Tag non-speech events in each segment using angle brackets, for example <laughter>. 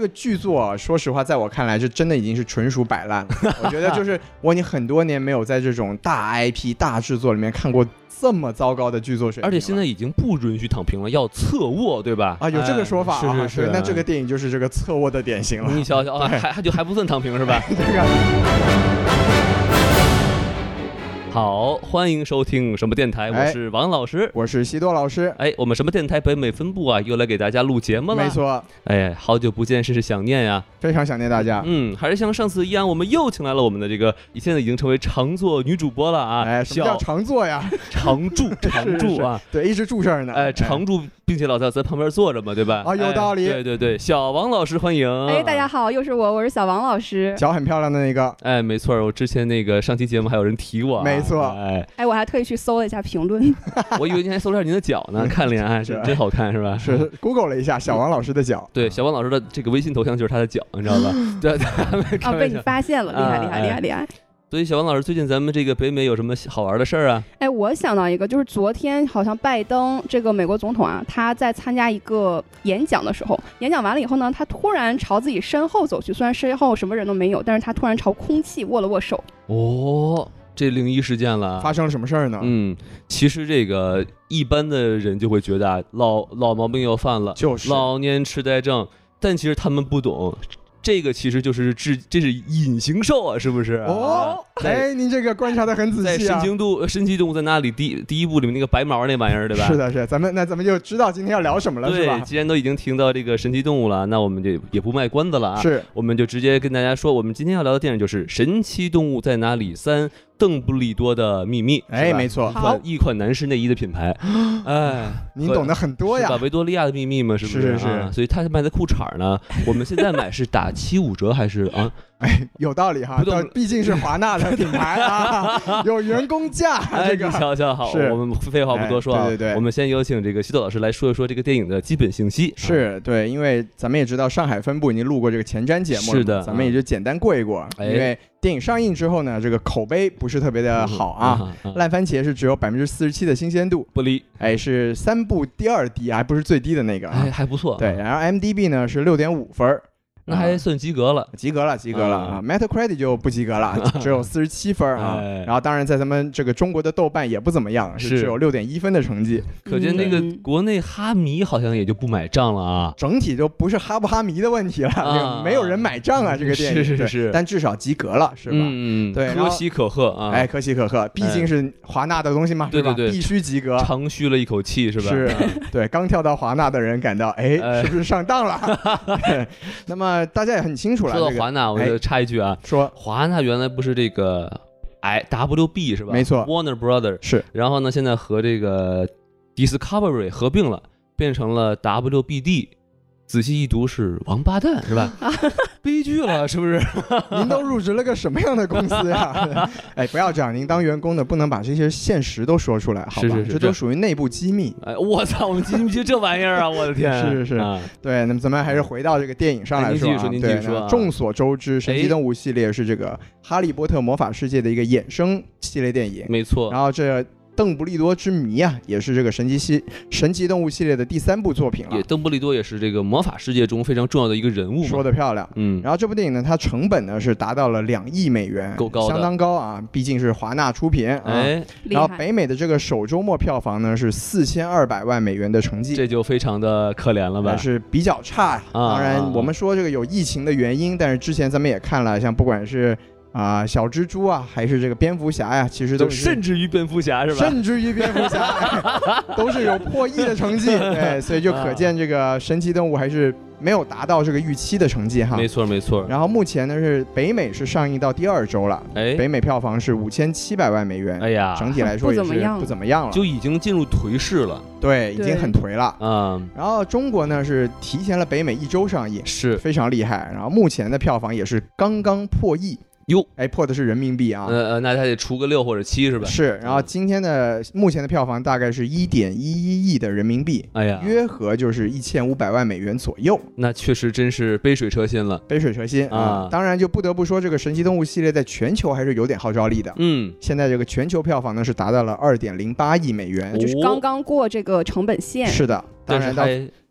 个剧作啊，说实话，在我看来，这真的已经是纯属摆烂了。我觉得 <laughs> 就是我已经很多年没有在这种大 IP 大制作里面看过这么糟糕的剧作水平了，而且现在已经不允许躺平了，要侧卧，对吧？啊，有这个说法啊，哎是是是对那这个电影就是这个侧卧的典型了。你瞧瞧，啊，还还就还不算躺平 <laughs> 是吧？这个好，欢迎收听什么电台，我哎是王 <laughs> 老师。 <laughs> 我是西多老师，哎，我们什么电台北美分部啊，又来给大家录节目了。没，错，哎，好久不见，甚是想念呀、非常想念大家。嗯，还是像上次一样，我们又请来了我们的这个，现在已经成为常做女主播了啊，哎，什么叫小常坐呀？ <laughs> 常驻常驻啊，对，一直住这儿呢。哎，常驻，并且老在咱旁边坐着嘛，对吧？啊有哎道理对对对，小王老师嗯欢迎。哎，大家。好，又是我，我是小王老师。脚很漂亮的那个，哎，没错儿，我之前那个上期节目还有人提我啊、没错哎，哎，我还特意去搜了一下评论，我以为您还搜了下您的脚 <laughs> 呢，看了一眼，哎，是真真好看是吧？是 Google 了一下小王老师的脚。 <laughs> 对，小王老师的这个微信头像就是他的脚，你知道吧？对，啊， <laughs> 啊被你发现了，厉嗯害，厉啊害，厉哎害，厉害！所以小王老师，最近咱们这个北美有什么好玩的事儿啊？哎，我想到一个，就是昨天好像拜登这个美国总统啊，他在参加一个演讲的时候，演讲完了以后呢，他突然朝自己身后走去，虽然身后什么人都没有，但是他突然朝空气握了握手。哦，这灵异事件了。发生了什么事儿呢？嗯，其实这个一般的人就会觉得啊，老老毛病要犯了，就是老年痴呆症，但其实他们不懂，这个其实就是治，这是隐形兽啊，是不是啊？哦，在哎，您这个观察的很仔在细神啊。经度呃神奇动物在哪里第第一部里面那个白毛那玩意儿，对吧？是的，是的，咱们那咱们就知道今天要聊什么了，是对，吧？既然都已经听到这个神奇动物了，那我们就也不卖关子了啊。是，我们就直接跟大家说，我们今天要聊的电影就是《神奇动物在哪里三：邓布利多的秘密》。哎，没错，错一，好款一款男士内衣的品牌，哎，您懂得很多呀是吧？。维多利亚的秘密嘛，是不是是啊所以他卖的裤衩儿呢，我们现在买是打七五折还是 <laughs> 啊？哎，有道理哈不，懂但毕竟是华纳的品牌 <laughs> 啊，有员工价哎，这你个。瞧瞧，好，是我们废话不多说啊，哎对对对我们先有请这个西豆老师来说一说这个电影的基本信息。啊，是对，因为咱们也知道上海分部已经录过这个前瞻节目了嘛，是的嗯咱们也就简单过一过。哎因为电影上映之后呢，这个口碑不是特别的好啊，嗯，嗯嗯烂番茄是只有百分之四十七的新鲜度，不离，哎，是三部第二低，还不是最低的那个啊。哎，还不错，对，，然后 m d b 呢是六点五分儿，那还啊算及格了。及格了，及格了啊啊！Metacritic 就不及格 <laughs> 了，只有四十七分儿啊哎。然后当然在咱们这个中国的豆瓣也不怎么样，是是只有六点一分的成绩，可见那个嗯国内哈迷好像也就不买账了啊。整体就不是哈不哈迷的问题了，啊这个没有人买账啊，这个电影是是对是但至少及格了，是吧？嗯，嗯对然可后喜可贺啊，哎，，可喜可贺，毕竟是华纳的东西嘛，对吧？对对必须及格。长吁了一口气是吧？是啊对，刚跳到华纳的人感到，哎，哎是不是上当了？ <laughs> 对那么大家也很清楚了，说到这个哎华纳，我就插一句啊，说华纳原来不是这个 I WB 是吧？没错，Warner Brother，是然后呢，现在和这个 Discovery 合并了，变成了 WBD。仔细一读是王八蛋是 <laughs> 吧？悲剧了是不是？您都入职了个什么样的公司 <laughs> 呀？哎，不要这样，您当员工的不能把这些现实都说出来，好吧？是是是这这都属于内部机密。哎，我操，我们进不去这玩意儿啊！我的天，是是是啊对，那么咱们还是回到这个电影上来说哎啊。您继续说您继续对，说啊那众所周知，《神哎奇动物》系列是这个《哈利波特魔法世界》的一个衍生系列电影。没错然后这《邓布利多之谜》啊，也是这个神奇系神奇动物系列的第三部作品了也。邓布利多也是这个魔法世界中非常重要的一个人物嘛。说得漂亮。嗯，然后这部电影呢，它成本呢是达到了两亿美元，够高的相当高啊，毕竟是华纳出品啊。哎，厉然后害，北美的这个首周末票房呢是四千二百万美元的成绩，这就非常的可怜了吧还？哎是比较差呀。啊当然，我们说这个有疫情的原因，但是之前咱们也看了，像不管是啊、小蜘蛛啊，还是这个蝙蝠侠呀、其实就都是。甚至于蝙蝠侠是吧？ <laughs> 甚至于蝙蝠侠、 <laughs> 哎都是有破亿的成 <laughs> 绩，对，所以就可见这个神奇动物还是没有达到这个预期的成绩哈没。错没错。然后目前呢是北美是上映到第二周了，哎北美票房是五千七百万美元，哎呀，整体来说不也是怎么样不怎么样了，就已经进入颓势了对，已对经很颓了。啊、然后中国呢是提前了北美一周上映，是非常厉害。然后目前的票房也是刚刚破亿，哟，哎，破的是人民币啊。呃呃，那他得除个六或者七是吧？是，然后今天的目前的票房大概是一点一一亿的人民币，哎呀，约合就是一千五百万美元左右，那确实真是杯水车薪了。杯水车薪啊啊！当然就不得不说，这个神奇动物系列在全球还是有点号召力的。嗯，现在这个全球票房呢是达到了二点零八亿美元，哦就是刚刚过这个成本线，是的。当但是然到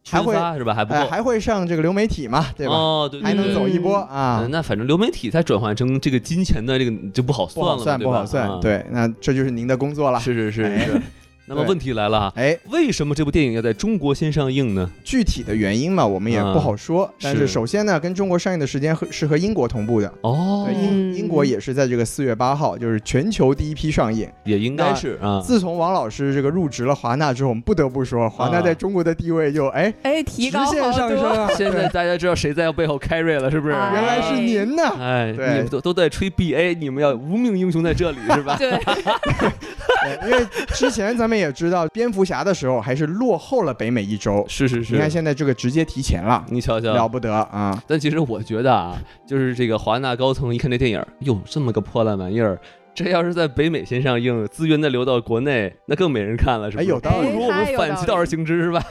还还会宣发是吧？还不够哎，，还会上这个流媒体嘛，对吧？哦，对，对还能对走一波嗯啊嗯，那反正流媒体它转换成这个金钱的这个就不好不算了好嘛，算，对不吧好算。，啊对，那这就是您的工作了。是是是哎是是。那么对问题来了啊，哎，为什么这部电影要在中国先上映呢？具体的原因嘛，我们也不好说。但是是首先呢，跟中国上映的时间和是和英国同步的，哦对，英嗯英国也是在这个四月八号，就是全球第一批上映。也应该是啊，自从王老师这个入职了华纳之后，我们不得不说，华纳在中国的地位就哎直哎，提高线好上升多。啊！现在大家知道谁在背后 carry 了，是不是？哎原来是您呐，哎，你对们都都在吹 BA，你们要无名英雄在这里 <laughs> 是吧？对，对因为之前咱们也知道，蝙蝠侠的时候还是落后了北美一周，是是是，你看现在这个直接提前了，你瞧了瞧。不得啊！但其实我觉得啊，就是这个华纳高层一看这电影，哟，这么个破烂玩意儿，这要是在北美先上映，资源再流到国内，那更没人看了，是吧？哎有道理不如我们反其道而行之，是吧？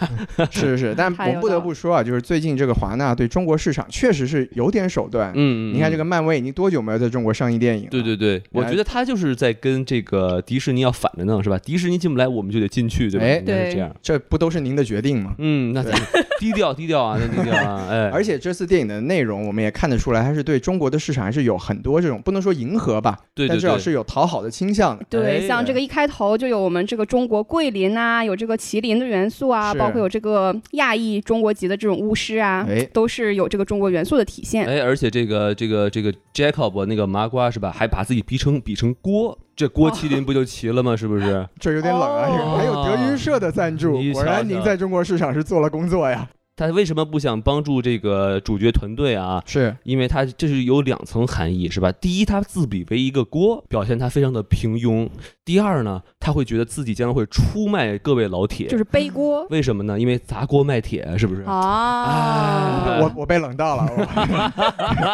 是是，但我太有们不得道理不说啊，就是最近这个华纳对中国市场确实是有点手段，嗯，嗯你看这个，个漫威已经多久没有在中国上映电影了？对对对，我觉得他就是在跟这个迪士尼要反着弄，是吧？迪士尼进不来，我们就得进去，对吧？哎应该是对这样。这不都是您的决定吗？嗯，那咱们低调低调啊，那低调啊，哎，而且这次电影的内容，我们也看得出来，它是对中国的市场还是有很多这种不能说迎合吧，对但对至少对，是有讨好的倾向的。哎对，像这个一开头就有我们这个中国桂林啊，有这个麒麟的元素啊，是包括有这个亚裔中国籍的这种巫师啊，哎都是有这个中国元素的体现。哎，而且这个这个这个 Jacob 那个麻瓜是吧，还把自己逼成比成锅，这郭麒麟不就齐了吗？是不是？这有点冷啊，哦还有德云社的赞助你，瞧果瞧然您在中国市场是做了工作呀。他为什么不想帮助这个主角团队啊？是，因为他这是有两层含义，是吧？第一，他自比为一个锅，表现他非常的平庸；第二呢，他会觉得自己将会出卖各位老铁，就是背锅为什么呢？因为砸锅卖铁，是不是？啊哎我我被冷到了。我 <laughs>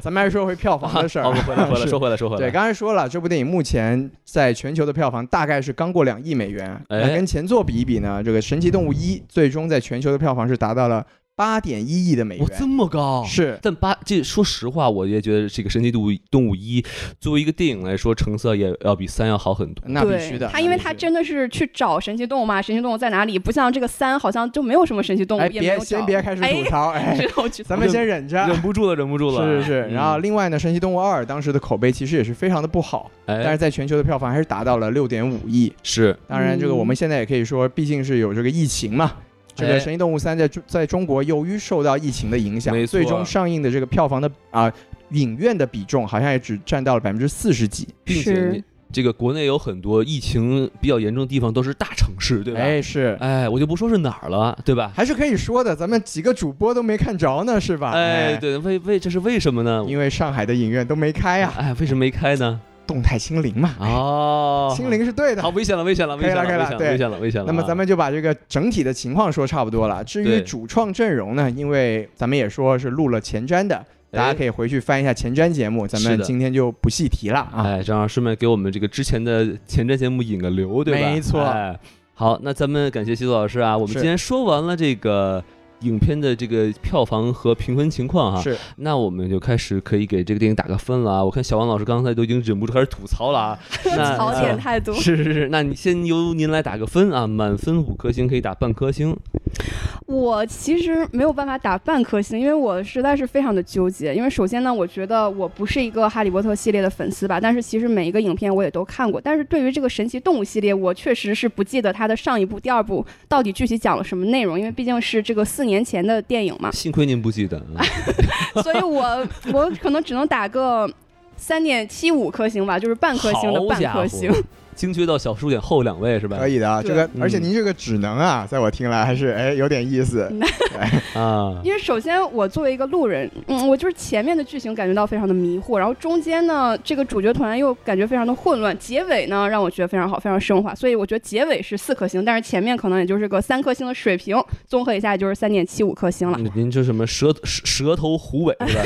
咱们还是说回票房的事儿好，我。们回来，回来，是说回来，说回来。对，刚才说了，这部电影目前在全球的票房大概是刚过两亿美元。哎那跟前作比一比呢，这个《神奇动物一》最终在全球的票房是达到了八点一亿的美哇，元这，么高！是但八这说实话，我也觉得这个《神奇动物动物一》作为一个电影来说，成色也要比三要好很多。那必须的。对他因那为必须他的真的是去找神奇动物嘛，神奇动物在哪里？不像这个三，好像就没有什么神奇动物，哎，也没有别找先别开始吐槽，哎， <laughs> 知道我知道咱们先忍着。忍不住了，忍不住了。是是是，嗯然后另外呢，《神奇动物二》当时的口碑其实也是非常的不好，但哎是在全球的票房还是达到了六点五亿。是当然，这个嗯我们现在也可以说，毕竟是有这个疫情嘛。这个哎《神奇动物三》在中在中国由于受到疫情的影响没，错最终上映的这个票房的啊、影院的比重好像也只占到了百分之四十几。并且是你这个国内有很多疫情比较严重的地方都是大城市，对吧？哎，是，哎，我就不说是哪儿了，对吧？还是可以说的，咱们几个主播都没看着呢，是吧？哎，，对，为为这是为什么呢？因为上海的影院都没开 <laughs> 呀、哎，为什么没开呢？动态清零嘛，哦，清零是对的好，。危险了，危险了，危可以险了可以了危险了，对危险了，危险了。那么啊咱们就把这个整体的情况说差不多了。至于对主创阵容呢，因为咱们也说是录了前瞻的，大家哎可以回去翻一下前瞻节目，咱是们的今天就不细提了啊。哎，正好顺便给我们这个之前的前瞻节目引个流，对吧？没错哎，好，那咱们感谢西子老师啊，我们是今天说完了这个。影片的这个票房和评分情况哈、是，那我们就开始可以给这个电影打个分了啊！我看小王老师刚才都已经忍不住开始吐槽了啊，那 <laughs> 槽嗯点太多。是是是，那你先由您来打个分啊，满分五颗星可以打半颗星，，我其实没有办法打半颗星，因为我实在是非常的纠结。因为首先呢，我觉得我不是一个哈利波特系列的粉丝吧，但是其实每一个影片我也都看过。但是对于这个神奇动物系列，我确实是不记得它的上一部、第二部到底具体讲了什么内容，因为毕竟是这个四年前的电影嘛 <laughs> 幸亏您不记得啊，所以我我可能只能打个三点七五颗星吧，就是 <laughs> 半颗星的好半家颗伙星。，精确到小数点后两位是吧？可以的啊。对这个，嗯而且您这个只能啊，在我听来还是哎有点意思。啊，因为首先我作为一个路人，嗯，我就是前面的剧情感觉到非常的迷惑，然后中间呢，这个主角团又感觉非常的混乱，结尾呢让我觉得非常好，非常升华，所以我觉得结尾是四颗星，但是前面可能也就是个三颗星的水平，综合一下也就是三点七五颗星了。嗯您这什么蛇蛇蛇头虎尾是吧？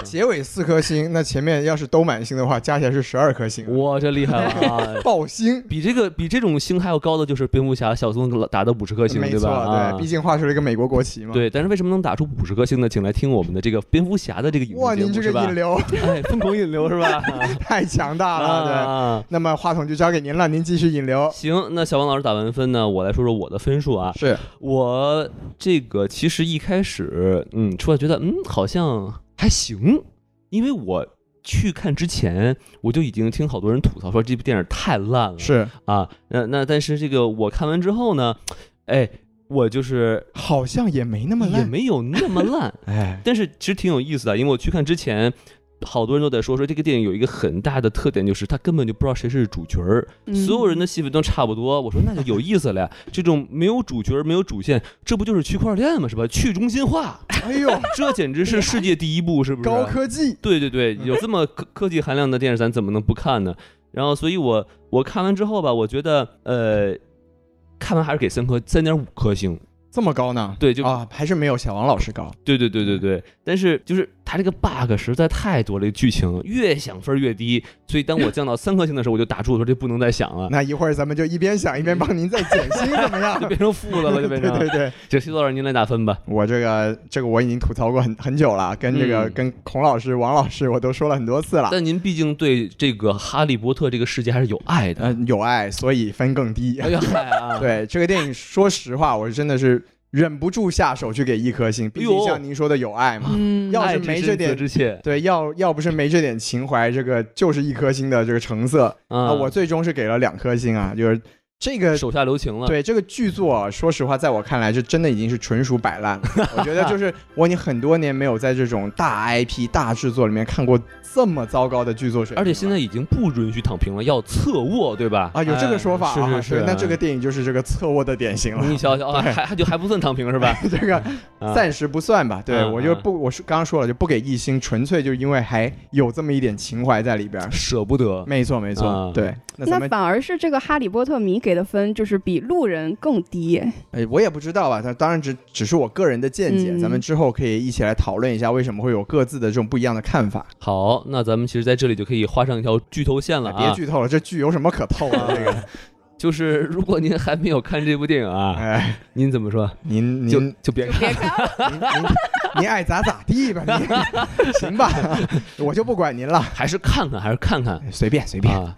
<laughs> 结尾四颗星，那前面要是都满星的话，加起来是十二颗星啊。哇，这厉害了啊！爆星。比这个比这种星还要高的就是蝙蝠侠、小松打的五十颗星，没对错，吧？啊对，毕竟画出了一个美国国旗嘛。，对，但是为什么能打出五十颗星呢？请来听我们的这个蝙蝠侠的这个影哇，视节您目这是个吧引？ <laughs> 流哎，疯狂引流是 <laughs> 吧？太强大了，对。啊，那么话筒就交给您了，您继续引流。行，那小王老师打完分呢，我来说说我的分数啊。是，我这个其实一开始，嗯，出来觉得，嗯，好像还行，因为我去看之前，我就已经听好多人吐槽说这部电影太烂了，是，啊，那那但是这个我看完之后呢，哎，我就是好像也没那么也烂。没有那么烂， <laughs> 哎，但是其实挺有意思的，因为我去看之前。好多人都在说说这个电影有一个很大的特点，就是他根本就不知道谁是主角儿，嗯所有人的戏份都差不多。我说那就有意思了呀，这种没有主角儿、没有主线，这不就是区块链吗？是吧？去中心化，哎呦，这简直是世界第一步，是不是？高科技，对对对，嗯有这么科科技含量的电视，咱怎么能不看呢？然后，所以我我看完之后吧，我觉得呃，看完还是给三颗三点五颗星。这么高呢？对就啊，还是没有小王老师高。对对对对嗯对，但是就是它这个 bug 实在太多了，这个剧情越想分越低，所以当我降到三颗星的时候，我就打住，我说这不能再想 <laughs> 了，那一会儿咱们就一边想一边帮您再减薪，怎么样？ <laughs> 就变成负的了，就对变成。 <laughs> 对对，这徐老师您来打分吧。我这个这个我已经吐槽过很很久了，跟这个、嗯跟孔老师、王老师我都说了很多次了。但您毕竟对这个《哈利波特》这个世界还是有爱的。呃，有爱，所以分更低。哎呀，嗨啊！ <laughs> 对这个电影，说实话，我是真的是忍不住下手去给一颗星，毕哎竟呦像您说的有爱嘛。嗯要啊爱是之没深这责点之切对，要要不是没这点情怀，这个就是一颗星的这个成色啊、啊，我最终是给了两颗星啊，就是这个手下留情了。对这个剧作 <laughs> 啊，说实话，在我看来，是真的已经是纯属摆烂了。我觉得就是我已经很多年没有在这种大 IP 大制作里面看过这么糟糕的剧作水平了，而且现在已经不允许躺平了，要侧卧，对吧？啊有这个说法啊，哎是是是。对那这个电影就是这个侧卧的典型 <laughs> 了。你瞧瞧，啊还还就还不算躺平是 <laughs> 吧？这个啊暂时不算吧，对啊我就啊不，我是刚刚说了就不给一星，纯粹就因为还有这么一点情怀在里边儿。啊舍不得。没错，没错啊，对。那咱那们反而是这个哈利波特迷给的分就是比路人更低，哎，我也不知道吧，但当然只只是我个人的见解，嗯咱们之后可以一起来讨论一下为什么会有各自的这种不一样的看法。好，那咱们其实在这里就可以画上一条剧透线了哎别啊！剧透了，这剧有什么可透的？这 <laughs> 个，就是如果您还没有看这部电影啊，哎，您怎么说？您就您您就别看。别看您您爱咋咋地吧，您 <laughs> 行吧，我就不管您了，还是看看，还是看看哎随便随便。啊！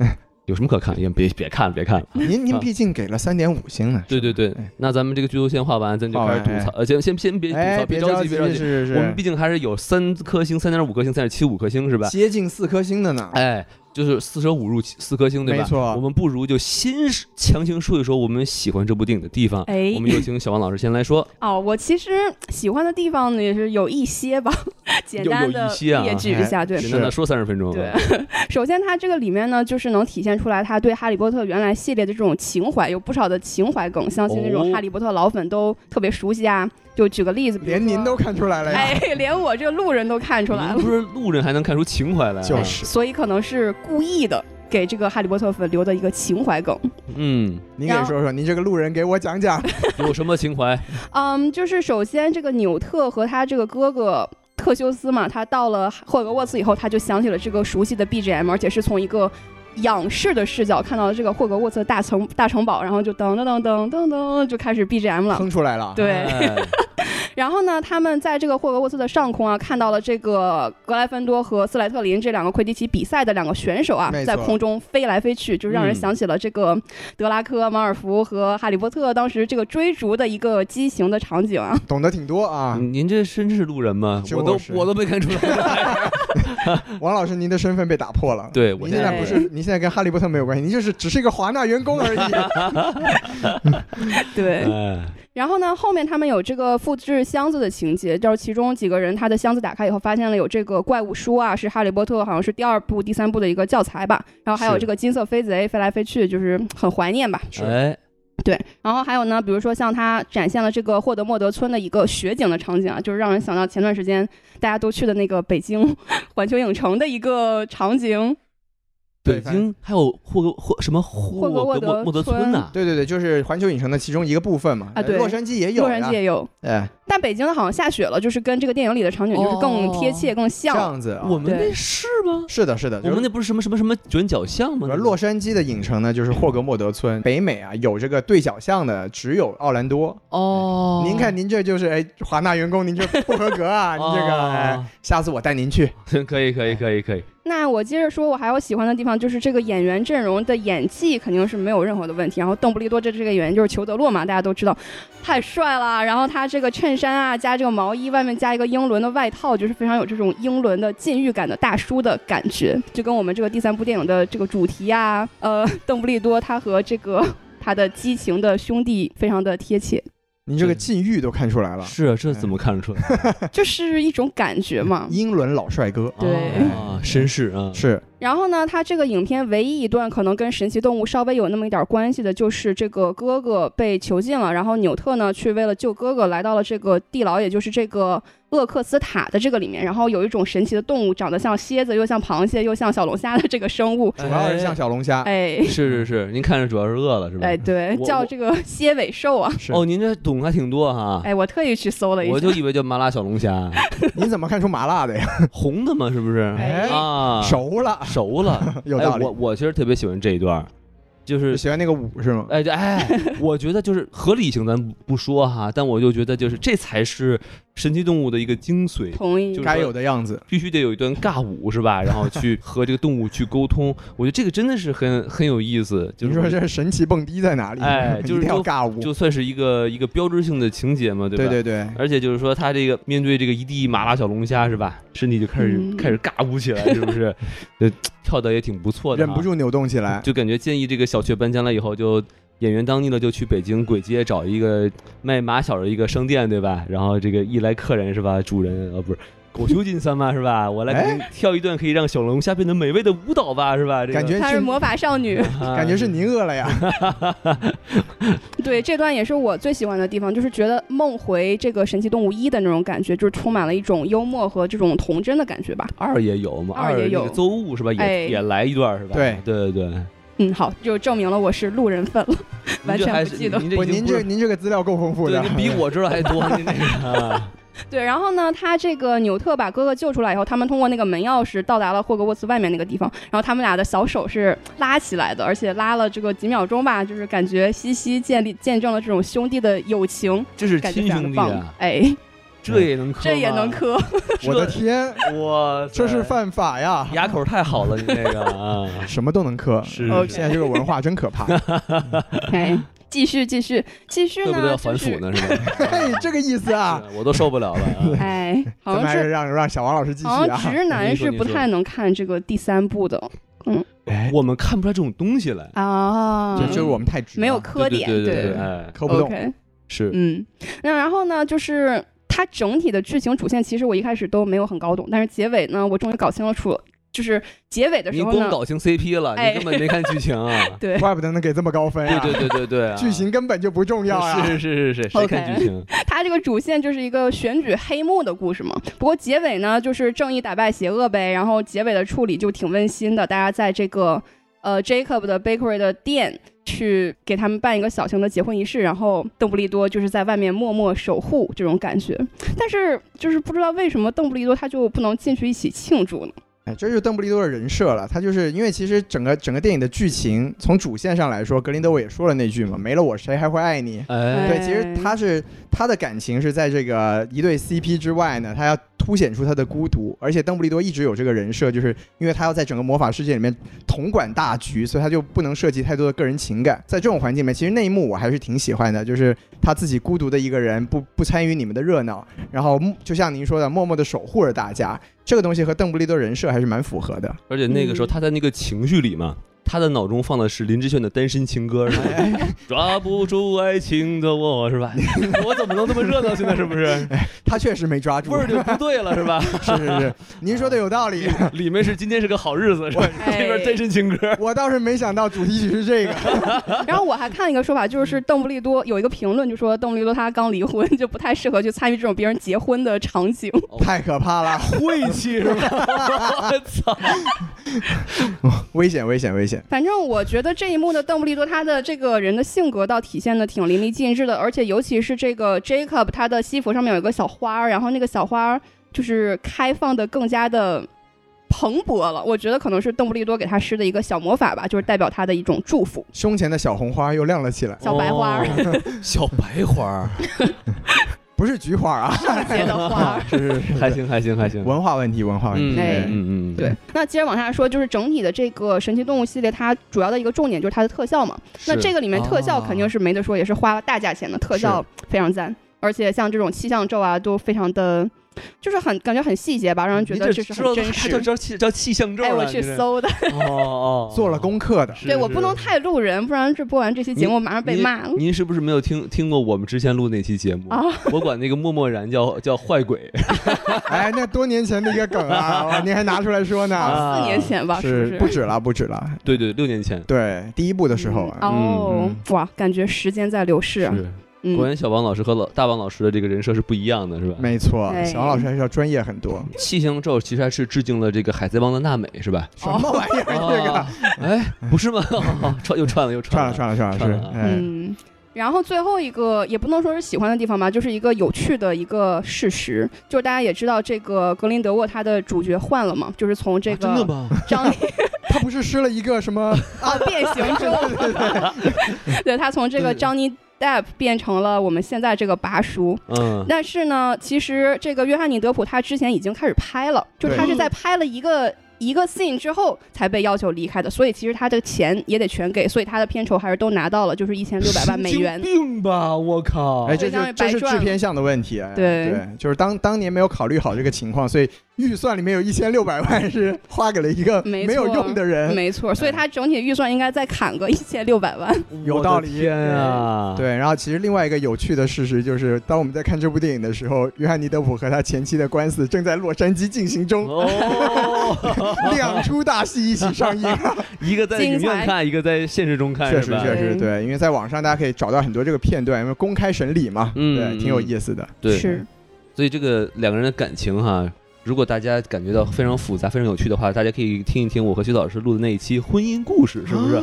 有什么可看？也别别看，别看了。您您啊毕竟给了三点五星呢，对对对哎，那咱们这个剧透线画完，咱就开始画完吐槽。呃，先先先别吐哎，槽，别着急，别着是急。是是，我们毕竟还是有三颗星、三点五颗星、三点七五颗星是吧？接近四颗星的呢。哎，就是四舍五入七四颗星，对吧？没错我们不如就先是强行说一说我们喜欢这部电影的地方。哎我们有请小王老师先来说。哦，我其实喜欢的地方呢也是有一些吧， <laughs> 简有单有一的些啊列举一下，对，是简单的说三十分钟。对，首先它这个里面呢，就是能体现出来他对《哈利波特》原来系列的这种情怀，有不少的情怀梗，相信那种哦《哈利波特》老粉都特别熟悉啊。就举个 <laughs> 例子，比如连您说都看出来了呀，哎，连我这个路人都看出来您了，不是路人还能看出情怀来、啊？就是所以可能是故意的。给这个《哈利波特》粉留的一个情怀梗，嗯，您给说说，您这个路人给我讲讲。有什么情怀？嗯，就是首先这个纽特和他这个哥哥特修斯嘛，他到了霍格沃茨以后，他就想起了这个熟悉的 BGM，而且是从一个仰视的视角看到了这个霍格沃茨的大城大城堡，然后就噔噔噔噔噔噔就开始 BGM 了。哼出来了。 <laughs> 对，哎然后呢，他们在这个霍格沃茨的上空啊，看到了这个格莱芬多和斯莱特林这两个魁地奇比赛的两个选手啊没，错在空中飞来飞去，就让人嗯想起了这个德拉科、马尔福和哈利波特当时这个追逐的一个畸形的场景啊。 <laughs> 懂得挺多啊，您这真是路人吗？就我都是我都没看出 <laughs> 来。王老师，您的身份被打破了。嗯对我您现在现在不是，您现在跟哈利波特没有关系，您就是只是一个华纳员工而 <laughs> 已。对，哎，然后呢，后面他们有这个复制箱子的情节，就是其中几个人他的箱子打开以后，发现了有这个怪物书啊，是《哈利波特》好像是第二部、第三部的一个教材吧。然后还有是这个金色飞贼飞来飞去，就是很怀念吧。哎，对，然后还有呢，比如说像他展现了这个霍德莫德村的一个雪景的场景啊，就是让人想到前段时间大家都去的那个北京环球影城的一个场景。对北反正京还有霍格霍什么霍格格莫沃德莫德村村呐、对对对，就是环球影城的其中一个部分嘛。啊对洛杉矶也有洛呀。杉矶也有，哎，但北京的好像下雪了，就是跟这个电影里的场景就是更贴切、更这像。样子啊。我们对那是吗？是的，是的，我就是们那不是什么什么什么转角巷吗？比如洛杉矶的影城呢，就是霍格莫德村。北美啊，有这个对角巷的只有奥兰多。哦，您看，您这就是哎，华纳员工，您这不合格 <laughs> 啊！您这个，哎哦，下次我带您去。可以可以可以可以，那我接着说，我还有喜欢的地方就是这个演员阵容的演技肯定是没有任何的问题。然后邓布利多这这个演员就是裘德洛嘛，大家都知道，太帅了。然后他这个衬衫啊，加这个毛衣，外面加一个英伦的外套，就是非常有这种英伦的禁欲感的大叔的感觉，就跟我们这个第三部电影的这个主题啊，呃， <laughs> 邓布利多他和这个 <laughs> 他的激情的兄弟非常的贴切，您这个对禁欲都看出来了，是啊这怎么看得出来？哎就是一种感觉嗯嘛。英伦老帅哥对啊，绅士啊，是然后呢，他这个影片唯一一段可能跟神奇动物稍微有那么一点关系的，就是这个哥哥被囚禁了，然后纽特呢去为了救哥哥来到了这个地牢，也就是这个厄克斯塔的这个里面，然后有一种神奇的动物，长得像蝎子，又像螃蟹，又像小龙虾的这个生物，主要是像小龙虾，哎是是是，您看着主要是饿了是吧？哎，对，我叫我这个蝎尾兽啊，是哦，您这懂还挺多哈。哎，我特意去搜了一我下就，以为叫麻辣小龙虾，你怎么看出麻辣的呀？红的嘛，是不是？哎啊，熟了，熟 <laughs> 了。有哎道，理嗯我。我其实特别喜欢这一段儿，就是就喜欢那个舞是吗？哎对哎， <laughs> 我觉得就是合理性咱不不说哈，但我就觉得就是这才是神奇动物的一个精髓，同意就。是该有的样子。必须得有一段尬舞是 <laughs> 吧？然后去和这个动物去沟通，我觉得这个真的是很很有意思。就您是说我这神奇蹦迪在哪里？ <laughs> 哎就是一定要说尬舞。就算是一个一个标志性的情节嘛，对吧？对对对，而且就是说，他这个面对这个一地麻辣小龙虾是吧，身体就开始、嗯开始尬舞起来，是 <laughs> 不是？呃，跳的也挺不错的、啊忍不，住扭动起来。就感觉建议这个小雀搬家了以后就。演员当腻了，就去北京簋街找一个卖马小的一个商店，对吧？然后这个一来客人是吧，主人啊不是狗熊进三妈是 <laughs> 吧？我来给您跳一段可以让小龙虾变得美味的舞蹈吧，是吧？这个、感觉她是是魔法少女，啊感觉是您饿了呀，对这段也是我最喜欢的地方，就是觉得梦回这个神奇动物一的那种感觉，就是充满了一种幽默和这种童真的感觉吧。二也有嘛，二也有那个邹物是吧？也、哎也来一段是吧？对对对对，嗯，好，就证明了我是路人粉了， <laughs> 完您这全还不是记得。您这不，已经您不是这您这个资料够丰富对，的你。比啊我知 <laughs> 道还多，你那个对，然后呢，他这个纽特把哥哥救出来以后，他们通过那个门钥匙到达了霍格沃茨外面那个地方，然后他们俩的小手是拉起来的，而且拉了这个几秒钟吧，就是感觉西西建立见证了这种兄弟的友情，这是感觉亲非常兄的弟棒啊，。哎，这也能磕， <laughs> 这也能，磕， <laughs> 我的天，哇塞，这是犯法呀！，牙口太好了，你那个啊 <laughs> 什么都能磕。是 OK 现在这个文化真可 <laughs> 怕。哎，继续继续继续对不对？呢，要就反腐是呢是哎吧？嘿，这个意思 <laughs> 啊，我都受不了了啊。哎， <laughs> 好咱们还像是是让让小王老师继续好像啊。直男您说是您不说太能看这个第三部的哎，我们看不出来这种东西来，啊这就是我们太直了，没有磕对点，对对对，哎，磕不动。 OK，是嗯，那然后呢，就是它整体的剧情主线，其实我一开始都没有很搞懂，但是结尾呢，我终于搞清了楚，就是结尾的时您候光呢，搞清 CP 了，哎。你根本没看剧情啊对。怪不得能给这么高分对呀！对对对对啊，剧情根本就不重要啊呀。是是是是是，谁看 OK 剧情？它这个主线就是一个选举黑幕的故事嘛。不过结尾呢，就是正义打败邪恶呗。然后结尾的处理就挺温馨的，大家在这个呃 Jacob 的 Bakery 的店去给他们办一个小型的结婚仪式，然后邓布利多就是在外面默默守护这种感觉。但是就是不知道为什么邓布利多他就不能进去一起庆祝呢？哎，这就是邓布利多的人设了。他就是因为其实整个整个电影的剧情，从主线上来说，格林德沃也说了那句嘛：“没了我谁还会爱你？”哎，对，其实他是他的感情是在这个一对 CP 之外呢，他要凸显出他的孤独，而且邓布利多一直有这个人设，就是因为他要在整个魔法世界里面统管大局，所以他就不能涉及太多的个人情感。在这种环境里面，其实那一幕我还是挺喜欢的，就是他自己孤独的一个人，不不参与你们的热闹，然后默就像您说的，默默的守护着大家。这个东西和邓布利多人设还是蛮符合的。而且那个时候他在那个情绪里嘛，他的脑中放的是林志炫的《单身情歌》，是吧？抓不住爱情的我，是吧？ <laughs> 我怎么能这么热闹？现在是不是他确实没抓住味，儿就不对了，是吧？ <laughs> 是是是，您说的有道 <laughs> 理。里面是今天是个好日子，是吧？ <laughs> 哎这边单身情歌，我倒是没想到主题曲是这个，然后我还看了一个说法，就是邓布利多有一个评论就说邓布利多他刚离婚，就不太适合去参与这种别人结婚的场景。太可怕了，晦气是吧？我操！ <laughs> 危险危险危险！反正我觉得这一幕的邓布利多他的这个人的性格倒体现的挺淋漓尽致的，而且尤其是这个 Jacob 他的西服上面有一个小花儿，然后那个小花儿就是开放的更加的蓬勃了。我觉得可能是邓布利多给他施的一个小魔法吧，就是代表他的一种祝 <laughs> 福。胸前的小红花又亮了起来，小白花儿 <laughs> 哦，小白花儿，不是菊花啊，上街的花 <laughs> 儿。是是是还行还行还行，文化问题，文化问题。嗯哎对嗯嗯，对， <laughs> 那接着往下说，就是整体的这个神奇动物系列，它主要的一个重点就是它哦的特效嘛。那这个个里面特效肯哦定是没得说，也是花了大价钱的，特效非常赞。而且像这种气象咒啊，都非常的，就是很感觉很细节吧，让人觉得这是很真叫实。叫气叫气象咒哎，了我去你这搜的，哦哦，做了功课的，是，对我是不能。太路人，不然这播完这期节目马上被您骂。您是不是没有听听过我们之前录那期节目？啊我管那个默默然叫叫坏鬼， <laughs> 哎，那多年前的一个梗啊，哇您还拿出来说呢，啊四年前吧，是嗯是不不是？止了，不止了。对对，六年前。对，第一部的时候啊，哦嗯，哇，感觉时间在流逝啊。是，果嗯，然小王老师和老大王老师的这个人设是不一样的，是吧？嗯没错，哎小王老师还是要专业很哦多。气象咒其实还是致敬了这个《海贼王》的娜美，是吧？什么玩意儿？哦这个啊，哎，不是吗？ <laughs> 哦串又串了又串串哎了串了串了串是了啊，哎，嗯，然后最后一个也不能说是喜欢的地方吧，就是一个有趣的一个事实，就是大家也知道这个格林德沃他的主角换了嘛，就是从这啊真的个吗？张力他不是施了一个什么？ <laughs> 啊变形之后， <laughs> 对他从这个对 Johnny Depp 变成了我们现在这个拔叔。嗯，但是呢，其实这个约翰尼德普他之前已经开始拍了，就是他是嗯在拍了一个。一个 scene 之后才被要求离开的，所以其实他这个钱也得全给，所以他的片酬还是都拿到了，就是一千六百万美元神。经病吧！我靠！哎，这哦相当是于这白是赚制了片项的问题。哎对对，就是当当年没有考虑好这个情况，所以预算里面有一千六百 <laughs> 万是花给了一个没没有错用的人。没错，哎所以它整体预算应该再砍个一千六百万。有我的道理天啊！，对，然后其实另外一个有趣的事实就是，当我们在看这部电影的时候，约翰尼德普和他前妻的官司正在洛杉矶进行中， <laughs> 哦，两出大戏一起上 <laughs> 映。一个在影院看，一个在现实中看，确是实吧确实对对，因为在网上大家可以找到很多这个片段，因为公开审理嘛，嗯对，挺有意思的。对，是，所以这个两个人的感情哈，如果大家感觉到非常复杂、非常有趣的话，大家可以听一听我和徐老师录的那一期婚姻故事，是不啊是？哇，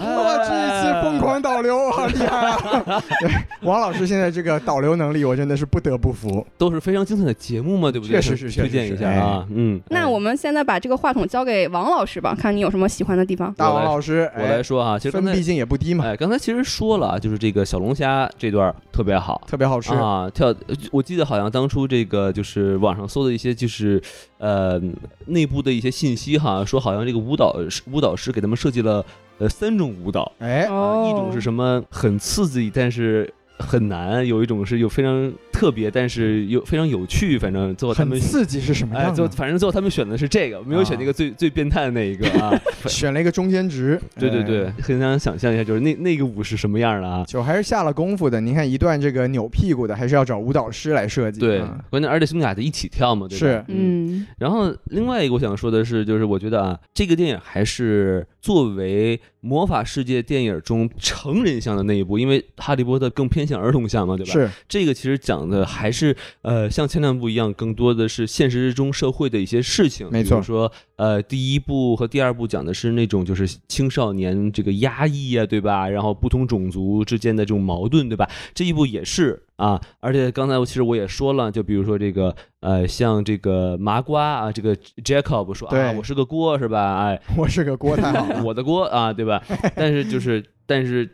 哦哦这一哎期疯狂导流，好厉害啊！ <laughs> 对，王老师现在这个导流能力，我真的是不得不服。都是非常精彩的节目嘛，对不对？确实是确实是哎推荐一下啊，嗯。那我们现在把这个话筒交给王老师吧，看你有什么喜欢的地方。大王老师，我来哎说啊，其实刚分才毕竟也不低嘛，哎，刚才其实说了啊，就是这个小龙虾这段儿特别好。特别好吃。啊，跳！呃我记得好像当初这个就是网上搜的一些就是，呃，内部的一些信息哈，说好像这个舞蹈师舞蹈师给他们设计了呃三种舞蹈，哎，啊，一种哦是什么很刺激，但是。很难，有一种是有非常特别，但是又非常有趣。反正最后他很们刺激是什么哎，样最后的？啊反正最后他们选的是这个，没有选那个最、最变态的那一个 <laughs> 啊。选了一个中间值。对对哎对，很想想象一下，就是那那个舞是什么样的啊？就还是下了功夫的。您看一段这个扭屁股的，还是要找舞蹈师来设计。对嗯，关键而且兄弟俩得一起跳嘛，对吧？是嗯。嗯，然后另外一个我想说的是，就是我觉得啊，这个电影还是作为魔法世界电影中成人向的那一部，因为《哈利波特》更偏向儿童向嘛，对吧？是，这个其实讲的还是呃，像前两部一样，更多的是现实中社会的一些事情。没错比如说呃，第一部和第二部讲的是那种就是青少年这个压抑啊，对吧？然后不同种族之间的这种矛盾，对吧？这一部也是啊，而且刚才我其实我也说了，就比如说这个呃，像这个麻瓜啊，这个 Jacob 说啊，对我是个锅是吧？哎，我是个 <laughs> 锅太好了。我的锅啊，对 <laughs> 吧？但是就是，但是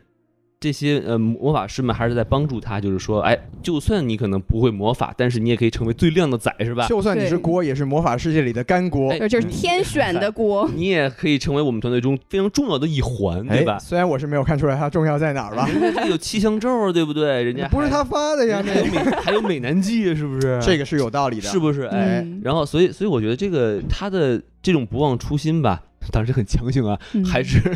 这些呃魔法师们还是在帮助他，就是说，哎，就算你可能不会魔法，但是你也可以成为最靓的仔，是吧？就算你是锅，也是魔法世界里的干锅哎。这就是天选的锅。你也可以成为我们团队中非常重要的一环，哎对吧？虽然我是没有看出来它重要在哪儿吧，人家这有气象咒啊，对不对？ <laughs> 人家啊不是还他发的呀人，家还有美还有美男计，是不是？这个是有道理的。是不是？哎，嗯然后所以所以我觉得这个他的这种不忘初心吧，当然是很强行啊，嗯还是 <laughs>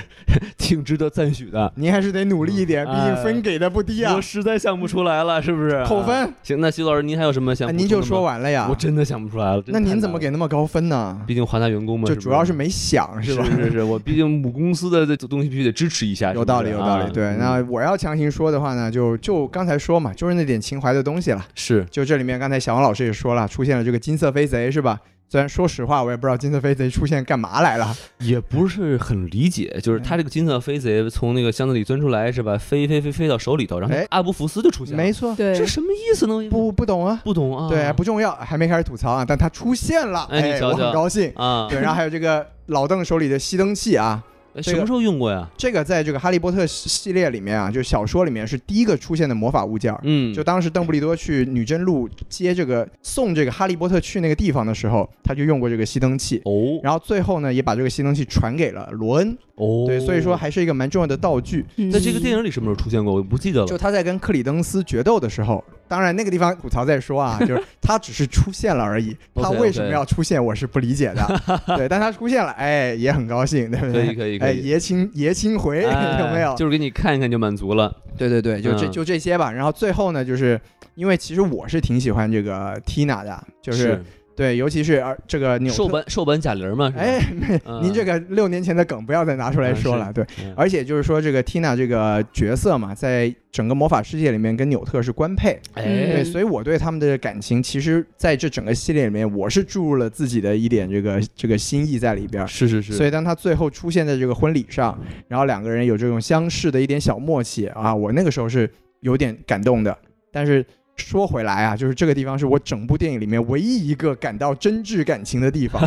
挺值得赞许的。您还是得努力一点，嗯毕竟分给的不低啊我。实在想不出来了，是不是？扣啊分，行，那徐老师您还有什么想哎补充的吗？您就说完了呀我。真的想不出来了。真那的太您难怎么了？给那么高分呢？毕竟华纳员工嘛，这不主要是没想是吧？是是是，我毕竟母公司的这东西必须得支持一下。是不有是道理，有道啊理。对，那我要强行说的话呢，就就刚才说嘛，就是那点情怀的东西了。是就这里面，刚才小王老师也说了，出现了这个金色飞贼是吧？虽然说实话，我也不知道金色飞贼出现干嘛来了。也不是很理解，嗯就是他这个金色飞贼从那个箱子里钻出来是吧？飞飞飞飞到手里头，然后哎阿布福斯就出现了，没错，对这什么意思呢？不不懂啊，不懂啊，对，不重要，还没开始吐槽啊，但他出现了，哎你哎，瞧我瞧很高兴。啊，对，然后还有这个老邓手里的熄灯器啊，哎这什个么时候用过呀？这个在这个《哈利波特》系列里面啊，就是小说里面是第一个出现的魔法物件儿。嗯，就当时邓布利多去女真路接这个送这个哈利波特去那个地方的时候，他就用过这个熄灯器，哦然后最后呢也把这个熄灯器传给了罗恩。哦，对，所以说还是一个蛮重要的道具。嗯在这个电影里什么时候出现过？我不记得了就。他在跟克里登斯决斗的时候，当然那个地方吐槽再说 <laughs> 啊，就是他只是出现了而已，他 OK，OK 为什么要出现我是不理解 <laughs> 的。对，但他出现了，哎，也很高兴，对不可以对？可以可哎，以，哎爷青爷青回哎 <laughs> 有没有？就是给你看一看就满足了。对对对，就这嗯就这些吧。然后最后呢，就是因为其实我是挺喜欢这个 Tina 的，就是对，尤其是而这个纽瘦特，版瘦版贾玲嘛？是吧哎，，没嗯您这个六年前的梗不要再拿出来说了，嗯对。嗯而且就是说，这个 Tina 这个角色嘛，在整个魔法世界里面跟纽特是官配，对，哎嗯所以我对他们的感情，其实在这整个系列里面，我是注入了自己的一点这个这个心意在里边儿。是是所是，以当他最后出现在这个婚礼上，然后两个人有这种相似的一点小默契啊，我那个时候是有点感动的。但是说回来啊，就是这个地方是我整部电影里面唯一一个感到真挚感情的地方。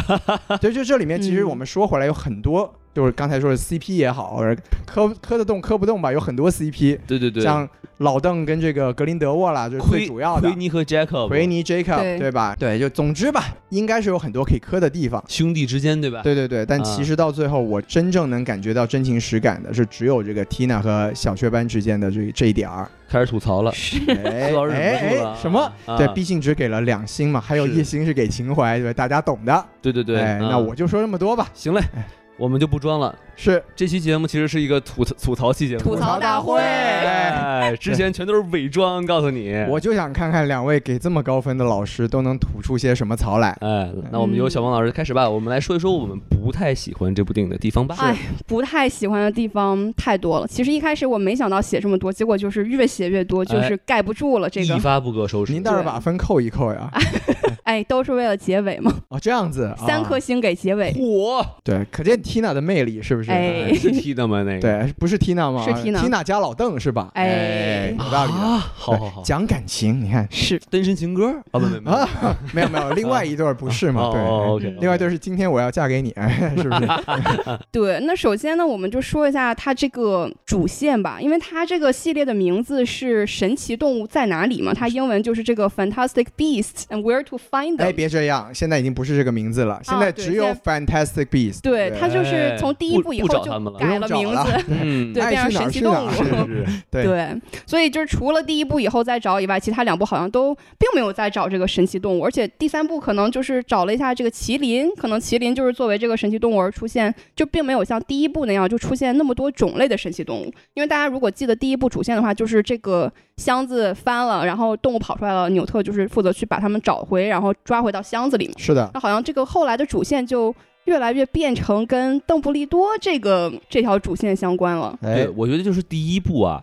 对，就这里面其实我们说回来有很多，就是刚才说的 CP 也好，或者磕磕得动磕不动吧，有很多 CP，对对对，像老邓跟这个格林德沃啦，就是最奎主要的奎。尼和 Jacob 奎尼 Jacob 对对吧？对，就总之吧，应该是有很多可以磕的地方。兄弟之间对吧？对对对，但啊其实到最后，我真正能感觉到真情实感的是只有这个 Tina 和小雀斑之间的这这一点 <laughs> 儿。开始吐槽了，是哎苏老师忍不住哎了哎，什么？？啊对，毕竟只给了两星嘛，还有是一星是给情怀，对吧？大家懂的。对对对，哎，啊那我就说这么多吧。行嘞哎，我们就不装了。是，这期节目其实是一个吐吐槽期节目，吐槽大会哎，之前全都是伪装，告诉你。哎我就想看看两位给这么高分的老师都能吐出些什么槽来。哎，那我们由小王老师开始吧，我们来说一说我们不太喜欢这部电影的地方吧。哎，不太喜欢的地方太多了。其实一开始我没想到写这么多，结果就是越写越多，哎就是盖不住了。这个一发不可收拾。您倒是把分扣一扣 <laughs> 呀！哎，都是为了结尾嘛，哦，这样子，啊 <laughs> 三颗星给 <laughs> 结尾。火，对，可见 Tina 的魅力是不是？哎哎是踢的吗？那个对，不是 Tina 吗？是 Tina 加老邓是吧？哎有道理的。啊，好好好，哎讲感情，你看是单身情歌啊，不不不，啊， <laughs> 没有没有，另外一对儿不是嘛？哦哦对，哎，OK，另外一对儿是今天我要嫁给你， <laughs> 哎是不是？ <laughs> 对。那首先呢，我们就说一下它这个主线吧，因为它这个系列的名字是《神奇动物在哪里》嘛，它英文就是这个 Fantastic Beasts and Where to Find 哎， Them。别这样，现在已经不是这个名字了，现在啊对只有现 Fantastic Beasts，对对，哎它就是从第一部以哎不不后找他们就了改不名用找字，嗯，对，爱变成去哪神儿奇去哪动儿物。 <laughs> 是对对，所以就是除了第一部以后再找以外，其他两部好像都并没有再找这个神奇动物，而且第三部可能就是找了一下这个麒麟，可能麒麟就是作为这个神奇动物而出现，就并没有像第一部那样就出现那么多种类的神奇动物。因为大家如果记得第一部主线的话，就是这个箱子翻了，然后动物跑出来了，纽特就是负责去把它们找回，然后抓回到箱子里嘛。是的，那好像这个后来的主线就越来越变成跟邓布利多这个这条主线相关了。哎对，，我觉得就是第一步啊，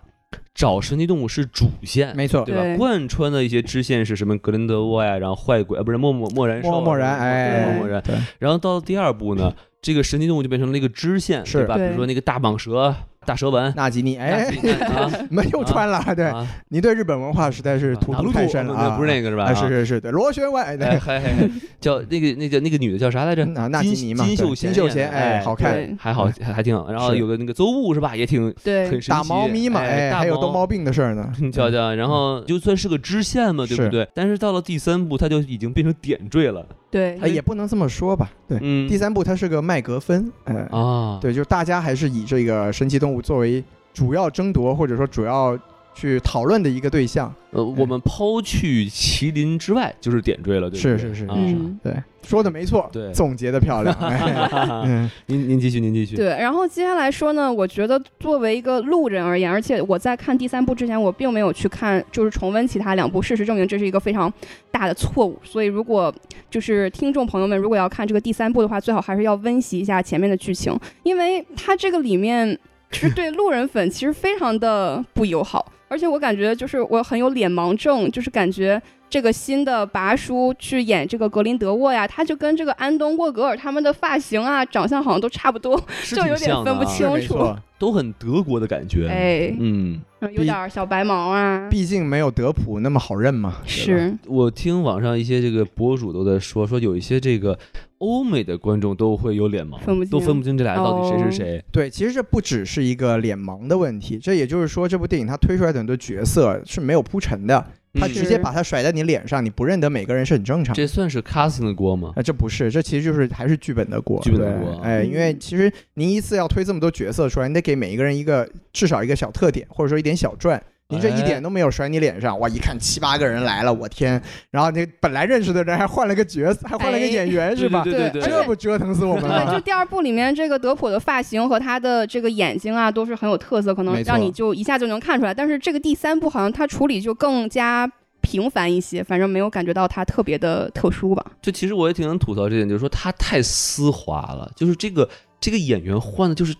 找神奇动物是主线。没错对，吧？对贯穿的一些支线是什么？格林德沃呀，然后坏鬼啊，不是默默默然兽啊，默默然对哎默默然。对，然后到第二步呢，这个神奇动物就变成了一个支线，是对吧？比对如说那个大蟒蛇、大蛇丸，纳吉尼，大哎， <laughs> 鸡蛋啊，没有穿了，对，啊，您对日本文化实在是荼啊毒太深了啊啊，不是那个是吧？哎，是是是，对，螺旋丸，哎哎，对，嗯啊还还还叫那个那叫那个女的叫啥来着？纳纳吉金尼嘛，金对秀金贤秀演的贤，哎，哎好看，对还好还还挺好。然后是有个那个邹物是吧，也挺对，很神奇。打猫咪嘛，哎，哎，大还有逗猫病的事儿 <laughs> 呢，嗯你瞧瞧，然后就算是个支线嘛，对不是对？但是到了第三部，它就已经变成点缀了。对，哎，也不能这么说吧，对，嗯，第三部它是个麦格芬，哎，啊，对，就是大家还是以这个神奇动物作为主要争夺或者说主要去讨论的一个对象。呃，我们抛去麒麟之外，就是点缀了，对不对？嗯是是是嗯啊嗯。对，说的没错，对 <laughs> 总结的漂亮。哎嗯， <laughs> 您您继续，您继续。对，然后接下来说呢，我觉得作为一个路人而言，而且我在看第三部之前，我并没有去看，就是重温其他两部。事实证明，这是一个非常大的错误。所以，如果就是听众朋友们，如果要看这个第三部的话，最好还是要温习一下前面的剧情，因为它这个里面。就是对路人粉其实非常的不友好。而且我感觉就是我很有脸盲症，就是感觉这个新的拔叔去演这个格林德沃呀，他就跟这个安东沃格尔他们的发型啊、长相好像都差不多，是就有挺点像的分啊，不清没楚。错都很德国的感觉。哎，嗯，嗯有点小白毛啊，毕竟没有德普那么好认嘛。是我听网上一些这个博主都在说，说有一些这个欧美的观众都会有脸盲，分不清都分不清这俩到底谁哦是谁。对，其实这不只是一个脸盲的问题，这也就是说，这部电影它推出来的很多角色是没有铺陈的，它嗯直接把它甩在你脸上，你不认得每个人是很正常的。这算是 casting 的锅吗？啊，这不是，这其实就是还是剧本的锅，剧本的对锅哎，因为嗯其实您一次要推这么多角色出来，你得给每一个人一个至少一个小特点，或者说一点小传。您这一哎点都没有甩你脸上，哇！一看七八个人来了，我天！然后那本来认识的人还换了个角色，还换了个哎演员，是吧？对对对对这不折腾死我们对，就了？第二部里面这个德普的发型和他的这个眼睛啊，都是很有特色，可能没错让你就一下就能看出来。但是这个第三部好像他处理就更加平凡一些，反正没有感觉到他特别的特殊吧。就其实我也挺想吐槽这点，就是说他太丝滑了，就是这个这个演员换的就是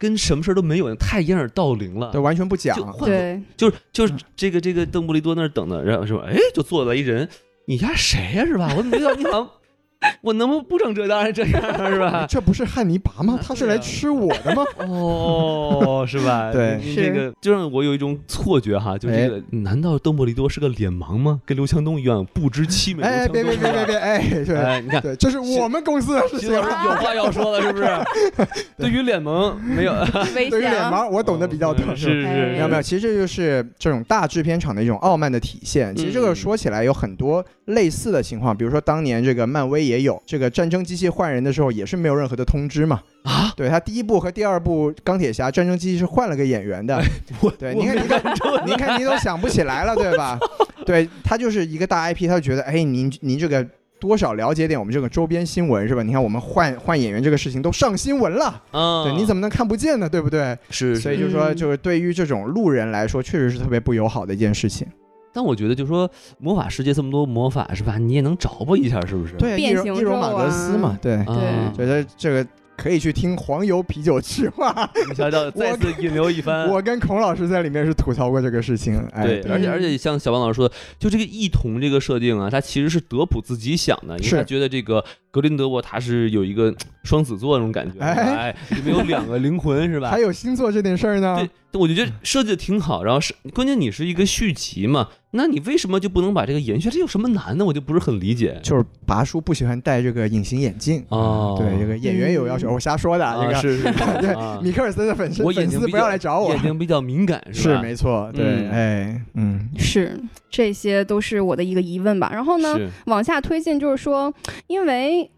跟什么事儿都没有，太掩耳盗铃了 <laughs> 对，。嗯完全不讲就。换个，对，就是就是这个这个邓布利多那儿等的，然后说，哎，就坐了一人，你家谁呀、是吧？我怎么知道你好像 <laughs> 我能不能不成这当然这样 <laughs> 是吧？哎这不是汉尼拔吗？他是来对啊吃我的吗？哦，是吧？ <laughs> 对您是这个就让我有一种错觉哈，就是这个，难道邓布利多是个脸盲吗？跟刘强东一样不知其美？哎，别别别别别，哎，对哎，你看。对，这是我们公司的 <laughs> 事徐情。老师有话要说了，是不是？ <laughs> 对于脸盲没有，危对于险脸啊！盲，我懂得比较多。嗯是是，没有没有，其实这就是这种大制片厂的一种傲慢的体现。其实这个嗯说起来有很多类似的情况，比如说当年这个漫威也有这个战争机器换人的时候，也是没有任何的通知嘛。啊！对他第一部和第二部钢铁侠战争机器是换了个演员 <laughs> 的，我对我你看没你看看出来您看您都想不起来了，对 <laughs> 吧？对他就是一个大 IP，他就觉得哎，您您这个。多少了解点我们这个周边新闻是吧？你看我们换换演员这个事情都上新闻了，<laughs> 啊对，你怎么能看不见呢？对不对？是？所所以，以就是说，嗯就是对于这种路人来说，确实是特别不友好的一件事情。但我觉得就是说，魔法世界这么多魔法是吧？你也能找吧一下，是不是？对，易变容形易容马肉格啊斯嘛，嗯对，啊，觉得这个可以去听黄油啤酒计划。没想到再次引流一番。我跟孔老师在里面是吐槽过这个事情，哎，呃对，而且嗯而且像小王老师说的，就这个异瞳这个设定啊，他其实是德普自己想的，因为是他觉得这个格林德沃他是有一个双子座那种感觉，哎哎，里面有两个灵魂是吧还？有星座这点事儿呢对，，我就觉得设计的挺好，然后是关键你是一个续集嘛，那你为什么就不能把这个延续？这有什么难的？我就不是很理解。就是拔叔不喜欢戴这个隐形眼镜哦对，这个演员有要求，嗯我瞎说的啊，啊，这个是是 <laughs> 是，对啊米克尔森的粉丝我粉眼睛丝比不较要来找我眼，睛比较敏 <laughs> 感是吧？没错，对，嗯哎，嗯，是，这些都是我的一个疑问吧。然后呢，是往下推进就是说，因为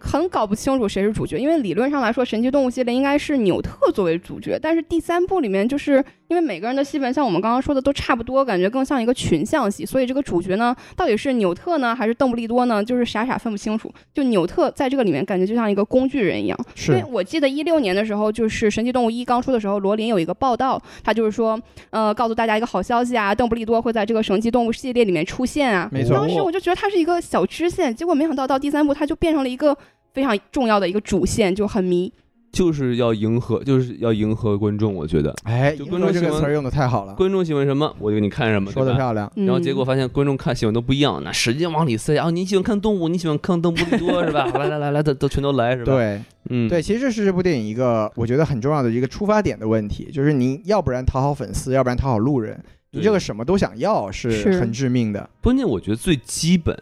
很搞不清楚谁是主角，因为理论上来说，《神奇动物》系列应该是纽特作为主角，但是第三部里面就是因为每个人的戏份像我们刚刚说的都差不多，感觉更像一个群像戏，所以这个主角呢，到底是纽特呢，还是邓布利多呢，就是傻傻分不清楚。就纽特在这个里面感觉就像一个工具人一样，因为是我记得一六年的时候，就是《神奇动物一》刚出的时候，罗琳有一个报道，他就是说，呃，告诉大家一个好消息啊，邓布利多会在这个神奇动物系列里面出现啊。没错当时哦我就觉得他是一个小支线，结果没想到到第三部他就变成了一个非常重要的一个主线，就很迷。就是要迎合，就是要迎合观众，我觉得哎，就迎观合众这喜个欢词儿用的太好了，观众喜欢什么，我就给你看什么，说的对吧漂亮。嗯、然后结果发现观众看喜欢都不一样，那使劲往里塞。然后你喜欢看动物，你喜欢看邓布利多是吧？ <laughs> 来来来来，都都全都来是吧？，对，嗯，对，其实这是这部电影一个我觉得很重要的一个出发点的问题，就是你要不然讨好粉丝，要不然讨好路人，你对这个什么都想要是是很致命的。关键我觉得最基本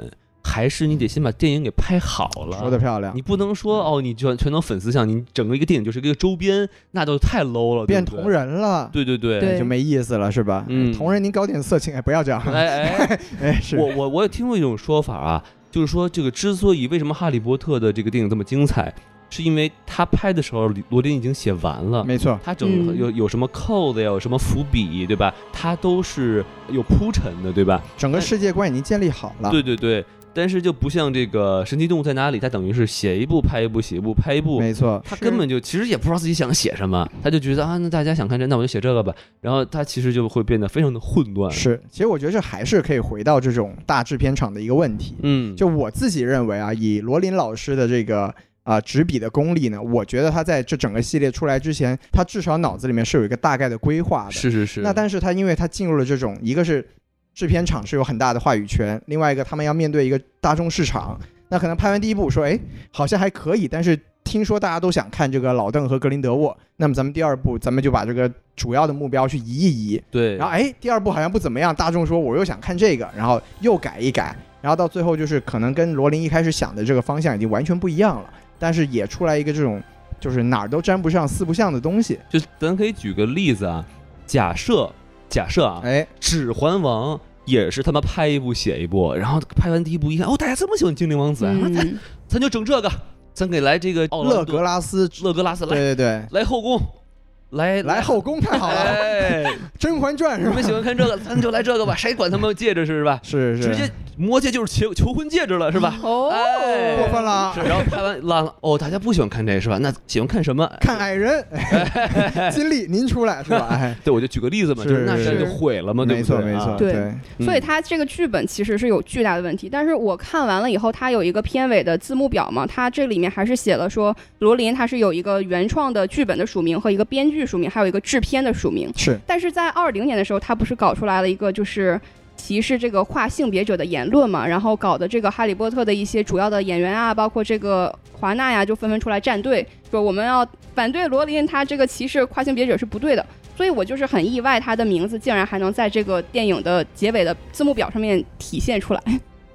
还是你得先把电影给拍好了。说的漂亮你，不能说嗯哦，你全全都粉丝向，你整个一个电影就是一个周边，那就太 low 了，变对不对同。人了，对对对，对就没意思了，是吧？嗯同人您搞点色情，哎，不要这样，哎哎，哎， <laughs> 是我我我也听过一种说法啊，就是说这个之所以为什么《哈利波特》的这个电影这么精彩，是因为他拍的时候罗琳已经写完了，没错，他整嗯有有什么扣子呀，有什么伏笔，对吧？他都是有铺陈的，对吧？整个哎世界观已经建立好了。对对对。但是就不像这个《神奇动物在哪里》，他等于是写一部拍一部，写一部拍一部，没错，他是根本就其实也不知道自己想写什么，他就觉得啊，那大家想看这，那我就写这个吧。然后他其实就会变得非常的混乱。是。其实我觉得这还是可以回到这种大制片厂的一个问题。嗯，就我自己认为啊，以罗琳老师的这个啊、执笔的功力呢，我觉得他在这整个系列出来之前，他至少脑子里面是有一个大概的规划的。是是是，那但是他因为他进入了这种，一个是制片厂是有很大的话语权，另外一个他们要面对一个大众市场，那可能拍完第一部说，哎，好像还可以，但是听说大家都想看这个老邓和格林德沃，那么咱们第二部咱们就把这个主要的目标去移一移，对，然后哎，第二部好像不怎么样，大众说我又想看这个，然后又改一改，然后到最后就是可能跟罗琳一开始想的这个方向已经完全不一样了，但是也出来一个这种就是哪儿都沾不上四不像的东西，就咱可以举个例子啊，假设假设啊，哎，指环王》也是他妈拍一部写一部，然后拍完第一部一看，哦，大家这么喜欢精灵王子啊，那咱 <laughs> 嗯，咱就整这个，咱给来这个奥勒格兰多拉斯，勒哦格拉斯来对对对，来后宫，来来后宫啊太好了， <laughs> 哎， 《甄嬛传》你是吧们？喜欢看这个，咱就来这个吧，谁管他们戒指是吧？是是，直接魔戒就是求求婚戒指了是 <laughs> 吧？哦，哎过分啊了啊是，。然后拍完烂了，哦，大家不喜欢看这是吧？那喜欢看什么？看矮人，哎 <laughs> <laughs> 金立您出来是吧？哎，对，我就举个例子嘛，就是是那是这就毁了嘛，对没不错对啊？没错，对对，嗯所以它这个剧本其实是有巨大的问题。但是我看完了以后，它有一个片尾的字幕表嘛，它这里面还是写了说罗琳他是有一个原创的剧本的署名和一个编剧署名，还有一个制片的署名。是但是在二零年的时候，他不是搞出来了一个就是歧视这个跨性别者的言论嘛，然后搞的这个《哈利波特》的一些主要的演员啊，包括这个华纳呀，就纷纷出来站队，说我们要反对罗琳他这个歧视跨性别者是不对的。所以我就是很意外，他的名字竟然还能在这个电影的结尾的字幕表上面体现出来。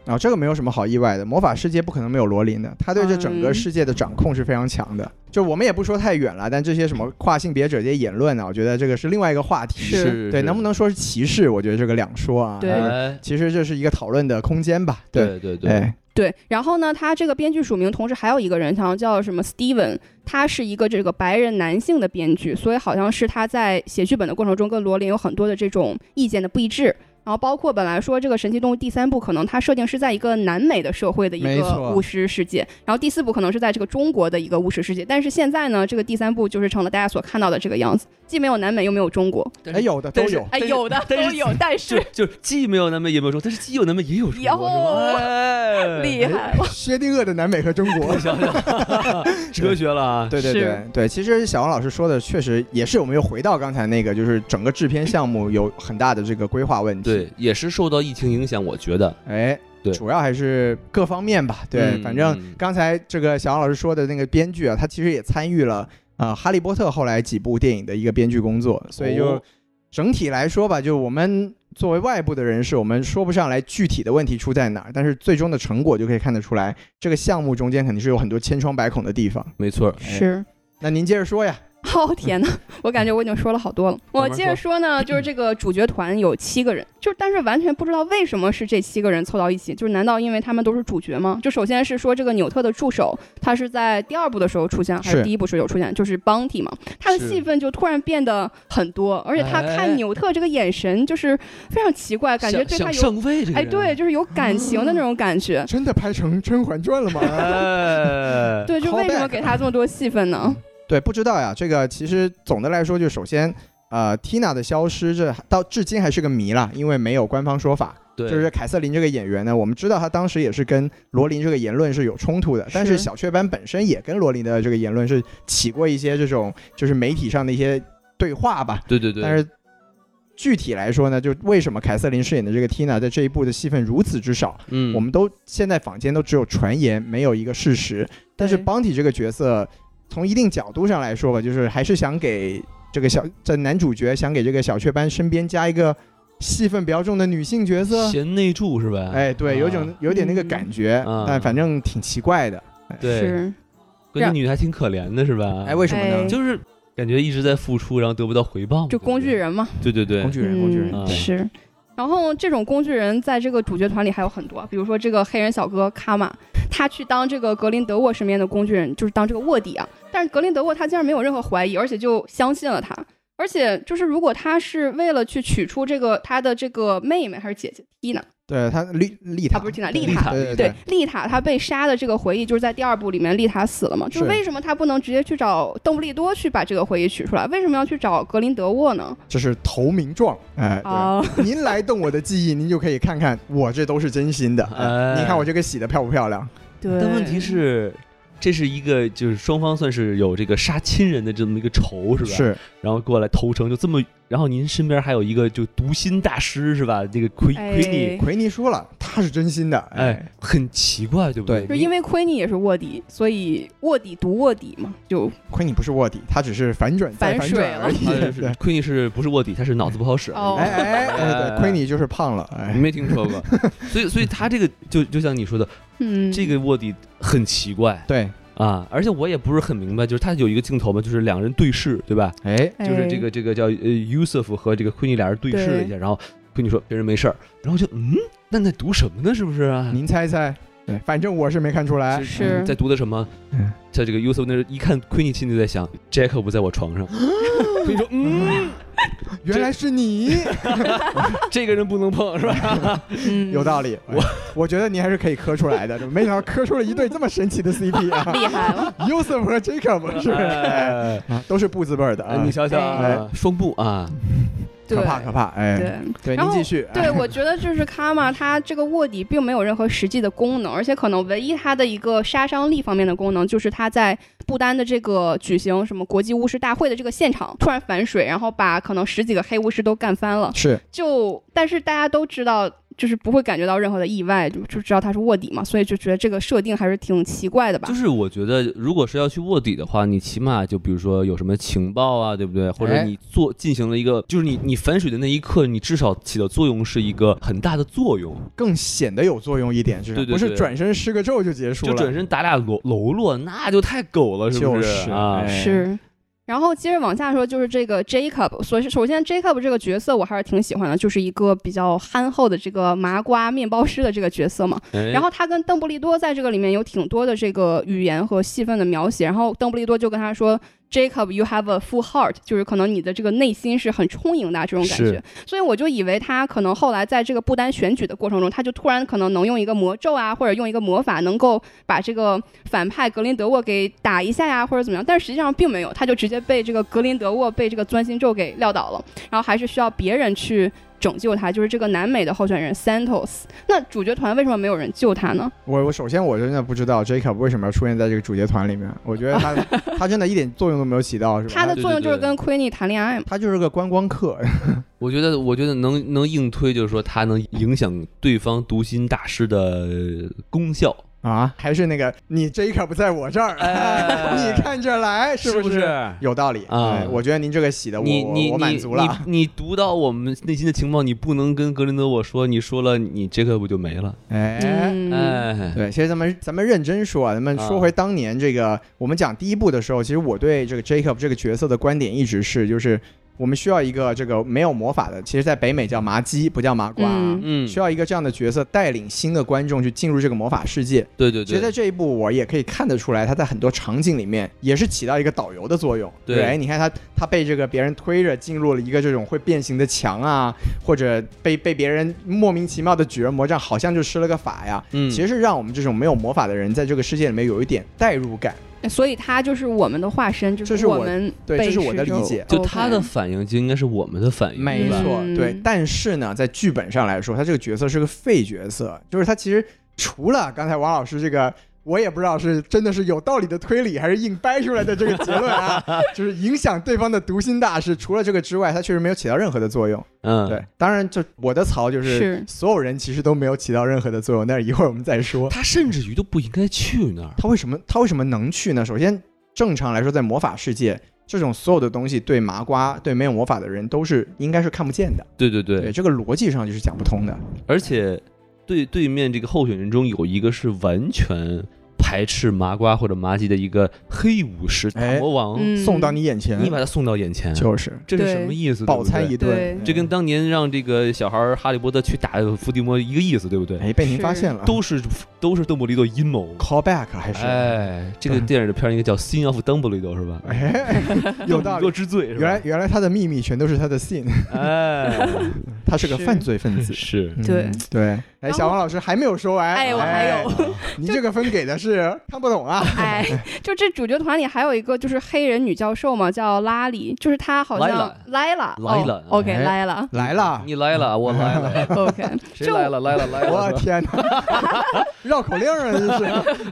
啊，这个没有什么好意外的。魔法世界不可能没有罗琳的，他对这整个嗯世界的掌控是非常强的。就我们也不说太远了，但这些什么跨性别者这些言论啊呢，我觉得这个是另外一个话题。是是对，能不能说是歧视？我觉得这个两说啊。对哎哎其实这是一个讨论的空间吧。对对对，哎，对，然后呢，他这个编剧署名同时还有一个人，好像叫什么 Steven，他是一个这个白人男性的编剧，所以好像是他在写剧本的过程中跟罗琳有很多的这种意见的不一致。然后包括本来说这个神奇动物第三部可能它设定是在一个南美的社会的一没个错巫师世界，然后第四部可能是在这个中国的一个巫师世界，但是现在呢，这个第三部就是成了大家所看到的这个样子，既没有南美又没有中国，但哎，是有的都但是有。哎，但是有的都但是有，但就是就是既没有那么也没有中，但是既有那么也有中国，哟是吧？哎 <laughs> 厉害， <laughs> 薛定谔的南美和中国我。想 <laughs> 想，哎哲学了啊！对对是对对，其实小王老师说的确实也是，我们又回到刚才那个，就是整个制片项目有很大的这个规划问题。对，也是受到疫情影响，我觉得哎，对主要还是各方面吧。对，嗯反正嗯刚才这个小杨老师说的那个编剧啊，他其实也参与了啊、呃《哈利波特》后来几部电影的一个编剧工作，所以就哦整体来说吧，就我们作为外部的人士，我们说不上来具体的问题出在哪儿，但是最终的成果就可以看得出来，这个项目中间肯定是有很多千疮百孔的地方。没错，是。那您接着说呀，哦 <laughs> 天呐，我感觉我已经说了好多了。我慢慢接着说呢， <clears throat> 就是这个主角团有七个人，就是但是完全不知道为什么是这七个人凑到一起，就是难道因为他们都是主角吗？就首先是说这个纽特的助手，他是在第二部的时候出现，还是是第一部时候有出现？就是 Bounty 嘛，他的是戏份就突然变得很多，而且他哎看纽特这个眼神就是非常奇怪，感觉想对想他有上位这个哎人啊对，，就是有感情的那种感觉。啊真的拍成《甄嬛传》了吗？ <laughs> 哎，对，就为什 callback 么给他这么多戏份呢？对，不知道呀。这个其实总的来说，就首先，呃，Tina 的消失这到至今还是个谜啦，因为没有官方说法。对，就是凯瑟琳这个演员呢，我们知道她当时也是跟罗琳这个言论是有冲突的，但是是小雀斑本身也跟罗琳的这个言论是起过一些这种就是媒体上的一些对话吧。对对对，但是具体来说呢，就为什么凯瑟琳饰演的这个 Tina 在这一部的戏份如此之少，嗯，我们都现在坊间都只有传言，没有一个事实。但是对 Bounty 这个角色，从一定角度上来说吧，就是还是想给这个小这男主角想给这个小雀斑身边加一个戏份比较重的女性角色。贤内助是吧？哎，对，有啊种有点那个感觉，嗯但反正挺奇怪的。对，是，关键女的还挺可怜的是吧？哎，为什么呢哎？嗯就是感觉一直在付出，然后得不到回报嘛，就工具人嘛。对不对，对对工对，具人，工具人，嗯、对是。然后这种工具人在这个主角团里还有很多，比如说这个黑人小哥卡玛，他去当这个格林德沃身边的工具人，就是当这个卧底啊。但是格林德沃他竟然没有任何怀疑，而且就相信了他。而且就是如果他是为了去取出这个他的这个妹妹还是姐姐蒂娜，对他丽丽塔啊不是 Tina，对丽塔对对对，丽塔她被杀的这个回忆，就是在第二部里面丽塔死了嘛？就是是为什么他不能直接去找邓布利多去把这个回忆取出来？为什么要去找格林德沃呢？这是投名状，哎，对哦，您来动我的记忆，您就可以看看我这都是真心的。哎哎你看我这个洗的漂不漂亮？对。但问题是，这是一个就是双方算是有这个杀亲人的这么一个仇是吧？。是然后过来投诚，就这么。然后您身边还有一个就读心大师是吧？这个奎奎尼，哎奎尼说了，他是真心的，哎，很奇怪，对不对？对就是因为奎尼也是卧底，所以卧底读卧底嘛，就奎尼不是卧底，他只是反转再反反水转了而已。他对是奎尼是不是卧底？他是脑子不好使。啊哦哎哎哎，哎嗯对，奎尼就是胖了，哎，没听 <laughs> 说过，所以所以他这个就就像你说的，嗯，这个卧底很奇怪对，啊，而且我也不是很明白，就是他有一个镜头嘛，就是两个人对视，对吧？哎，就是这哎个这个叫呃 Yusuf 和这个奎尼俩人对视了一下，然后奎尼说别人没事儿，然后就嗯，那那读什么呢？是不是啊？您猜猜？对，反正我是没看出来是。是在读的什么嗯？在这个 Yusuf 那儿一看奎尼心里在想 Jacob 在我床上，奎尼说嗯，原来是你，这个人不能碰是吧？嗯有 <laughs> 道理。我我觉得你还是可以磕出来的，没想到磕出了一对这么神奇的 CP 啊厉害了， ，Yusuf 和 Jacob 是，哎哎啊都是不字辈儿的哎啊你，想想啊哎，双步啊，对可怕可怕，哎，对。对，然您后继续，哎对，我觉得就是卡玛，它这个卧底并没有任何实际的功能，而且可能唯一它的一个杀伤力方面的功能，就是它在不丹的这个举行什么国际巫师大会的这个现场突然反水，然后把可能十几个黑巫师都干翻了。是就但是大家都知道，就是不会感觉到任何的意外，就就知道他是卧底嘛，所以就觉得这个设定还是挺奇怪的吧就。是我觉得，如果是要去卧底的话，你起码就比如说有什么情报啊，对不对？或者哎你做进行了一个，就是你你反水的那一刻，你至少起的作用是一个很大的作用，更显得有作用一点，至少对对不是对转身施个咒就结束就了，转身打俩喽喽啰，那就太狗了，不就是是啊？哎是。然后接着往下说，就是这个 Jacob。所以首先 Jacob 这个角色我还是挺喜欢的，就是一个比较憨厚的这个麻瓜面包师的这个角色嘛。然然后他跟邓布利多在这个里面有挺多的这个语言和戏份的描写。然后邓布利多就跟他说：“Jacob，you have a full heart，就是可能你的这个内心是很充盈的啊这种感觉是。”所以我就以为他可能后来在这个不丹选举的过程中，他就突然可能能用一个魔咒啊，或者用一个魔法，能够把这个反派格林德沃给打一下呀，或者怎么样。但是实际上并没有，他就直接被这个格林德沃被这个钻心咒给撂倒了。然后还是需要别人去。拯救他就是这个南美的候选人 Santos，那主角团为什么没有人救他呢？我我首先我真的不知道 Jacob 为什么要出现在这个主角团里面，我觉得他 <laughs> 他真的一点作用都没有起到，是吧？他的对作用对就是对跟 Queenie 谈恋爱嘛。他就是个观光客，我觉得，我觉得能能硬推，就是说他能影响对方读心大师的功效，啊，还是那个你 Jacob 在我这儿，<laughs> 哎你看这儿来，是不是？有道理啊哎我觉得您这个洗的我你你我我你满足了。你你读到我们内心的情报，你不能跟格林德沃说，你说了你这个不就没了？哎，嗯，哎，对，其实咱们咱们认真说啊，咱们啊说回当年这个、我们讲第一部的时候，其实我对这个 Jacob 这个角色的观点一直是，就是我们需要一个这个没有魔法的，其实在北美叫麻鸡，不叫麻瓜啊。嗯嗯，需要一个这样的角色带领新的观众去进入这个魔法世界。对对其实，在对，这一部，我也可以看得出来，他在很多场景里面也是起到一个导游的作用。对哎，你看他，他被这个别人推着进入了一个这种会变形的墙啊，或者被被别人莫名其妙的举着魔杖，好像就施了个法呀。嗯，其实是让我们这种没有魔法的人在这个世界里面有一点代入感。所以他就是我们的化身，就这是我我们对被这是我的施咒理解就他的反应就应该是我们的反应，哦没对吧？错，嗯对。但是呢，在剧本上来说，他这个角色是个废角色，就是他其实除了刚才王老师这个。我也不知道是真的是有道理的推理，还是硬掰出来的这个结论啊，就是影响对方的读心大师。除了这个之外，他确实没有起到任何的作用。嗯，对，当然就我的槽就是是所有人其实都没有起到任何的作用，但是一会儿我们再说。他甚至于都不应该去那儿。他为什么他为什么能去呢？首先，正常来说，在魔法世界，这种所有的东西对麻瓜、对没有魔法的人都是应该是看不见的。对对对，对，这个逻辑上就是讲不通的。而且对对面这个候选人中有一个是完全排斥麻瓜或者麻吉的一个黑武士大哎魔王，嗯送到你眼前，你把他送到眼前，就是这是对什么意思？饱对不对餐一对顿，这跟当年让这个小孩儿哈利波特去打伏地魔一个意思，对不对？哎被您是发现了，都是都是邓布利多阴谋。 callback 还是嗯哎，这个电影的片儿应该叫《Sin of Dumbledore》是吧？哎 <laughs> 有道多 <laughs> 理。之罪是吧？原来原来他的秘密全都是他的 sin，哎，他是个是犯罪分子。 <laughs> 是嗯对对，哎，然后小王老师还没有说完，哎我还有哎，您这个分给的是是看不懂 <laughs> 啊。哎，就这主角团里还有一个就是黑人女教授嘛，叫拉里，就是她好像莱拉，莱拉哦，OK，哎莱拉来了，你来了，我来了， <laughs> ，OK， <laughs> 谁来了？来了，来啊我了。天哪， <laughs> 绕口令啊，这是，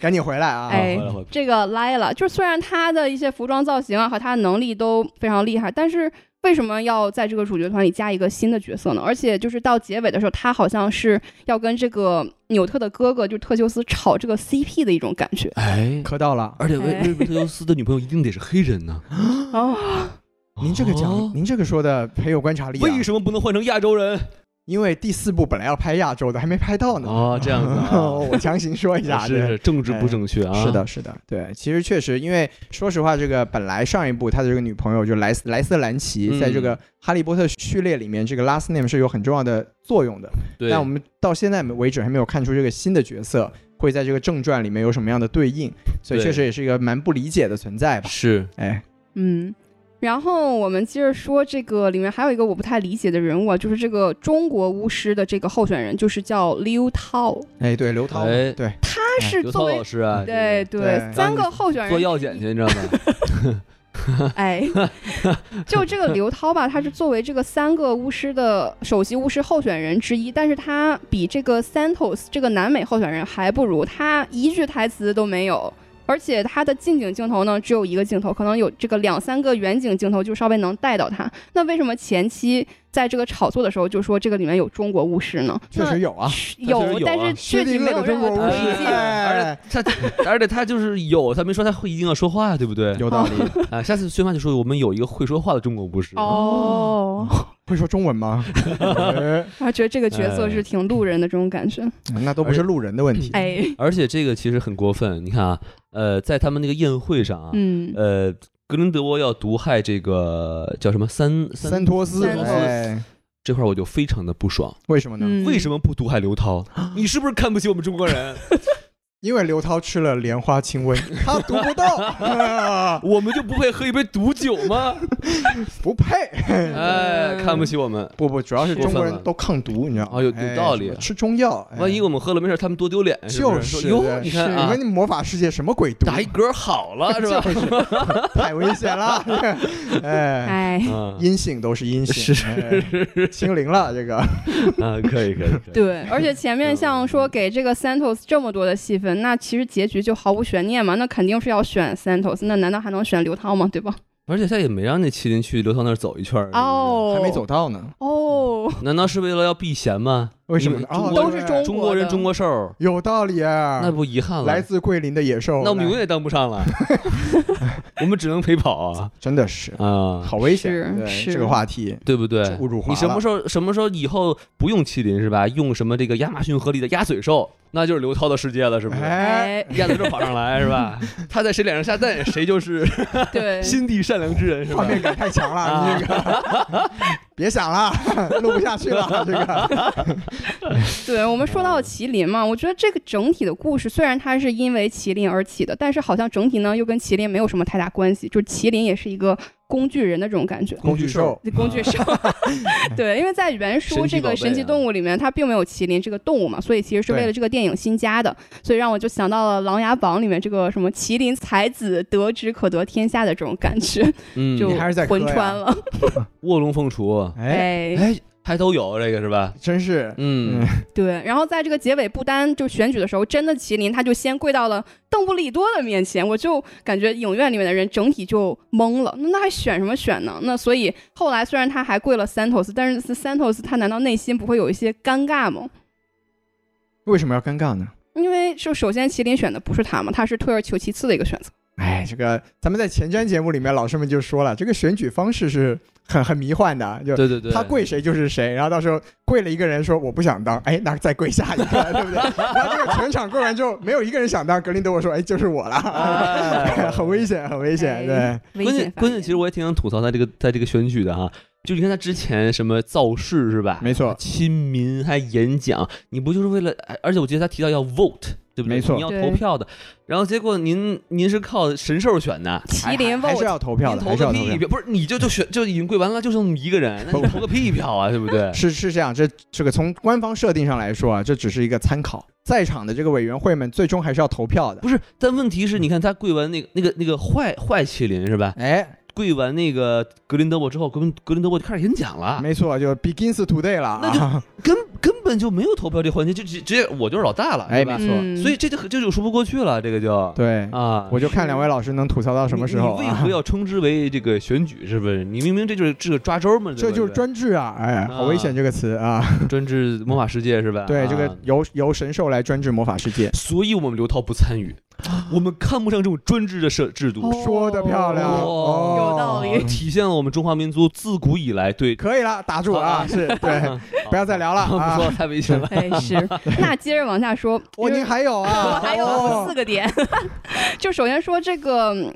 赶紧回来啊！哎回来回来这个莱拉，就是虽然她的一些服装造型啊和她的能力都非常厉害，但是为什么要在这个主角团里加一个新的角色呢？而且就是到结尾的时候，她好像是要跟这个纽特的哥哥，就是特修斯吵这个 CP 的一种感觉。哎，磕到了，而且威哎威尔特修斯的女朋友一定得是黑人 <laughs> 呢。哦，您这个哦讲，您这个说的很有观察力啊。为什么不能换成亚洲人？因为第四部本来要拍亚洲的，还没拍到 <laughs> 呢。哦，这样子 <laughs> 啊。我强行说一下， <laughs> 是对是政治不正确啊！哎是，的，是的，对，其实确实，因为说实话，这个本来上一部他的这个女朋友就莱斯莱斯兰嗯奇，在这个《哈利波特》序列里面，这个 last name 是有很重要的作用的。对，但我们到现在为止还没有看出这个新的角色会在这个正传里面有什么样的对应，所以对确实也是一个蛮不理解的存在吧。是哎，嗯，然后我们接着说这个里面还有一个我不太理解的人物啊，就是这个中国巫师的这个候选人，就是叫 Liu Tao，哎，对，刘涛嘛，哎对，他是刘作涛为、老师啊，对对对三个候选人做药检去，<laughs> 你知道吗？哎，就这个刘涛吧，他是作为这个三个巫师的首席巫师候选人之一，但是他比这个 Santos 这个南美候选人还不如，他一句台词都没有。而且他的近景镜头呢，只有一个镜头，可能有这个两三个远景镜头就稍微能带到他。那为什么前期在这个炒作的时候就说这个里面有中国巫师呢？确实有啊。那有，确实有啊但是具体没有任何不推是哎实有中国巫师进。而且 <laughs> 他，而且他就是有，他没说他会一定要说话，对不对？有道理， <laughs> 啊，下次宣发就说我们有一个会说话的中国巫师。哦，会说中文 <laughs> 吗？哎 <laughs> 我觉得这个角色是挺路人的这种感觉。那都不是路人的问题。哎，而且这个其实很过分，你看啊，呃，在他们那个宴会上啊，嗯，呃，格林德沃要毒害这个叫什么三三托斯，三托斯哎，这块，我就非常的不爽。为什么呢？嗯为什么不毒害刘涛？你是不是看不起我们中国人？因为刘涛吃了莲花清瘟，他读不到， <laughs> 啊我们就不配喝一杯毒酒吗？嗯不配。 <laughs> 哎，看不起我们。不不，主要是过分中国人了都抗毒，你知道吗？哦有有哎道理什么吃中药，哎万一我们喝了没事，他们多丢脸。就不是是说哟，对你看是你啊们，魔法世界什么鬼毒？打一嗝好了是吧？就是太危险 <laughs> 了，哎，哎，嗯阴性都是阴性，哎清零了这个，啊，可以可以。可以，对，而且前面像说给这个 Santos 这么多的戏份，那其实结局就毫无悬念嘛，那肯定是要选 Santos，那难道还能选刘涛吗？对吧？而且他也没让那麒麟去刘涛那儿走一圈儿。哦，呃还没走到呢，哦，难道是为了要避嫌吗？为什么你呢？们哦中都是对中中国人的中国兽，有道理啊那，不遗憾来了？自桂林的野兽，哎那我来们永远也当不上了， <laughs> 我们只能陪跑啊真的是啊， <laughs> 好危险是，对是这个话题对不对？是侮辱华你什么了时候什么时候以后不用麒麟是吧？用什么这个亚马逊河里的鸭嘴兽，那就是刘涛的世界了，是不是？哎，哎，鸭嘴兽跑上来是 <laughs> 吧？他在谁脸上下蛋，谁就是 <laughs> 哎对，心地善良之人是哎画吧？面感太强了，你这个别想了， <laughs> 录不下去了，这个对我们说到麒麟嘛，我觉得这个整体的故事虽然它是因为麒麟而起的，但是好像整体呢又跟麒麟没有什么太大关系，就是麒麟也是一个工具人的这种感觉。工具兽， <laughs> 工具兽，对，因为在原书神奇这宝个贝神奇动物里面，它并没有麒麟这个动物嘛，所以其实是为了这个电影新加的，所以让我就想到了《琅琊榜》里面这个什么麒麟才子得之可得天下的这种感觉，嗯，就还是在磕魂呀穿了。卧龙凤雏，哎，哎，哎，还都有这个是吧？真是嗯嗯，对，然后在这个结尾不丹就选举的时候，真的麒麟他就先跪到了邓布利多的面前，我就感觉影院里面的人整体就懵了，那那还选什么选呢？那所以后来虽然他还跪了 Santos，但是 Santos 他难道内心不会有一些尴尬吗？为什么要尴尬呢？因为就首先麒麟选的不是他嘛，他是退而求其次的一个选择。哎，这个咱们在前瞻节目里面，老师们就说了，这个选举方式是很很迷幻的，就对对对，他跪谁就是谁，然后到时候跪了一个人说我不想当，哎，那再跪 <laughs> 下一个，对不对？然后这个全场跪完之后，没有一个人想当，格林德沃说，哎，就是我了，<laughs> 哎很危险，很危险，对哎，危关险键发关键，言其实我也挺想吐槽他这个在这个选举的哈，就你看他之前什么造势是吧？没错亲民还演讲，你不就是为了？哎而且我记得他提到要 vote，对不对？没错你要对投票的。然后结果您您是靠神兽选的，麒麟还还是 vote 要投票您的，投还是个要投屁票。票，不是你就就选就已经跪完了，就剩那么一个人， <laughs> 那你投个屁票啊，对不对？是是这样，这这个从官方设定上来说啊，这只是一个参考，在场的这个委员会们最终还是要投票的。不是，但问题是，你看他跪完那个那个那个坏坏麒麟是吧？哎，跪完那个格林德沃之后，格林格林德沃就开始演讲了，没错，就 begins today 了啊那就啊！根根本就没有投票这环节，就直直接我就是老大了，哎对吧没？错嗯所以这就这就说不过去了，这个就对，啊，我就看两位老师能吐槽到什么时候你你为何啊？要称之为这个选举？是不是？你明明这就是这个抓周嘛，对这吧就是专制啊！哎，好危险这个词啊！专制魔法世界是吧？对，这啊嗯个由由神兽来专制魔法世哦界，所以我们刘涛不参与，我们看不上这种专制的设制度，哦说的漂亮，哦哦有道理体现了我们中华民族自古以来对。可以了，打住啊！好是对，啊不要再聊了 <laughs> 不啊说！了太危险了。哎，是。 <laughs> 那接着往下说，哦，因为您还有啊？我还有哦四个点， <laughs> 就首先说这个嗯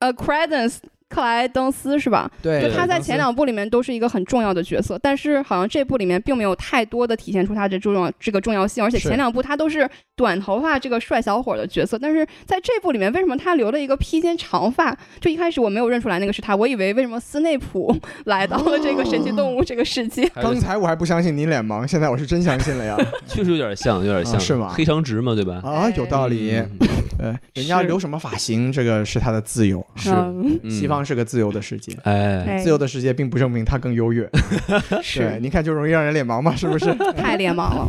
呃，Credence 克莱登斯是吧？就对，他在前两部里面都是一个很重要的角色，但是好像这部里面并没有太多的体现出他这重要这个重要性，而且是前两部他都是短头发这个帅小伙的角色，但是在这部里面为什么他留了一个披肩长发？就一开始我没有认出来那个是他，我以为为什么斯内普 <laughs> 来到了这个神奇动物这个世界，刚才我还不相信您脸盲，现在我是真相信 <laughs> 了呀！确实有点像，有点像，啊是吗黑长直嘛，对吧？啊，有道理。嗯呃，人家哎是留什么发型，这个是他的自由。 <laughs> 是嗯嗯西方是个自由的世界，哎，哎自由的世界并不证明他更优越。对，是您看就容易让人脸盲嘛，是不 <laughs> 是？太脸盲了。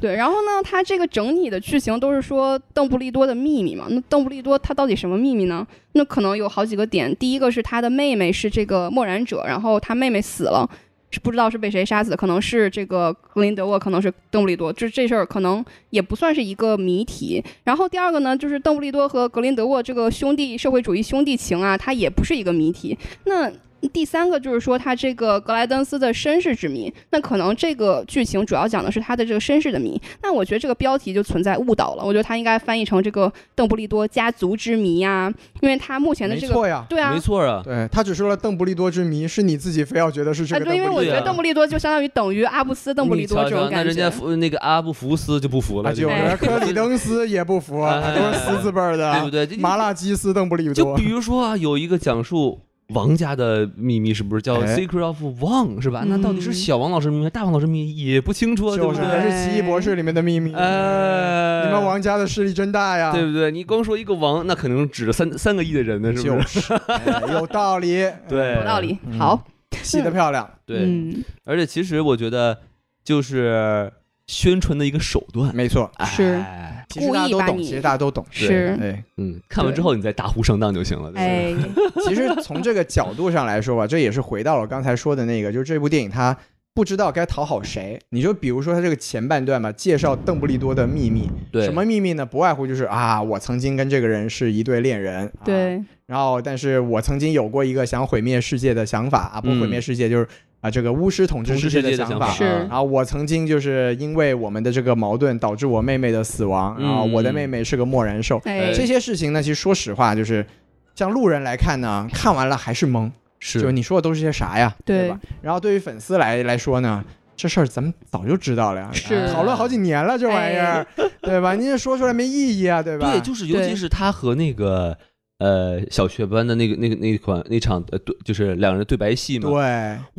对，然后呢，他这个整体的剧情都是说邓布利多的秘密嘛。那邓布利多他到底什么秘密呢？那可能有好几个点。第一个是他的妹妹是这个默然者，然后他妹妹死了。是不知道是被谁杀死的，可能是这个格林德沃，可能是邓布利多，就是这事儿可能也不算是一个谜题。然后第二个呢，就是邓布利多和格林德沃这个兄弟社会主义兄弟情啊，它也不是一个谜题。那第三个就是说，他这个格莱登斯的身世之谜，那可能这个剧情主要讲的是他的这个身世的谜。那我觉得这个标题就存在误导了，我觉得它应该翻译成这个邓布利多家族之谜呀、因为他目前的没这个错呀。对啊没，错啊，对他只说了邓布利多之谜，是你自己非要觉得是这啊个邓对，因为布我利觉多得邓布利多就相当于等于阿布斯邓布利多嗯你这瞧瞧种感那人家觉。哎福那个阿布福斯就不服啊，了，就对吧是克里登斯也不服，哎都是斯字辈儿对不的，啊对？就麻辣鸡丝邓布利就多比。如说啊，有一个讲述王家的秘密，是不是叫《哎 Secret of Wang》是吧？那到底是嗯小王老师秘密还是大王老师秘密也不清楚啊，对就不是对？还是《奇异博士》里面的秘密。哎，你们王家的势力真大呀！对不对？你光说一个王，那可能指着三三个亿的人呢，是不？就是是哎有道理，对，有道理，嗯好， <laughs> 洗得漂亮，对，嗯，而且其实我觉得就是宣传的一个手 <laughs> 段，没错。是哎其实大家都故意把懂，你其实大家都懂。是，对，嗯，看完之后你再大呼上当就行了。对不对，哎，其实从这个角度上来说吧，这也是回到了我刚才说的那个，就是这部电影它不知道该讨好谁。你就比如说它这个前半段嘛，介绍邓布利多的秘密，对什么秘密呢？不外乎就是啊，我曾经跟这个人是一对恋人，啊、，对，然后但是我曾经有过一个想毁灭世界的想法啊，不嗯毁灭世界就是。啊，这个巫师统治统治世世界界的的想想法，是啊然后我曾经就是因为我们的这个矛盾导致我妹妹的死亡，嗯然后我的妹妹是个漠然兽，哎，这些事情呢，其实说实话，就是像路人来看呢，看完了还是懵，就是你说的都是些啥呀，对吧？然后对于粉丝来来说呢，这事儿咱们早就知道了呀，是讨论好嗯几年了，这玩意儿，对吧？您这说出来没意义啊，对吧？哎对，就是尤对其是他和那个呃小学班的那个那个那款那场呃对，就是两人对白戏嘛。对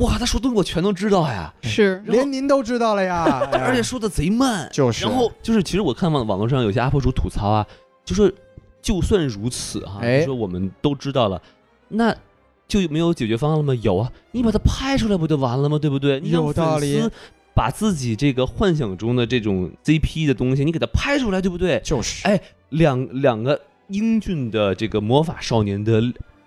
哇，他说的我全都知道呀，是，哎连您都知道了呀，哎呀 <laughs> 而且说的贼慢。就是，然后就是，其实我看网网络上有些 UP 主吐槽啊，就说就算如此哈、哎就说我们都知道了，那就没有解决方案了吗？有啊，你把它拍出来不就完了吗？对不对？你让有道粉理丝把自己这个幻想中的这种 CP 的东西，你给它拍出来，对不对？就是，哎两两个英俊的这个魔法少年的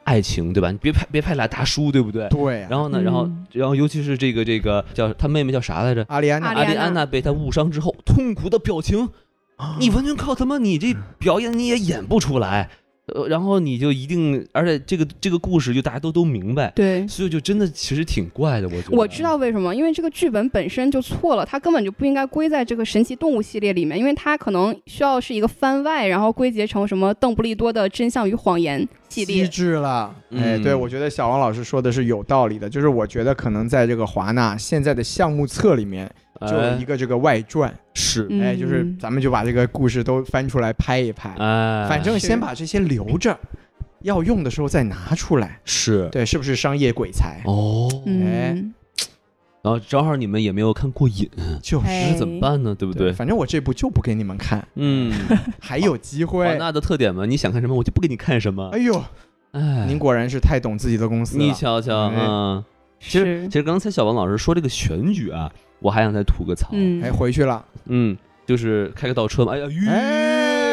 爱情，对吧？你别拍别拍俩大叔，对不对？对呀，然后呢，然后嗯然后尤其是这个这个叫他妹妹叫啥来着？阿丽安娜阿阿丽丽安安娜娜被他误伤之后，痛苦的表情，啊你完全靠他妈你这表演你也演不出来，呃，然后你就一定，而且这个这个故事就大家都都明白，对。所以就真的其实挺怪的，我觉得。我知道为什么，因为这个剧本本身就错了，它根本就不应该归在这个神奇动物系列里面，因为它可能需要是一个番外，然后归结成什么邓布利多的真相与谎言系机列。智了，哎，嗯对，我觉得小王老师说的是有道理的，就是我觉得可能在这个华纳现在的项目册里面就有哎一个这个外传，是嗯哎，就是咱们就把这个故事都翻出来拍一拍，哎，反正是先把这些留着，要用的时候再拿出来，是对，是不是商业鬼才？哦，哎嗯，然后正好你们也没有看过瘾，就哎是那怎么办呢？对不对？反正我这部就不给你们 <laughs> 看，嗯，还有机华会。纳的特点嘛，你想看什么我就不给你看什么哎。呦，哎，您果然是太懂自己的公司你了。瞧瞧哎啊，其实是其实刚才小王老师说这个选举啊，我还想再吐个槽，嗯哎，，回去了，嗯就是开个倒车嘛，哎呀，吁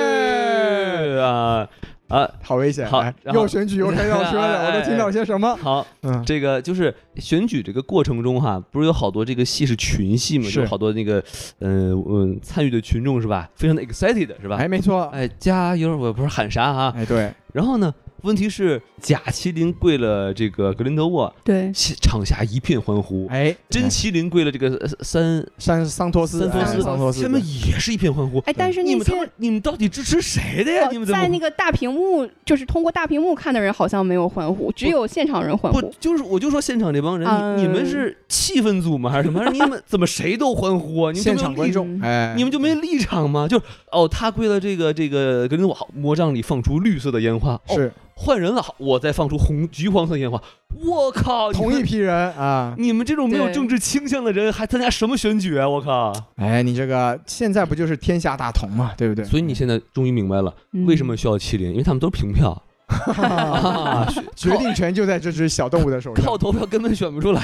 哎啊啊，好危险！好哎然后又选举又开倒车了， <laughs> 哎我都听到些什么？好，嗯，这个就是选举这个过程中哈，不是有好多这个戏是群戏嘛，是有好多那个嗯嗯参与的群众是吧，非常的 excited 是吧？哎，没错，哎，加油！我不是喊啥啊？哎， <laughs> 对，然后呢，问题是假麒麟跪了这个格林德沃，对，现场下一片欢呼；哎，真哎麒麟跪了这个呃三桑桑托斯，三哎托斯桑托斯，他们也是一片欢呼。哎，但是你那们他些们你们到底支持谁的呀？你们哦怎么在会那个大屏幕，就是通过大屏幕看的人好像没有欢呼，只有现场人欢不呼。就是我就说现场这帮人，嗯你你们是气氛组吗还 <laughs> 是什么？还是你们怎么谁都欢呼啊？你现们就没有场观立众，哎，你们就没立场吗？就是哦，他跪了这个这个格林沃好魔杖里放出绿色的烟花，哦，是换人了，好我再放出红橘黄色烟花，我靠，哦你们同一批人 <laughs> <laughs> 啊。你们这种没有对政治倾向的人还参加什么选举啊？我靠！哎，你这个现在不就是天下大同嘛，对不对？所以你 <laughs> 现在终于明白了嗯为什么需要麒麟，因为他们都是平票，啊、决定权就在这只小动物的手上靠，投票根本选不出来，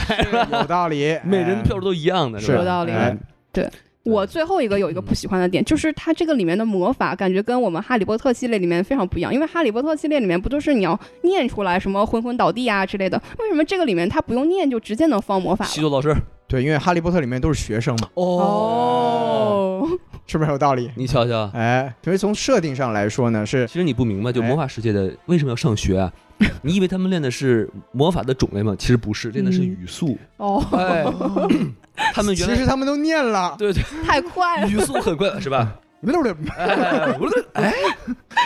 有道 <laughs> 理，每人票哎数都一样的，是吧哎有道理哎我最后一个有一个不喜欢的点，就是它这个里面的魔法感觉跟我们《哈利波特》系列里面非常不一样，因为《哈利波特》系列里面不都是你要念出来什么昏昏倒地啊之类的，为什么这个里面它不用念就直接能放魔法西了？多老师，对，因为《哈利波特》里面都是学生嘛，哦，哦，是不是很有道理？你瞧瞧，哎，所以从设定上来说呢，是其实你不明白，就哎魔法世界的为什么要上学 <laughs> 啊？你以为他们练的是魔法的种类吗？其实不是，练的是嗯语速。 <laughs> 哦，哎，他们其原来实他们都念了，对对，太快了，语速很快是吧？不是哎，我这 <laughs> 哎，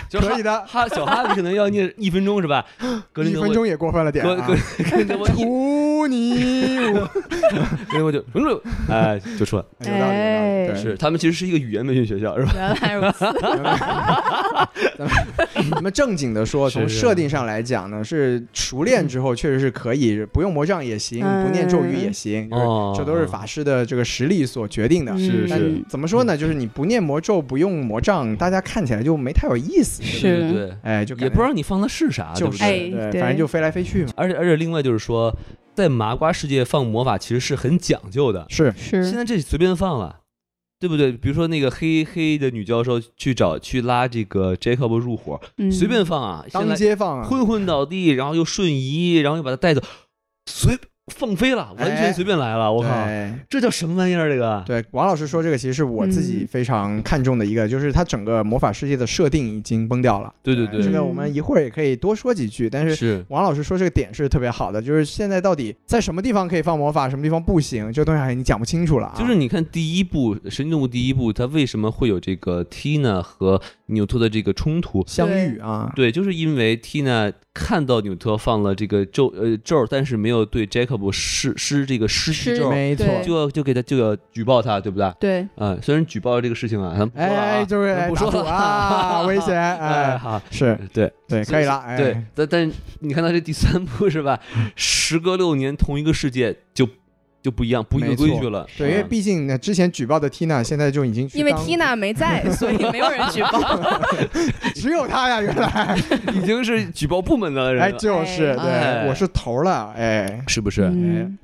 就是可以的，哈小哈利可能要念一分钟是吧？ <laughs> 格林一德分沃，钟也过分了点格啊格。格林德 <laughs> 沃一，图你 <laughs> 我，格林德沃就哎就出来了。有道理，有道理，对是他们其实是一个语言培训学 <laughs> 校是吧？ <laughs> 原来如 <laughs> 此， <laughs> 咱们正经的 <laughs> 说，是从是嗯设定上来讲呢，是熟练之后确实是可以，不用魔杖也行，嗯不念咒语也行，就是哦这都是法师的这个实力所决定的。嗯是但是嗯怎么说呢？就是你不念魔咒，不用魔杖，大家看起来就没太有意思。对对是，对，哎，就感也觉不知道你放的是啥，对就不是对？哎啊对，对反正就飞来飞去嘛。而且而且另外就是说，在麻瓜世界放魔法其实是很讲究的，是现是，在这随便放了，对不对？比如说那个黑黑的女教授去找去拉这个 Jacob 入伙，嗯随便放啊，现当在街放啊，昏昏倒地，然后又瞬移，然后又把他带走，随放飞了，完哎全随便来了，我靠，对这叫什么玩意儿？这个对，王老师说这个其实是我自己嗯非常看重的一个，就是它整个魔法世界的设定已经崩掉了。对对这对个我们一会儿也可以多说几句，但是。是王老师说这个点是特别好的，就是现在到底在什么地方可以放魔法，什么地方不行，这东西还已经讲不清楚了啊。就是你看第一部《神奇动物》第一部，它为什么会有这个 Tina 和纽特的这个冲突？相遇啊，对，就是因为 Tina 看到纽特放了这个咒呃咒，但是没有对 Jacob 施施这个施施气咒，没错。对就要就给他就要举报他，对不对？对，嗯，虽然举报这个事情啊，咱们不说了啊哎，就是咱们不说打赌了啊， <laughs> 危 <laughs> 险哎，哎，好，是对对，所可以以了，哎，对，但但你看到这第三部是吧？时隔六年，同一个世界就就不一样，不一没个错规矩了。对，因为啊毕竟呢，之前举报的 Tina 现在就已经去因为当 Tina 没在，所以没有人 <laughs> 举报， <laughs> 只有她呀，原来 <laughs> 已经是举报部门的人哎，了，就是哎对，我是头儿了，哎，是不是？嗯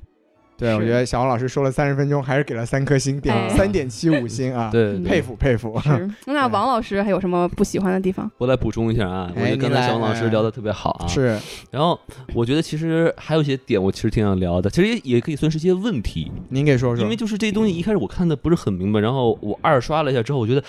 对，是我觉得小王老师说了三十分钟，还是给了三颗星，点哎三点七五星 <laughs> 啊，对，对佩服佩服。是。 <laughs> 那王老师还有什么不喜欢的地方？我来补充一下啊，我哎觉得你刚才来小王老哎师聊的特别好啊。。 <laughs> 是，然后我觉得其实还有一些点，我其实挺想聊的，其实也也可以算是一些问题，您给说说，因为就是这东西一开始我看的不是很明白，然后我二刷了一下之后，我觉得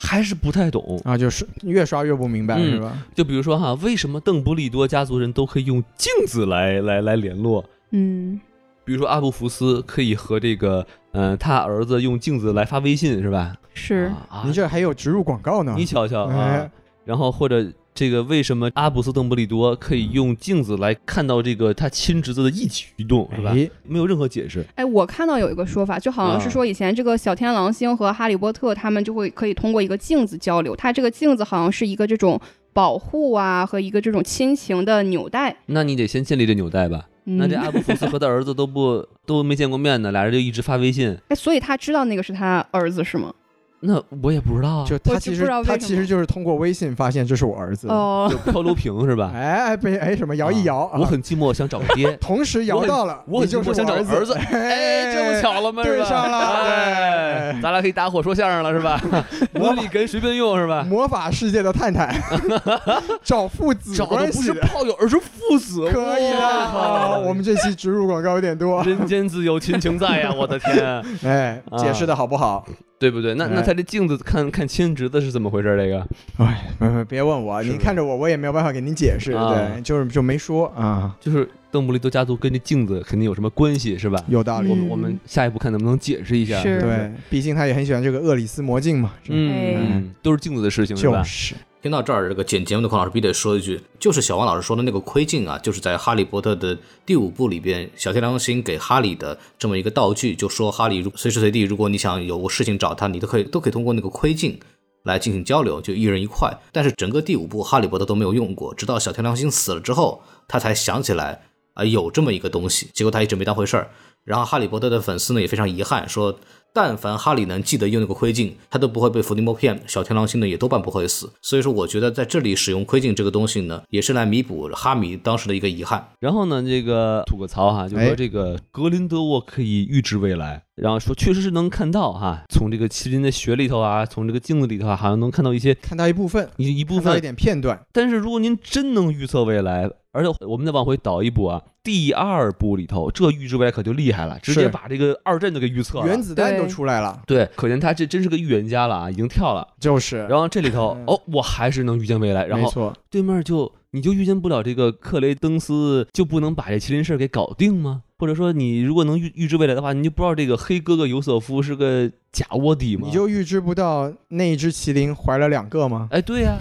还是不太懂。啊，就是越刷越不明白，嗯是吧？就比如说哈，为什么邓布利多家族人都可以用镜子来来来联络？嗯，比如说阿布福斯可以和这个嗯、呃他儿子用镜子来发微信是吧？是，啊，您这还有植入广告呢你，瞧瞧啊哎，然后或者这个为什么阿布斯邓布利多可以用镜子来看到这个他亲侄子的一举一动是吧？哎没有任何解释，哎，我看到有一个说法，就好像是说以前这个小天狼星和哈利波特他们就会可以通过一个镜子交流，它这个镜子好像是一个这种保护啊和一个这种亲情的纽带。那你得先建立这纽带吧？嗯那这阿布福斯和他儿子都不 <laughs> 都没见过面呢，俩人就一直发微信。 <laughs> 哎，所以他知道那个是他儿子是吗？那我也不知道啊，就哦他我就其不实知道为他什其么实就是通过微信发现这是我儿子，哦，漂流瓶是吧？哎哎被哎什么摇一摇，。我很寂寞，想找个爹 <laughs> 同时摇到了，我很你就寂是寞，想找儿儿子。哎，这不巧了吗？是吧对上了哎对咱俩可以搭伙说相声了，是 <laughs> 吧？无理跟随便用，是吧？魔法世界的探 <laughs> 探，找父子找的关不系是炮友，而是父子。可以的啊！哇我们这期植入广告有点多， <laughs> 人间自有亲情在呀！我的天，哎，啊解释的好不好？ <laughs> 对不对？那那哎他这镜子看看亲侄子是怎么回事儿？这个哎，不不别问我，是您看着我，我也没有办法给您解释，啊对，就是就没说啊，就是邓布利多家族跟这镜子肯定有什么关系，是吧？有道理我嗯。们我们下一步看能不能解释一下。是哎对，毕竟他也很喜欢这个厄里斯魔镜嘛，是吧嗯，都是镜子的事情，是就吧？是听到这儿，这个剪节目的孔老师必须得说一句，就是小王老师说的那个窥镜啊，就是在《哈利波特》的第五部里边，小天狼星给哈利的这么一个道具，就说哈利如随时随地，如果你想有事情找他，你都可以都可以通过那个窥镜来进行交流，就一人一块。但是整个第五部哈利波特都没有用过，直到小天狼星死了之后，他才想起来啊、有这么一个东西，结果他一直没当回事儿。然后哈利波特的粉丝呢也非常遗憾，说呃但凡哈利能记得用那个窥镜，他都不会被伏地魔骗，小天狼星呢也多半不会死。所以说，我觉得在这里使用窥镜这个东西呢，也是来弥补哈迷当时的一个遗憾。然后呢，这个吐个槽哈，就哎说这个格林德沃可以预知未来，然后说确实是能看到哈，从这个麒麟的血里头啊，从这个镜子里头啊，好像能看到一些看到一部分，一一部看到一分。点片段，但是如果您真能预测未来，而且我们再往回倒一步啊，第二部里头这预知未来可就厉害了，直接是把这个二战就给预测了。原子弹都对出来了，对，可见他这真是个预言家了啊，已经跳了。就是，然后这里头嗯哦，我还是能预见未来，然没后错，对面就你就预见不了这个克雷登斯，就不能把这麒麟事儿给搞定吗？或者说你如果能预预知未来的话，你就不知道这个黑哥哥尤瑟夫是个假卧底吗？你就预知不到那一只麒麟怀了两个吗？哎，对呀、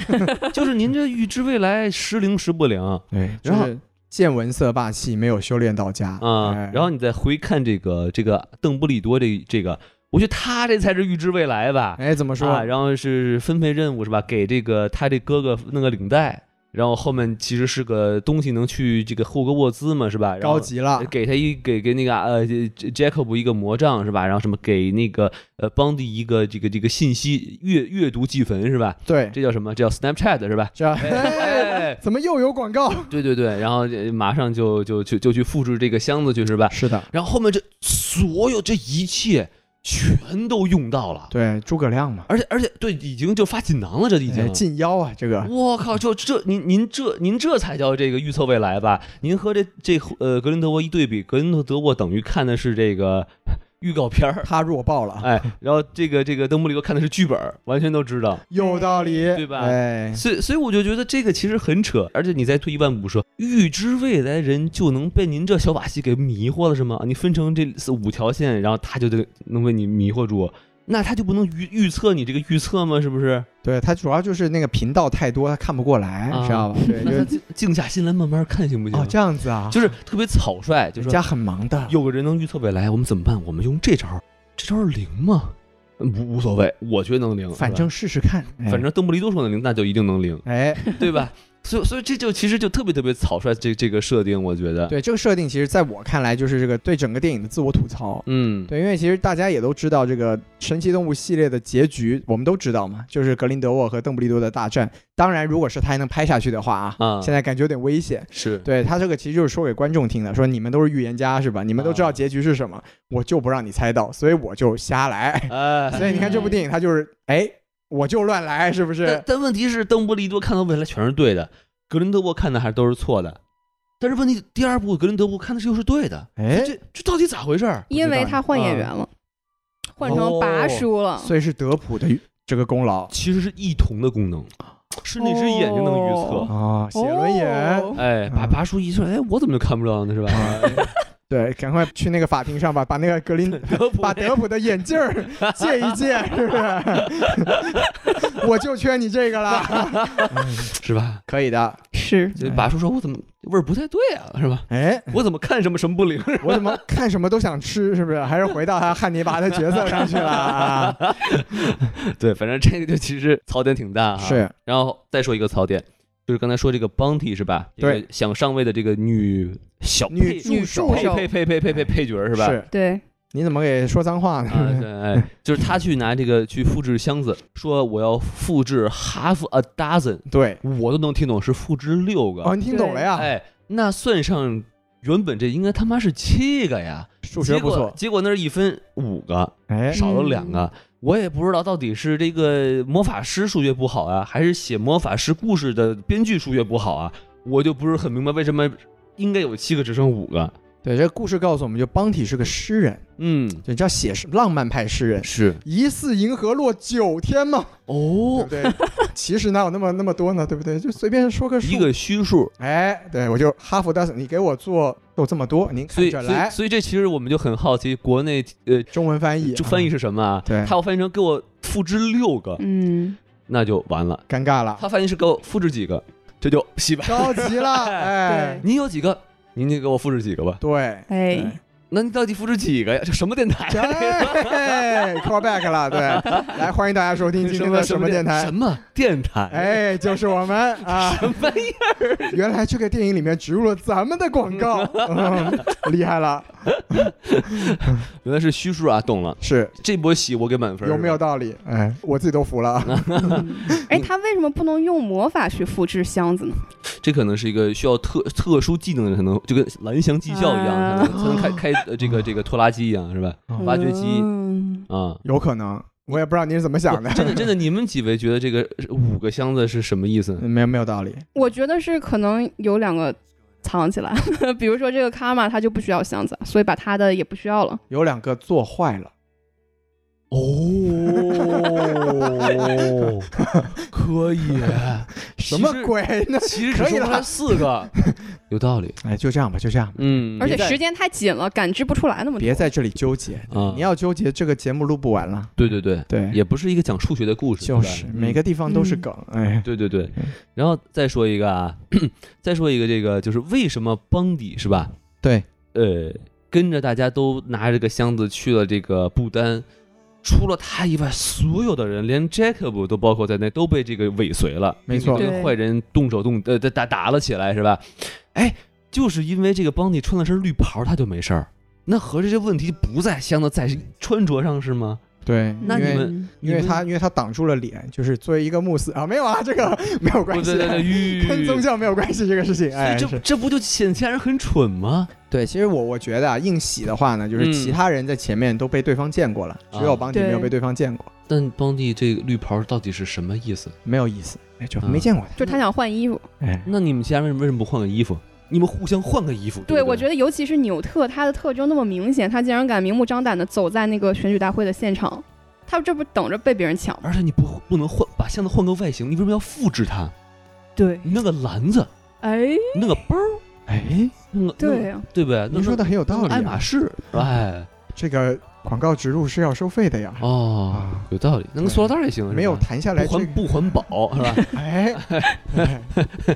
就是您这预知未来时灵时不灵啊。对，就然后是见闻色霸气，没有修炼到家哎啊嗯然后你再回看这个这个邓布利多这这个，我觉得他这才是预知未来吧。哎，怎么说？啊，然后是分配任务是吧？给这个他这哥哥弄个领带，然后后面其实是个东西能去这个霍格沃兹嘛是吧？然后哎高级啊了，给他一给给那个呃杰杰克布一个魔杖是吧？然后什么给那个呃邦迪一个这个这个信息阅阅读记坟是吧？对，这叫什么？这叫 Snapchat 是吧？这哎，怎么又有广告？对对对，然后呃马上就就就就去复制这个箱子去 <laughs> 是吧？是的，然后后面这所有这一切全都用到了，对，诸葛亮嘛，而且而且对，已经就发锦囊了，这已哎经。近腰啊，这个我靠，就这您您这您这才叫这个预测未来吧？您和这这呃格林德沃一对比，格林德沃等于看的是这个预告片儿，他弱爆了，哎，然后这个这个邓布利多看的是剧本儿，完全都知道。有道理，对吧哎，所以，所以我就觉得这个其实很扯，而且你再退一万步说，预知未来人就能被您这小把戏给迷惑了，是吗？你分成这四五条线，然后他就得能被你迷惑住，那他就不能预预测你这个预测吗？是不是？对他主要就是那个频道太多，他看不过来，啊知道 <laughs> 吧？对，那他就静静下心来慢慢看行不行？哦这样子啊，就是特别草率，就人说家很忙的，有个人能预测未来，我们怎么办？我们用这招儿，这招儿灵吗？嗯无无所谓，我觉得能灵，是吧反正试试看，哎反正邓布利多说能灵，那就一定 <laughs> 能灵， <laughs> 哎，对吧？所以所以这就其实就特别特别草率，这这个设定，我觉得，对这个设定，其实在我看来就是这个对整个电影的自我吐槽。嗯，对，因为其实大家也都知道，这个神奇动物系列的结局我们都知道嘛，就是格林德沃和邓布利多的大战。当然，如果是他还能拍下去的话啊，啊现在感觉有点危险。是，对他这个其实就是说给观众听的，说你们都是预言家是吧？你们都知道结局是什么，我就不让你猜到，所以我就瞎来。 <laughs> 哎，所以你看这部电影，它就是哎，我就乱来，是不但是？但问题是，邓布利多看到未来全是对的，格林德沃看的还都是错的。但是问题，第二部格林德沃看的是又是对的，哎，这这到底咋回事儿？ <laughs> 因为他换演员了，换成拔叔了。所以是德普的这个功劳其实是异同的功能，是那只眼睛能预测。哦啊，写轮眼。哦哎，把嗯拔叔一说，哎，我怎么就看不着 <laughs> 呢？是吧？对，赶快去那个法庭上吧，把那个格林德普把德普的眼镜 <laughs> 儿借一借，是不是？ <laughs> 我就缺你这个了，是吧？ <laughs> 可以的。是就拔叔说，我怎么味儿不太对啊？是吧？哎，我怎么看什么什么不灵？ <laughs> <laughs> 我怎么看什么都想吃，是不是？还是回到他汉尼拔的角色上去了 <laughs> 啊？对，反正这个就其实槽点挺大哈。是，然后再说一个槽点，就是刚才说这个 Bounty 是吧？对，想上位的这个女小女配助手女助，手配配配配配配配角儿是吧？是，对，你怎么给说脏话啊，呢？对，哎就是他去拿这个去复制箱子，说我要复制 half a dozen， <laughs> 对，我都能听懂是复制六个，哦，你听懂了呀，哎，那算上原本这应该他妈是七个呀，数学不结错果，结果那儿一分五个，哎，少了两个，我也不知道到底是这个魔法师数学不好啊，还是写魔法师故事的编剧数学不好啊，我就不是很明白为什么应该有七个只剩五个，对，这个故事告诉我们，就邦体是个诗人，嗯，就你知道写诗浪漫派诗人，是疑似银河落九天嘛，对哦不，对？ <laughs> 其实哪有那么那么多呢，对不对？就随便说个数，一个虚数。哎，对我就哈佛大，你给我做有这么多，您所看以，着所来以，。所以这其实我们就很好奇，国内呃，中文翻译，这翻译是什么啊？对他要翻译成给我复制六个，嗯，那就完了。尴尬 <laughs> 了，他翻译是给我复制几个，这就洗白。着急了，哎，您有几个？您就给我复制几个吧。 <laughs> 对，哎，那你到底复制几个呀？这什么电台啊对，哎，call back 了，对，来欢迎大家收听今什天么的什么电台什。么电台？，哎，就是我们啊！什么呀？原来这个电影里面植入了咱们的广 <laughs> 告，嗯、厉害了， <laughs> 原来是虚数啊！懂了， <laughs> 是这波洗我给满分。有没有是吧？道理？哎，我自己都服 <laughs> 了。 <laughs> 哎，他为什么不能用魔法去复制箱子呢？这可能是一个需要特特殊技能的，才能就跟蓝翔技校一样，啊才能才能开开呃这个这个拖拉机一样，是吧？嗯挖掘机嗯啊。有可能，我也不知道你是怎么想的不。真的真的，你们几位觉得这个五个箱子是什么意思？ <laughs> 没有没有道理，我觉得是可能有两个藏起来， <laughs> 比如说这个卡玛他就不需要箱子，所以把他的也不需要了。有两个做坏了，嗯哦，可以，什么鬼呢？ <laughs> 其实可只以说出来了四个，有道理。哎，就这样吧，就这样吧，嗯，而且别再时间太紧了，感知不出来那么多。别在这里纠结。啊，嗯你要纠结，这个节目录不完了。对对对，对，也不是一个讲数学的故事，就对吧是每个地方都是梗。哎嗯，对对对嗯。然后再说一个啊，再说一个这个，就是为什么邦迪是吧？对，呃，跟着大家都拿着个箱子去了这个不丹。除了他以外，所有的人，连 Jacob 都包括在内，都被这个尾随了。没错跟这个坏人动手动呃打打打了起来，是吧？哎，就是因为这个邦迪穿了身绿袍，他就没事儿。那合着这问题不在箱子，在穿着上是吗？对，那因你为们嗯因为你们他因为他挡住了脸，就是作为一个穆斯啊，没有啊，这 <laughs> 个没有关对系啊对，对对，<laughs> 吁跟宗教没有关系这个事情。哎，所以这是这不就显其他人很蠢吗？对，其实我我觉得啊，硬洗的话呢，就是嗯其他人在前面都被对方见过了，只有啊邦迪没有对被对方见过，但邦迪这个绿袍到底是什么意思？没有意思，哎，就啊没见过他。就他想换衣服，哎，那你们其他人为什么不换个衣服？你们互相换个衣服。对不我觉得尤其是纽特，他的特征那么明显，他竟然敢明目张胆的走在那个选举大会的现场，他这不等着被别人抢吗？而且你不不能换把箱子换个外形，你为什么要复制它？对，你弄个篮子，哎，你弄个包，哎，弄个弄对啊个呀、对不对？您说的很有道弄理个啊。爱马仕，哎这个广告植入是要收费的呀，哦啊，有道理，弄个塑料袋也行，是吧没有谈下来不这环个，不环保是吧？ <laughs> 哎，哎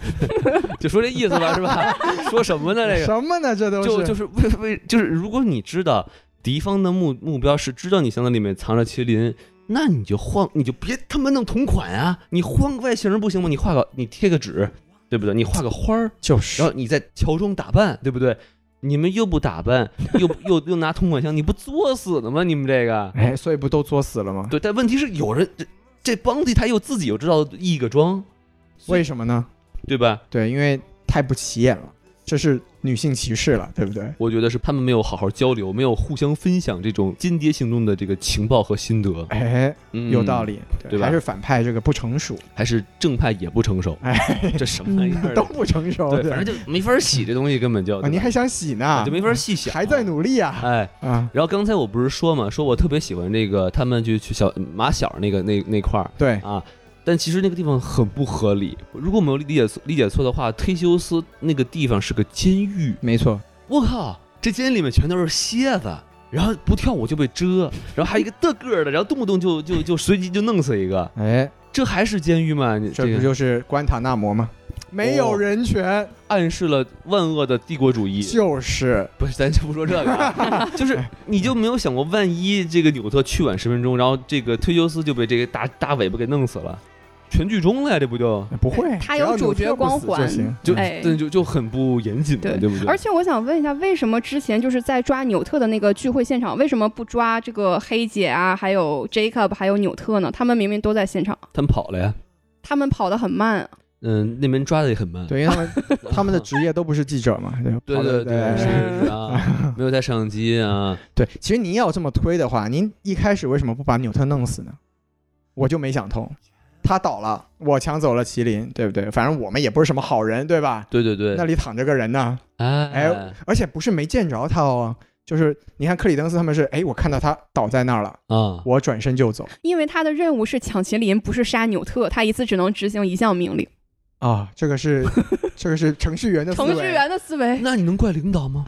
就说这意思吧，<laughs> 是吧？说什么呢？这个什么呢？这都就是就是为为就是，如果你知道敌方的目目标是知道你箱子里面藏着麒麟，那你就换，你就别他妈弄同款啊！你换个外形儿不行吗？你画个，你贴个纸，对不对？你画个花儿，就是然后你再乔装打扮，对不对？你们又不打扮，又不又又拿同款箱，你不作死了吗？你们这 <laughs> 个哎，所以不都作死了吗？对，但问题是有人这这邦迪他又自己又知道易个装，所以为什么呢？对吧？对，因为太不起眼了，这是女性歧视了，对不对？我觉得是他们没有好好交流，没有互相分享这种间谍行动的这个情报和心得，哎，嗯有道。理，对吧还是反派这个不成熟，还是正派也不成熟，哎，这什么玩意儿都呢？不成熟，对，反正就没法洗这东西，根本就啊，您还想洗呢？就没法细想，还在。努力啊哎，啊！然后刚才我不是说嘛，说我特别喜欢这个他们去去小马小那个那那块儿对，啊，但其实那个地方很不合理。如果我没有理解错理解错的话，忒修斯那个地方是个监狱，没错，我靠，这监狱里面全都是蝎子，然后不跳舞就被蛰，然后还有一个的个儿的，然后动不动就就就随机就弄死一个，哎，这还是监狱吗？你这个哦不就是关塔那摩吗？没有人权，暗示了万恶的帝国主义。就是不是，咱就不说这 <laughs> 个、啊，就是你就没有想过，万一这个纽特去晚十分钟，然后这个忒修斯就被这个大大尾巴给弄死了，全剧终了呀，这不就不会，呃他只要有主角特不光死环就行。就哎但就就很不严谨嘛，对对不对？而且我想问一下，为什么之前就是在抓纽特的那个聚会现场，为什么不抓这个黑姐啊，还有 Jacob，还有纽特呢？他们明明都在现场，他们跑了呀，他们跑得很慢啊。嗯，那边抓的也很慢，对，因为他们他们的职业都不是记者嘛， <laughs> 对跑对得对，对 <laughs> 是啊，没有带摄像机啊，对，其实您要这么推的话，您一开始为什么不把纽特弄死呢？我就没想通，他倒了，我抢走了麒麟，对不对？反正我们也不是什么好人，对吧？对对对那，里躺着个人呢，哎哎而且不是没见着他哦，就是你看克里登斯他们是，哎，我看到他倒在那儿了，啊，我转身就走因为他的任务是抢麒麟，不是杀纽特，他一次只能执行一项命令。啊，这个是这个是程序员的思程维，序员的思维，那你能怪领导 <laughs> 吗？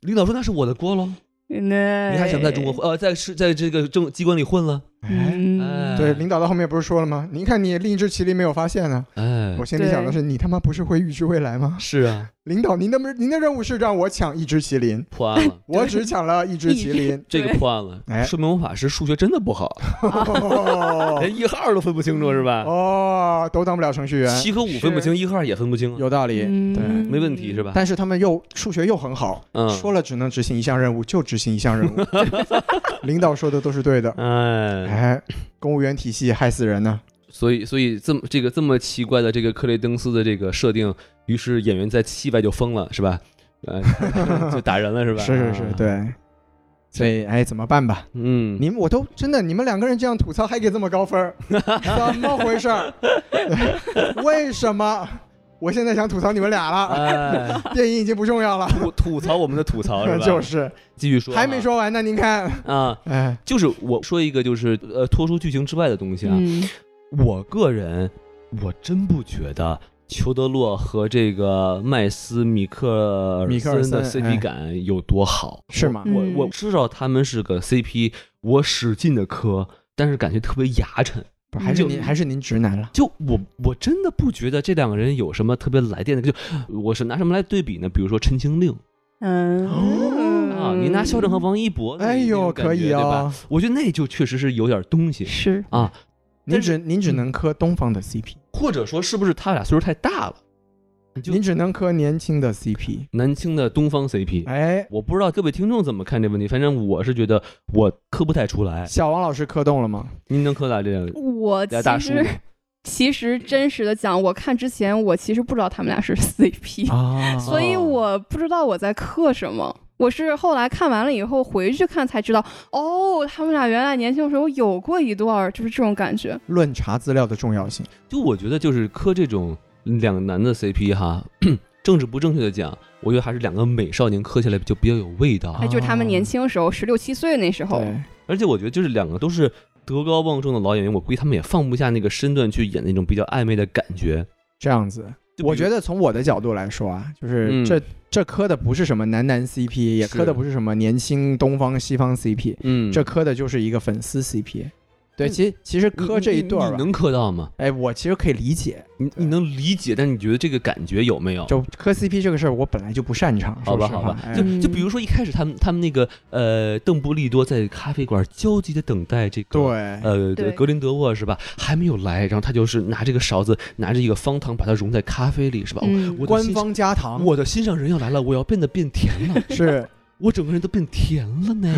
领导说那是我的锅喽，那你还想在中国？混？呃，在是在这个政机关里混了？哎。嗯，对，领导到后面不是说了吗？您看你另一只麒麟没有发现呢。哎我，心里想的是，你他妈不是会预知未来吗？是啊，领导，您的您的任务是让我抢一只麒麟，破案了，。我只抢了一只麒麟 <laughs> 这个对破案了，哎说明我法师数学真的不好，哦连一和二都分不清楚是吧？哦，都当不了程序员，七和五分不清，一和二也分不清啊，有道理。对，嗯没问题是？吧？但是他们又数学又很好，嗯，说了只能执行一项任务就执行一项任 <laughs> 务，领导说的都是对的。哎，哎，公务员体系害死人呢。所以所以这么这个这么奇怪的这个克雷登斯的这个设定，于是演员在戏外就疯了是吧？呃， <laughs> 就打人了是吧？是是是，啊，对。所以哎，怎么办吧？嗯，你们我都真的，你们两个人这样吐槽还给这么高分儿， <laughs> 怎么回事儿？为什么？我现在想吐槽你们俩了，哎，电影已经不重要了。吐吐槽我们的吐槽是 <laughs> 吧？就是继续说啊，还没说完呢，您看，啊， <laughs> 哎，就是我说一个就是呃脱出剧情之外的东西啊，嗯，我个人我真不觉得。裘德洛和这个麦斯米克尔米克尔森的森 CP 哎感有多好？是吗？我嗯我知道他们是个 CP，我使劲的磕，但是感觉特别牙碜。不还是就您还是您直男了？就我我真的不觉得这两个人有什么特别来电的，就我是拿什么来对比呢？比如说《陈情令》嗯啊，你拿肖战和王一博那，哦哎那呦，种感觉可以对吧？哦！我觉得那就确实是有点东西，是啊，您但嗯只您只能磕东方的 CP，或者说是不是他俩岁数太大了？就您只能磕年轻的 CP。南青的东方 CP，哎，我不知道各位听众怎么看这问题，反正我是觉得我磕不太出来。小王老师磕动了吗？您能磕俩这样我俩大其叔实吗？其实真实的讲，我看之前我其实不知道他们俩是 <laughs> CP，、啊所哦以我不知道我在磕什么。我是后来看完了以后回去看才知道，哦，他们俩原来年轻的时候有过一段儿，就是这种感觉。 <laughs> 论查资料的重要性，就我觉得就是磕这种两男的 CP 哈， <clears throat> 政治不正确的讲，我觉得还是两个美少年磕起来就比较有味道。啊哎，就是他们年哦轻时候，十六七岁那时候，对，而且我觉得就是两个都是德高望重的老演员，我估计他们也放不下那个身段去演那种比较暧昧的感觉。这样子。就比如我觉得从我的角度来说啊，就嗯是这这磕的不是什么男男 CP，也是磕的不是什么年轻东方西方 CP，嗯，这磕的就是一个粉丝 CP。对，其实其实你磕这一段你儿吧嗯你能磕到吗？哎，我其实可以理解，你你能理解，但你觉得这个感觉有没有？就磕 CP 这个事儿，我本来就不擅长，好吧，说好实吧话，哎就嗯就比如说一开始他们他们那个呃，邓布利多在咖啡馆焦急的等待这个对，呃对格林德沃是吧，还没有来，然后他就是拿这个勺子拿着一个方糖把它融在咖啡里是吧？哦嗯我的官心方加糖我的心上人要来了，我要变得变甜 <laughs> 了，是我整个人都变甜了呢。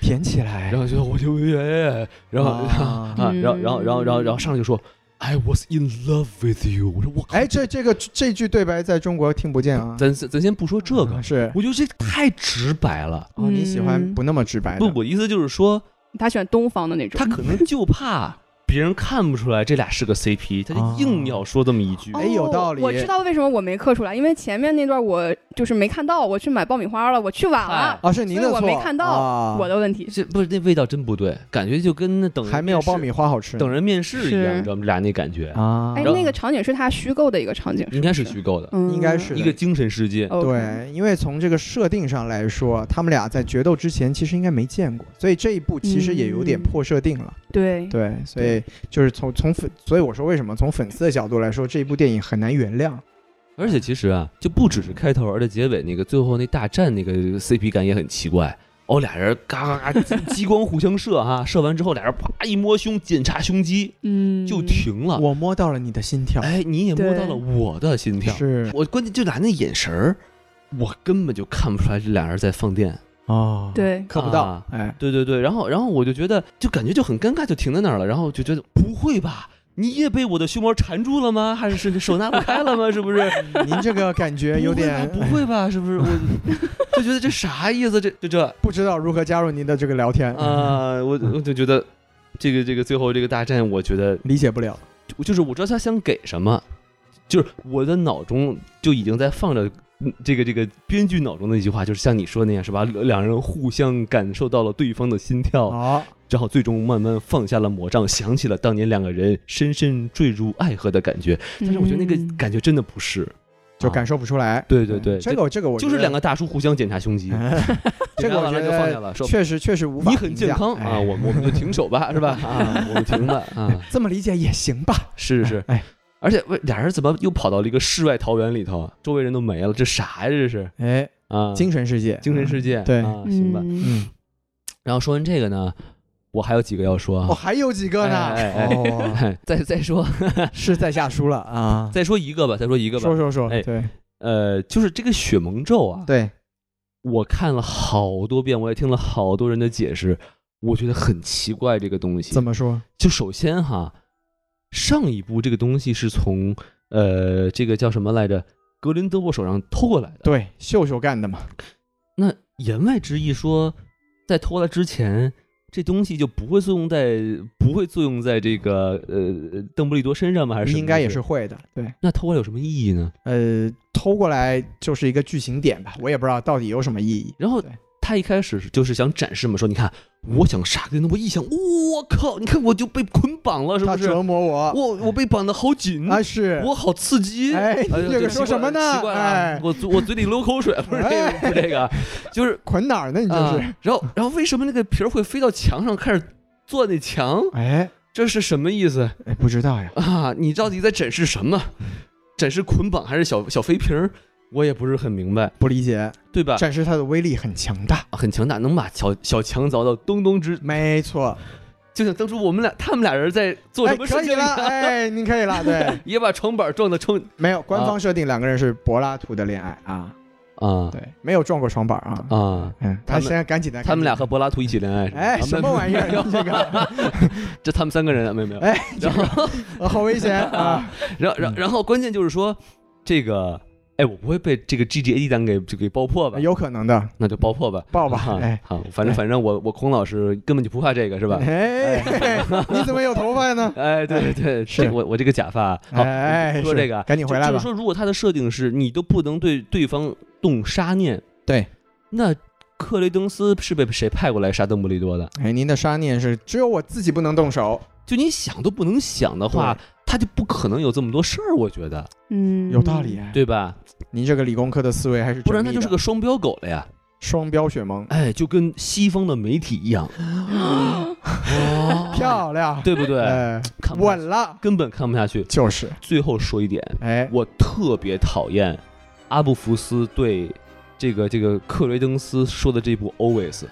甜起来然，后就我就哎， <laughs> 然后啊 <laughs> 啊，然后然后然后然后然后上来就说 I was in love with you，我说我靠哎，，这这个这句对白在中国听不见啊，咱咱先不说这个嗯，是我觉得这太直白了。哦，你喜欢嗯不那么直白的不，我意思就是说，他喜欢东方的那种。他可能就怕别人看不出来这俩是个 <laughs> CP，他就硬要说这么一句。哎有道理哦我知道为什么我没刻出来，因为前面那段我就是没看到，我去买爆米花了，我去晚了，啊，是您的所以错，我没看到啊我的问题。这不是那味道真不对，感觉就跟那等人还没有面试爆米花好吃呢，等人面试一样，是你知道吗？俩那感觉啊哎，，后那个场景是他虚构的一个场景，应该是不虚构的，嗯，应该是的一个精神世界。 OK。对，因为从这个设定上来说，他们俩在决斗之前其实应该没见过，所以这一步其实也有点嗯破设定了。对嗯对，所以就是从从粉，所以我说为什么从粉丝的角度来说，这一部电影很难原谅。而且其实啊，就不只是开头，而且结尾那个最后那大战那个 CP 感也很奇怪。哦，俩人嘎嘎嘎激 <laughs> 激光互相射哈、射完之后俩人啪一摸胸，检查胸肌嗯，就停了。我摸到了你的心跳，哎，你也摸对到了我的心跳，是我关键就俩那眼神儿，我根本就看不出来这俩人在放电。哦，，对，看不到啊，哎，对对对，然后然后我就觉得，就感觉就很尴尬，就停在那儿了。然后就觉得不会吧，你也被我的胸毛缠住了吗？还是是手拿不开了吗？是不是？您这个感觉有点不会吧不会吧？是不是？我就觉得这啥意思？这就这 <laughs> 不知道如何加入您的这个聊天，啊，我我就觉得这个这个最后这个大战，我觉得理解不了。就就是我知道他想给什么，就是我的脑中就已经在放着。嗯这个这个编剧脑中的一句话就是像你说的那样是吧？两人互相感受到了对方的心跳，好，只好最终慢慢放下了魔杖，想起了当年两个人深深坠入爱河的感觉。但是我觉得那个嗯感觉真的不是，就感受不出来。啊嗯对对对这个这个我就是两个，个大叔互相检查胸肌， <laughs> 这个我 <laughs> 完觉了就放下得了，说确实确实无法你评价。很健康啊，哎我们我们就停手吧，是吧？啊，我们停吧啊，这么理解也行吧？<laughs> 是是。哎而且喂俩人怎么又跑到了一个世外桃源里头？啊周围人都没了，这啥呀？这是哎，啊，精神世界，嗯精神世界，对啊，行吧。嗯嗯，然后说完这个呢，我还有几个要说哦，啊，还有几个呢？哎哎哎哦， <laughs> 再再说是在下输了啊。 <laughs> 再说一个吧，再说一个吧说。说说，哎对呃，就是这个血盟咒啊，对，我看了好多遍，我也听了好多人的解释，我觉得很奇怪这个东西。怎么说？就首先哈，上一部这个东西是从呃这个叫什么来着，格林德沃手上偷过来的。对，秀秀干的嘛。那言外之意说，在偷过来之前，这东西就不会作用在不会作用在这个呃邓布利多身上吗？还是什么应该也意思是。会的，对，那偷过来有什么意义呢？呃，偷过来就是一个剧情点吧，我也不知道到底有什么意义。然后对他一开始是就是想展示嘛，说你看，我想杀格林德沃，一想，我靠，你看我就被捆绑了，是他不是？折磨我，我我被绑得好紧啊是， <laughs> 我嗯好刺激！哎呦这个奇说怪什么呢奇怪了，啊哎我嘴我嘴里流口水，不是这个，哎不是这个， <laughs> 就是捆哪儿呢？你这啊是？。然后，然后为什么那个皮儿会飞到墙上开始钻那墙？哎这是什么意思哎，不知道呀。啊？你到底在展示什么？展示捆绑还是小小飞瓶儿？我也不是很明白，不理解，对吧？展示它的威力很强大。很强大，能把小小墙凿到咚咚直，没错，就像当初我们俩他们俩人在做哎，什么事可以情啊一了，样，哎，您可以了，对，也把床板撞得冲没有官 <laughs> 啊方设定两个人是柏拉图的恋爱啊，啊对，没有撞过床板啊，啊！嗯，他他们现在赶紧的，他们俩赶和柏拉图一起恋爱是紧的，吧，哎，啊什 <laughs> 么玩意儿？你这个，这他们三个人啊没有没有，哎，然后呃好危险啊！然后然后然后关键就是说这个，哎，我不会被这个 G G A D 单给就给爆破吧？有可能的，那就爆破吧，抱哎吧啊，哎，好，反正反正我我孔老师根本就不怕这个是吧？哎， <laughs> 你怎么有头发呢？哎，对对对，是这我我这个假发，啊好，哎，说是这个啊赶紧就回来就吧是。说，如果他的设定是你都不能对对方动杀念，对，那克雷登斯是被谁派过来杀邓布利多的？哎，您的杀念是只有我自己不能动手，就你想都不能想的话对，他就不可能有这么多事儿，我觉得，嗯，有道理。。啊对吧？您这个理工科的思维还是不然缜他密就是哎的个双标狗了呀。双标血盟，哎，就跟西方的媒体一样，哦漂亮， <laughs> 对不对？哎，看不下去稳了，根本看不下去。就是，最后说一点，哎，我特别讨厌阿布福斯对这个这个克雷登斯说的这部 Always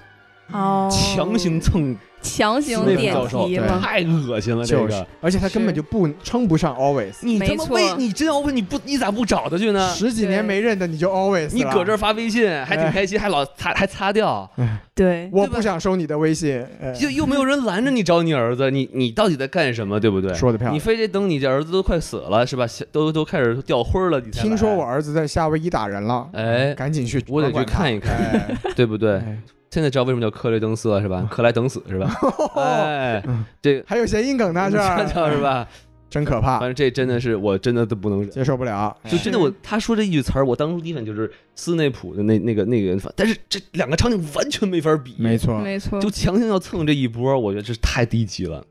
哦，强行蹭，强行斯内普点教授题对了，太恶心了，这就个是。，而且他根本是就不称不上 always，你他没妈错为你真要问你不你咋不找他去呢？十几年没认得你就 always，你了搁这儿，发微信还挺开心，还老哎擦还擦掉，对，我对吧不想收你的微信，哎又又没有人拦着你找你儿子，你你到底在干什么？对不对？哎说的漂你亮。非得等你这儿子都快死了是吧？都都开始掉灰儿了，你才来听说我儿子在夏威夷打人了，哎，赶紧去我得管管去他看一看哎对不 <laughs> 对？哎现在知道为什么叫克雷登斯了是 <laughs> 吧？克莱等死是吧？哎，这个哦还有谐音梗呢，这 <laughs> 这叫是儿嗯吧？真可怕反，正这真的是我真的都不能忍，接受不了。哎就真的我他说这一句词儿，我当初第一反应就是斯内普的那那个那个，但是这两个场景完全没法比，没错，没错，就强行要蹭这一波，我觉得这太低级了。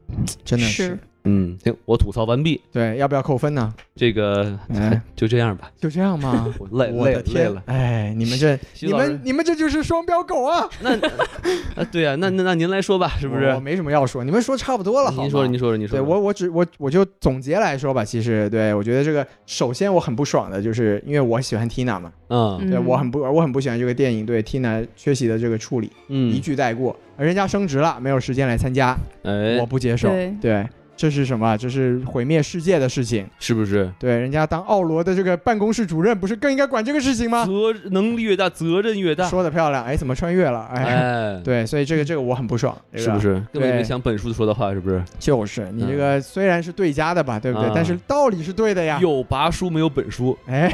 真的是嗯，行，我吐槽完毕，对，要不要扣分 <laughs> 呢？这个哎就这样吧，就这样吗？我累我累的累天了，。哎，你们这，徐你老们师，你们这就是双标狗啊！那啊，对啊，那那那您来说吧，是不我是我？没什么要说，你们说差不多了，好吗您说，您说说，您说对说。我，我只我我就总结来说吧，其实对我觉得这个，首先我很不爽的就是因为我喜欢 Tina 嘛，嗯对嗯我很不我很不喜欢这个电影对 Tina 缺席的这个处理，一嗯，句带过，而人家升职了，没有时间来参加，我哎，不接受，对对，这是什么？这是毁灭世界的事情，是不是？对，人家当奥罗的这个办公室主任不是更应该管这个事情吗？责能力越大，责任越大。啊说的漂亮，哎，怎么穿越了？哎，哎，，对，所以这个这个我很不爽，这个是不？是？根本就没对想本书说的话，是不是？就是你这个虽然是对家的吧，对不对？啊但是道理是对的呀。有拔书没有 <laughs> 本书，哎，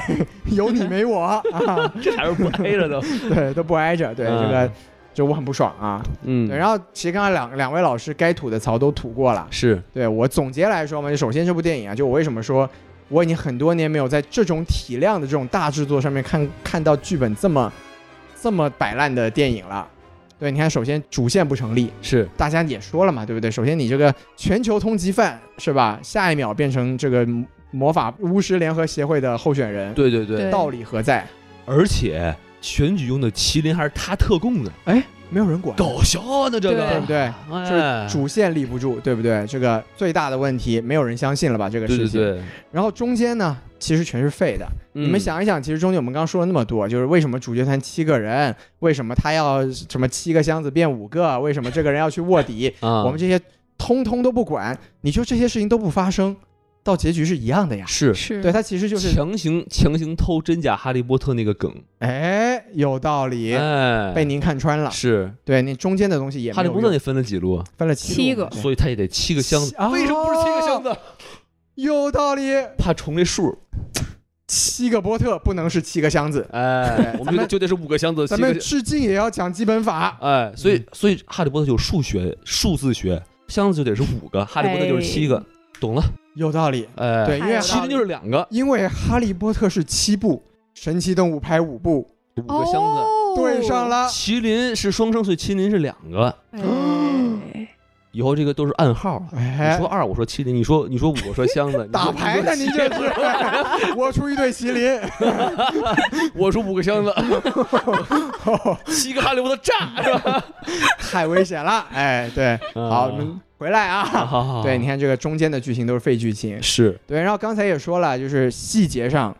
有你没我啊，这还是不挨着的。对，都不挨着，对、嗯这个。就我很不爽啊，嗯，对，然后其实刚才两两位老师该吐的槽都吐过了，是，对我总结来说嘛，就首先这部电影啊，就我为什么说我已经很多年没有在这种体量的这种大制作上面看看到剧本这么这么摆烂的电影了。对，你看，首先主线不成立，是，大家也说了嘛，对不对？首先你这个全球通缉犯是吧？下一秒变成这个魔法巫师联合协会的候选人，对对对对，道理何在？而且选举用的麒麟还是他特供的，没有人管，搞笑呢这对个不，对？哎，主线立不住，对不对？这个最大的问题，没有人相信了吧？这个对事对嗯情。对，然后中间呢，其实全是废的。你你们，想一想，其实中间我们刚说了那么多，就是为什么主角团七个人，为什么他要什么七个箱子变五个，为什么这个人要去卧底，啊，我们这些通通都不管，你就这些事情都不发生，到结局是一样的呀。是是对，他其实就是，强行强行偷真假哈利波特那个梗，哎，有道理，哎，被您看穿了。是对，那中间的东西也没哈利有波特用那分了几路，分了七路个对所以他也得七个箱子，啊为什么不是七个箱子？有道理，怕重这数，七个波特不能是七个箱子，哎，我咱们就们就得是五个箱呃子，咱七们个，致敬也要讲基本法。哎，所嗯以所以哈利波特有数学数字学，箱子就得是五个，哈利波特就是七个，懂了，有道理，哎，对，因为太有麒道麟理就是两个，因为《哈利波特》是七部，《神奇动物》拍五部，五个箱子。哦，对上了。麒麟是双生，所以麒麟是两个。哎。以后这个都是暗号。啊你哎说，二，我说麒麟；你说你说五，我说 <laughs> 箱子。打牌呢，的您这 <laughs> 是？我出一对麒麟， <laughs> 我说五个箱子，七个哈利波特炸是吧？ <laughs> 太危险了。哎，对， <laughs> 好，我们回来嗯好啊。好好，对，你看这个中间的剧情都是废剧情。是对，然后刚才也说了，就是细节上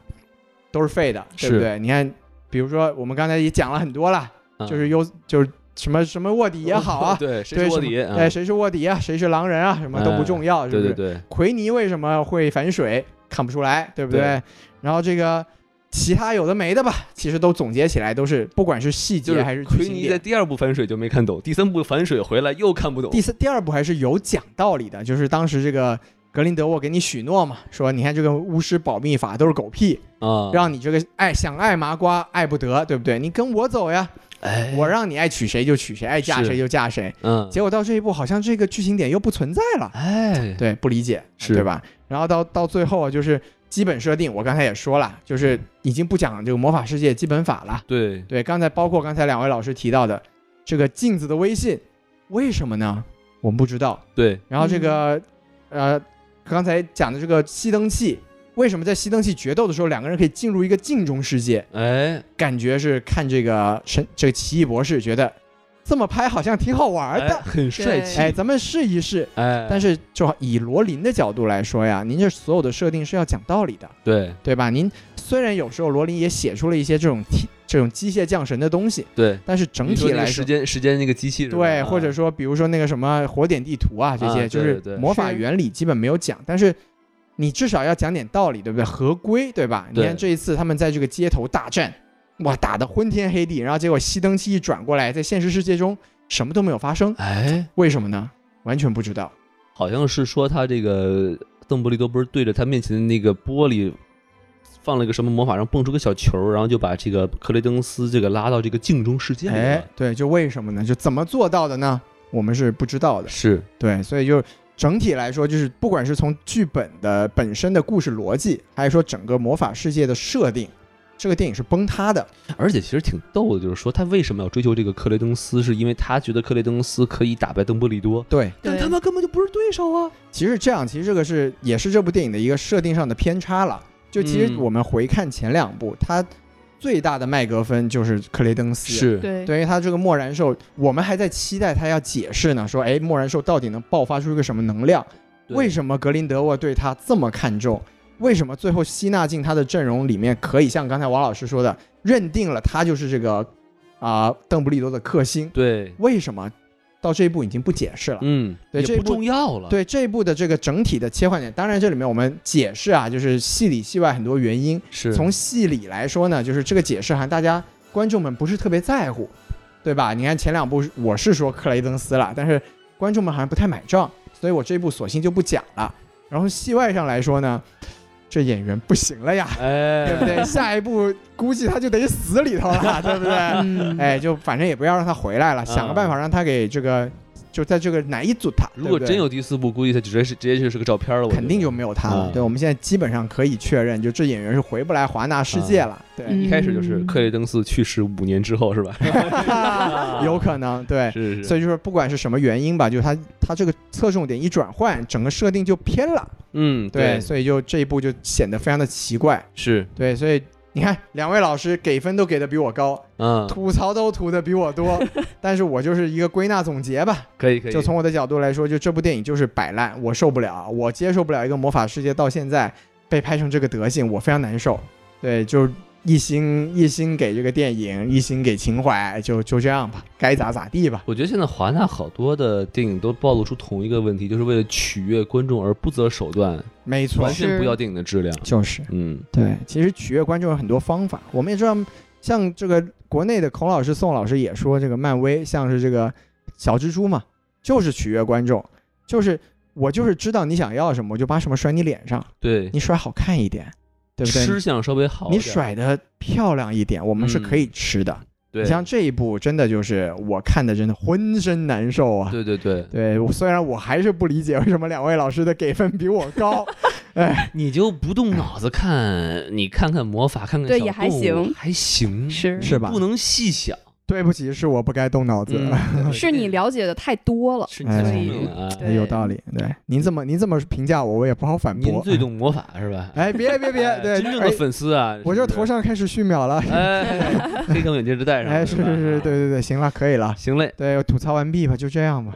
都是废的，对是不对？你看，比如说我们刚才也讲了很多了，就是优，就是什么什么卧底也好啊，嗯 <laughs> 对，嗯 <laughs> 谁对是什么卧底？哎，嗯谁是卧底啊，谁是狼人啊，什么都不重要，是不对是？对对，奎尼为什么会反水，看不出来，对不对？对然后这个其他有的没的吧，其实都总结起来都是，不管是细就节还是是剧奎情尼在点，第二部反水就没看懂，第三部反水回来又看不懂第。三第二部还是有讲道理的，就是当时这个。格林德沃给你许诺嘛，说你看这个巫师保密法都是狗屁，啊，让你这个爱想爱麻瓜爱不得，对不对？你跟我走呀，哎，我让你爱娶谁就娶谁，爱嫁是谁就嫁谁。嗯，结果到这一步，好像这个剧情点又不存在了。哎，对，不理解，是对吧？然后到到最后啊，就是基本设定，我刚才也说了，就是已经不讲这个魔法世界基本法了。对，对，刚才包括刚才两位老师提到的这个镜子的微信，为什么呢？我们不知道。对，然后这个、呃，刚才讲的这个熄灯器，为什么在熄灯器决斗的时候，两个人可以进入一个镜中世界？哎，感觉是看这个神这个奇异博士，觉得这么拍好像挺好玩哎的。很帅气，哎，咱们试一试。哎，但是是就以罗琳的角度来说呀，您这所有的设定是要讲道理的，对对吧？您虽然有时候罗琳也写出了一些这种体这种机械降神的东西，对，但是整你说体那个来时说。间时间那个机器是吧对，啊或者说，比如说那个什么火点地图啊，这啊些、对就是对魔法是原理基本没有讲，但是你至少要讲点道理，对不对？合规，对吧？你对看这一次他们在这个街头大战，哇，打得昏天黑地，然后结果熄灯器一转过来，在现实世界中什么都没有发生，哎，为什么呢？完全不知道。好像是说他这个邓布利多不是对着他面前的那个玻璃放了一个什么魔法，然后蹦出个小球，然后就把这个克雷登斯这个拉到这个镜中世界里了。哎，对，就为什么呢？就怎么做到的呢？我们是不知道的。是，对，所以就整体来说，就是不管是从剧本的本身的故事逻辑，还是说整个魔法世界的设定，这个电影是崩塌的。而且其实挺逗的，就是说他为什么要追求这个克雷登斯，是因为他觉得克雷登斯可以打败邓布利多，对，但对他妈根本就不是对对手啊。其实这样，其实这个是也是这部电影的一个设定上的偏差了。就其实嗯我们回看前两部，它最大的麦格芬就是克雷登斯，对对于他这个默然兽，我们还在期待他要解释呢，说哎，默然兽到底能爆发出一个什么能量？对为什么格林德沃对他这么看重？为什么最后吸纳进他的阵容里面，可以像刚才王老师说的，认定了他就是这个啊、邓布利多的克星？对，为什么到这一步已经不解释了？嗯，对这也不部重要了。对这一部的这个整体的切换点，当然这里面我们解释啊，就是戏里戏外很多原因。是从戏里来说呢，就是这个解释函，大家观众们不是特别在乎，对吧？你看前两部我是说克雷登斯了，但是观众们好像不太买账，所以我这一部索性就不讲了。然后戏外上来说呢，这演员不行了呀， <laughs> 哎，对不对？下一步估计他就得死里头 <laughs> 了，对不对？嗯，哎，就反正也不要让他回来了，想个办法让他给这个就在这个哪一组他，如对不果对真有第四部，估计他直接是直接就是个照片了。我觉得肯定就没有他了。嗯对，我们现在基本上可以确认，就这演员是回不来华纳世界了。嗯对，一开始就是克雷登斯去世五年之后是吧？ <laughs> 有可能对。啊是是是，所以就是不管是什么原因吧，就是他他这个侧重点一转换，整个设定就偏了。嗯，对，所以就这一步就显得非常的奇怪。是对，所以你看，两位老师给分都给的比我高，嗯，吐槽都吐的比我 <laughs> 多，但是我就是一个归纳总结吧。可以可以，就从我的角度来说，就这部电影就是摆烂，我受不了，我接受不了一个魔法世界到现在被拍成这个德性，我非常难受。对，就是一心一心给这个电影，一心给情怀，就就这样吧，该咋咋地吧。我觉得现在华纳好多的电影都暴露出同一个问题，就是为了取悦观众而不择手段，没错完，全不要电影的质量。就是嗯，对。其实取悦观众有很多方法，我们也知道，像这个国内的孔老师、宋老师也说，这个漫威像是这个小蜘蛛嘛，就是取悦观众，就是我就是知道你想要什么，我就把什么甩你脸上，对，你甩好看一点，对不对？吃相稍微好一你点，嗯甩的漂亮一点，我们是可以吃的。对你，像这一部，真的就是我看的真的浑身难受啊。对对对，对，我虽然我还是不理解为什么两位老师的给分比我 <laughs> 高，哎，你就不动脑子看，你看看魔法，看看对小也还动物行还行，是是吧不？能细想，对不起，是我不该动脑子，嗯是你，了解的太多了，是你太哎聪明了啊，对有道理。对，您这么您这么评价我，我也不好反您驳。最懂魔法是吧？哎，别别别哎，对， <laughs> 真正哎的粉丝啊，我是这不是头上开始续秒了。哎，黑框眼镜就戴上了，啊哎，是吧是是，对，对对，行了，可以了。行嘞，对，吐槽完毕吧，就这样吧。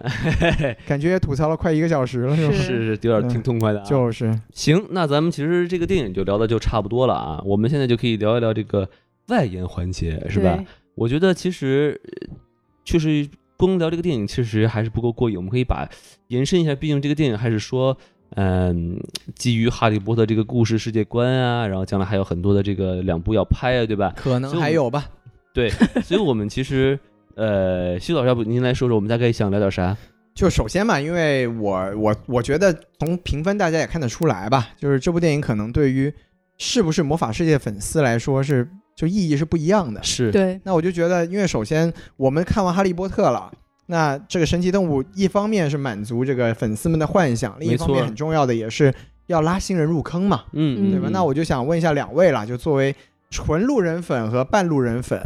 感觉也吐槽了快一个小时了，是吧？是是是，有点挺痛快的啊。就是，行，那咱们其实这个电影就聊的就差不多了啊，我们现在就可以聊一聊这个外延环节，是吧？对？我觉得其实呃确实光聊这个电影其实还是不够过瘾，我们可以把延伸一下，毕竟这个电影还是说，嗯，基于哈利波特这个故事世界观啊，然后将来还有很多的这个两部要拍啊，对吧？可所以我们有吧。 <laughs> 对，所以我们其实。呃，徐老师，要不您来说说，我们大概想聊点啥？就首先嘛，因为我我我觉得从评分大家也看得出来吧，就是这部电影可能对于是不是魔法世界粉丝来说是就意义是不一样的。是对，那我就觉得，因为首先我们看完《哈利波特》了，那这个神奇动物一方面是满足这个粉丝们的幻想，另一方没面错很重要的也是要拉新人入坑嘛，嗯，对吧？嗯那我就想问一下两位啦，就作为纯路人粉和半路人粉，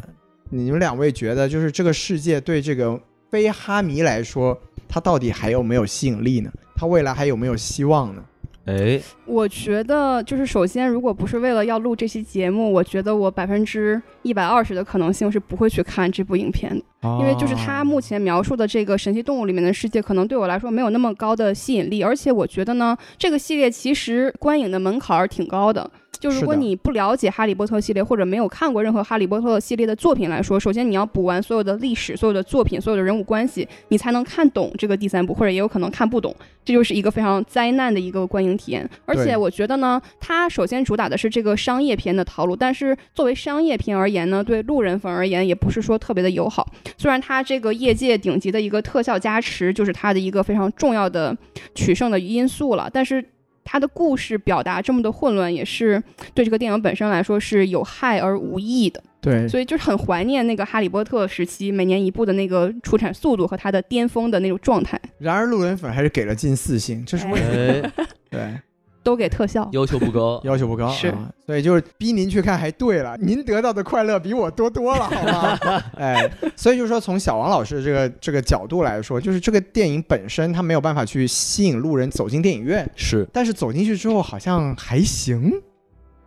你们两位觉得就是这个世界对这个非哈迷来说，它到底还有没有吸引力呢？它未来还有没有希望呢？哎，我觉得就是首先，如果不是为了要录这期节目，我觉得我百分之一百二十的可能性是不会去看这部影片的，啊因为哦就是它目前描述的这个神奇动物里面的世界，可能对我来说没有那么高的吸引力，而且我觉得呢，这个系列其实观影的门槛儿挺高的。就是如果的你不了解《哈利波特》系列，或者没有看过任何《哈利波特》系列的作品来说，首先你要补完所有的历史、所有的作品、所有的人物关系，你才能看懂这个第三部，或者也有可能看不懂。这就是一个非常灾难的一个观影体验。而对且我觉得呢，它首先主打的是这个商业片的套路，但是作为商业片而言呢，对路人粉而言也不是说特别的友好。虽然它这个业界顶级的一个特效加持，就是它的一个非常重要的取胜的因素了，但是。它的故事表达这么的混乱，也是对这个电影本身来说是有害而无益的。对所以就是很怀念那个《哈利波特》时期每年一部的那个出产速度和它的巅峰的那种状态。 <laughs> 然而路人粉还是给了近四星，这是为什么？哎，对，。都给特效。要求不高要求不高，是啊，所以就是逼您去看还对 <laughs> 了，您得到的快乐比我多多了，好吗？哎，所以就是说，从小王老师这个这个角度来说，就是这个电影本身它没有办法去吸引路人走进电影院，是，但是走进去之后好像还行，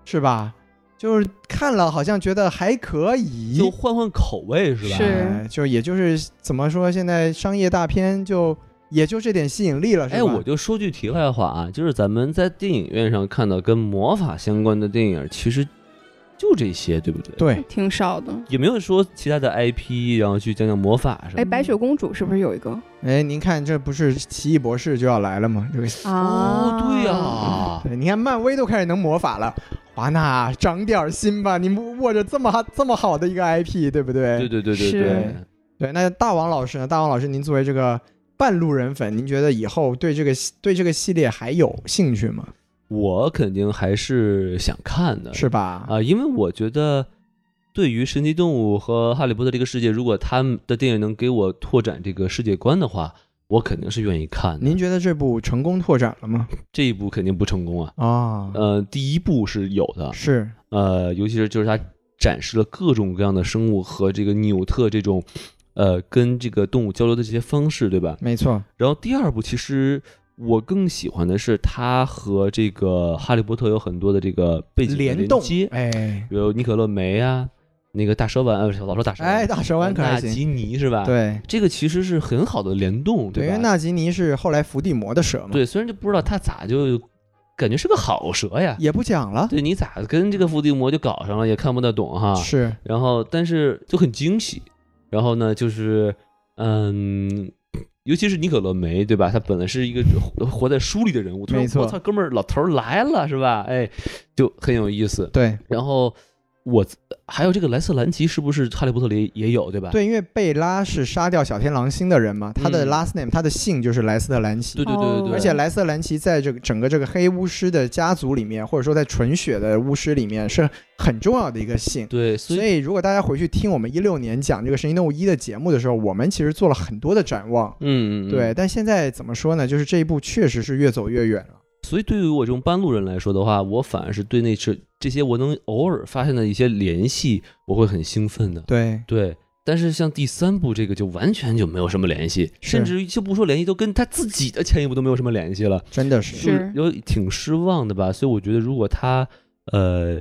是吧？就是看了好像觉得还可以，就换换口味是吧？是哎就也就是怎么说，现在商业大片就也就这点吸引力了，是吧？哎，我就说句题外话啊，就是咱们在电影院上看到跟魔法相关的电影，其实就这些，对不对？，对，挺少的。也没有说其他的 IP，然后去讲讲魔法什么哎，的。白雪公主是不是有一个哎，您看这不是奇异博士就要来了吗？这个哦，对呀、对，你看漫威都开始能魔法了，华纳长点儿心吧！你们握着这么好这么好的一个 IP，对不对？对啊对对对对是，对那大王老师呢？大王老师，您作为这个半路人粉，您觉得以后对这个对这个系列还有兴趣吗？我肯定还是想看的，是吧？啊、因为我觉得对于神奇动物和哈利波特这个世界，如果他们的电影能给我拓展这个世界观的话，我肯定是愿意看的。您觉得这部成功拓展了吗？这一部肯定不成功啊，啊、呃，第一部是有的，是，呃，尤其是就是它展示了各种各样的生物和这个纽特这种，呃，跟这个动物交流的这些方式，对吧？没错，然后第二部其实我更喜欢的是它和这个《哈利波特》有很多的这个背景的联连动接，，哎比如尼可乐梅啊，那个大蛇丸，呃，老说大蛇丸，哎，大蛇丸可还纳行，吉尼是吧？，对这个其实是很好的联动，对，因吧？为纳吉尼是后来伏地魔的蛇嘛，对，虽然就不知道他咋就感觉是个好蛇呀，也不讲了，对你啊咋跟这个伏地魔就搞上了，也看不太懂哈。是然后但是就很惊喜。然后呢，就是嗯，尤其是尼可乐梅，对吧？他本来是一个活活在书里的人物，突然没错我操，哥们儿，老头儿来了是吧？哎，就很有意思。对然后我还有这个莱瑟兰奇，是不是《哈利波特》里也有对吧？对，因为贝拉是杀掉小天狼星的人嘛，他的嗯 last name，他的姓就是莱斯特兰奇。对对对对对，哦而且莱斯特兰奇在这个整个这个黑巫师的家族里面，或者说在纯血的巫师里面是很重要的一个姓。对，所所以以，如果大家回去听我们一六年讲这个《神奇动物一》的节目的时候，我们其实做了很多的展望。嗯，嗯嗯对，但现在怎么说呢？就是这一步确实是越走越远了。所以对于我这种半路人来说的话，我反而是对那些这些我能偶尔发现的一些联系，我会很兴奋的。对，对，但是像第三部这个就完全就没有什么联系，是甚至于就不说联系，都跟他自己的前一部都没有什么联系了，真的就是是有挺失望的吧。所以我觉得如果他呃。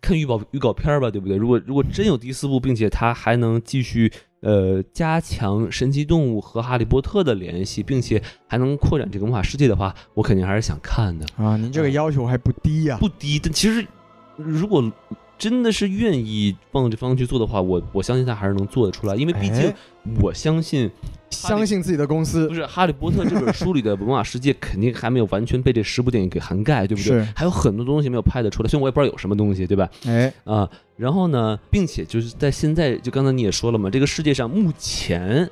看预告预告片儿吧，对不对？如果如果真有第四部，并且他还能继续呃加强神奇动物和哈利波特的联系，并且还能扩展这个魔法世界的话，我肯定还是想看的。啊，您这个要求还不低呀、不低，但其实如果真的是愿意往这方向去做的话，我我相信他还是能做得出来，因为毕竟哎我相信，相信自己的公司不是《哈利波特》这本书里的魔法世界肯定还没有完全被这十部电影给涵盖，对不对？是还有很多东西没有拍得出来，虽然我也不知道有什么东西，对吧？哎，啊、然后呢，并且就是在现在，就刚才你也说了嘛，这个世界上目前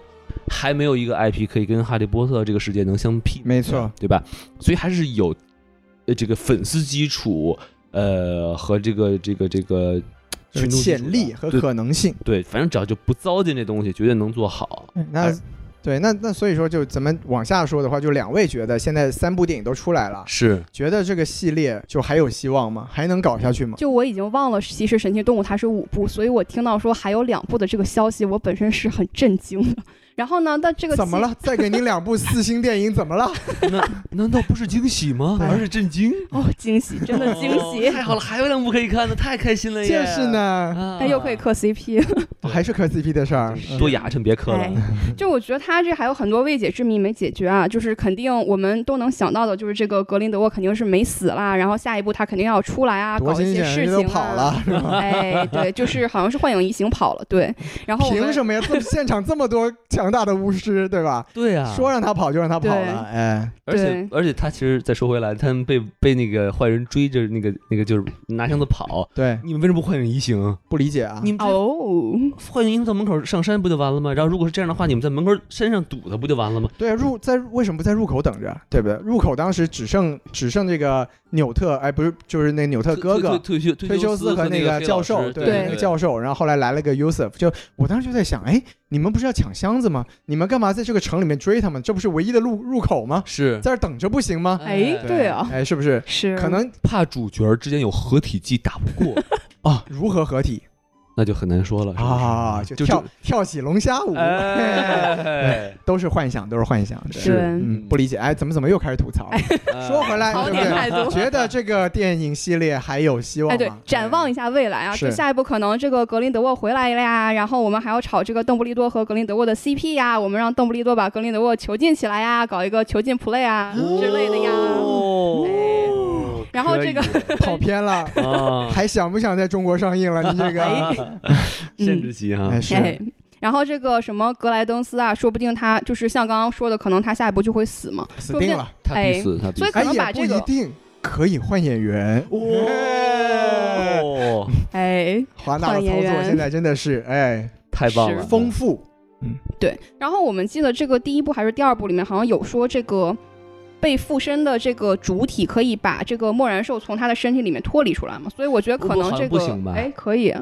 还没有一个 IP 可以跟《哈利波特》这个世界能相媲美。没错，对吧？所以还是有呃这个粉丝基础，呃和这个这个这个就是群众基础的潜力和对可能性。对，反正只要就不糟践这东西，绝对能做好。嗯那哎对，那那所以说，就咱们往下说的话，就两位觉得现在三部电影都出来了，是觉得这个系列就还有希望吗？还能搞下去吗？就我已经忘了，其实《神奇动物》它是五部，所以我听到说还有两部的这个消息，我本身是很震惊的。 <laughs> 然后呢，但这个怎么其？了？再给您两部四星电影，怎么了？难道不是惊喜吗？对而是震 <laughs> 惊，哦哦，惊喜， <laughs> 真的惊喜！哦太好了，还有两部可以看的，太开心了耶！就是呢，啊， <laughs> <laughs> 哎，又可以磕 CP，还是磕 CP 的事儿。嗯多牙碜，别磕了。哎就我觉得他这还有很多未解之谜没解决啊，就是肯定我们都能想到的，就是这个格林德沃肯定是没死啦，然后下一步他肯定要出来啊，多搞一新些鲜，事人家都情、啊、跑了，是吧哎，对，就是好像是幻影一行跑了，对，然啊后我凭们什么呀？这么现场这么多强大的巫师，对吧？对 <laughs> 啊， <laughs> 说让他跑就让他跑对了，哎，而且对而且他其实再说回来，他们被被那个坏人追着，那个那个就是拿箱子跑。对，你们为什么不幻影移形？不理解啊。你们这 <laughs> 哦，幻影到门口上山不就完了吗？然后如果是这样的话，你们在门口山上堵他不就完了吗？对啊，入在为什么不在入口等着？对不对？入口当时只剩只剩这个纽特，哎，不是，就是那个纽特哥哥，退退退休退休斯斯和那个黑教老授，师对对那个教授，然后后来来了个 Yusuf，就我当时就在想，哎，你们不是要抢箱子吗？你们干嘛在这个城里面追他们？这不是唯一的入入口吗？ <laughs> 是在这儿等着不行吗？哎对啊哎，是不是？是可能怕主角儿之间有合体技打不 <laughs> 过，如何合体那就很难说了是不是啊？就就跳跳起龙虾舞，哎， <laughs> 都是幻想，都是幻想。对是嗯，不理解，哎，怎么怎么又开始吐槽了？哎说回来，槽对不点对？太多觉得这个电影系列还有希望哎，吗？对，展望一下未来啊，是就下一步可能这个格林德沃回来了呀，然后我们还要炒这个邓布利多和格林德沃的 CP 呀，我们让邓布利多把格林德沃囚禁起来呀，搞一个囚禁 play 啊之类的呀。哎哦，然后这个跑偏 <laughs> 了，啊，还想不想在中国上映了？你这个，限制级哈哎，是，哎，然后这个什么格莱登斯啊，说不定他就是像刚刚说的，可能他下一步就会死嘛，死定了。他哎必死，他必所以 <laughs> 死。哎，可能把也这不个一定可以换演员。哎哦，哎，华纳的操换演作员现在真的是哎太棒是了，丰富，对，然后我们记得这个第一部还是第二部里面好像有说这个被附身的这个主体可以把这个默然兽从他的身体里面脱离出来嘛，所以我觉得可不能好像这不个行吧哎可以，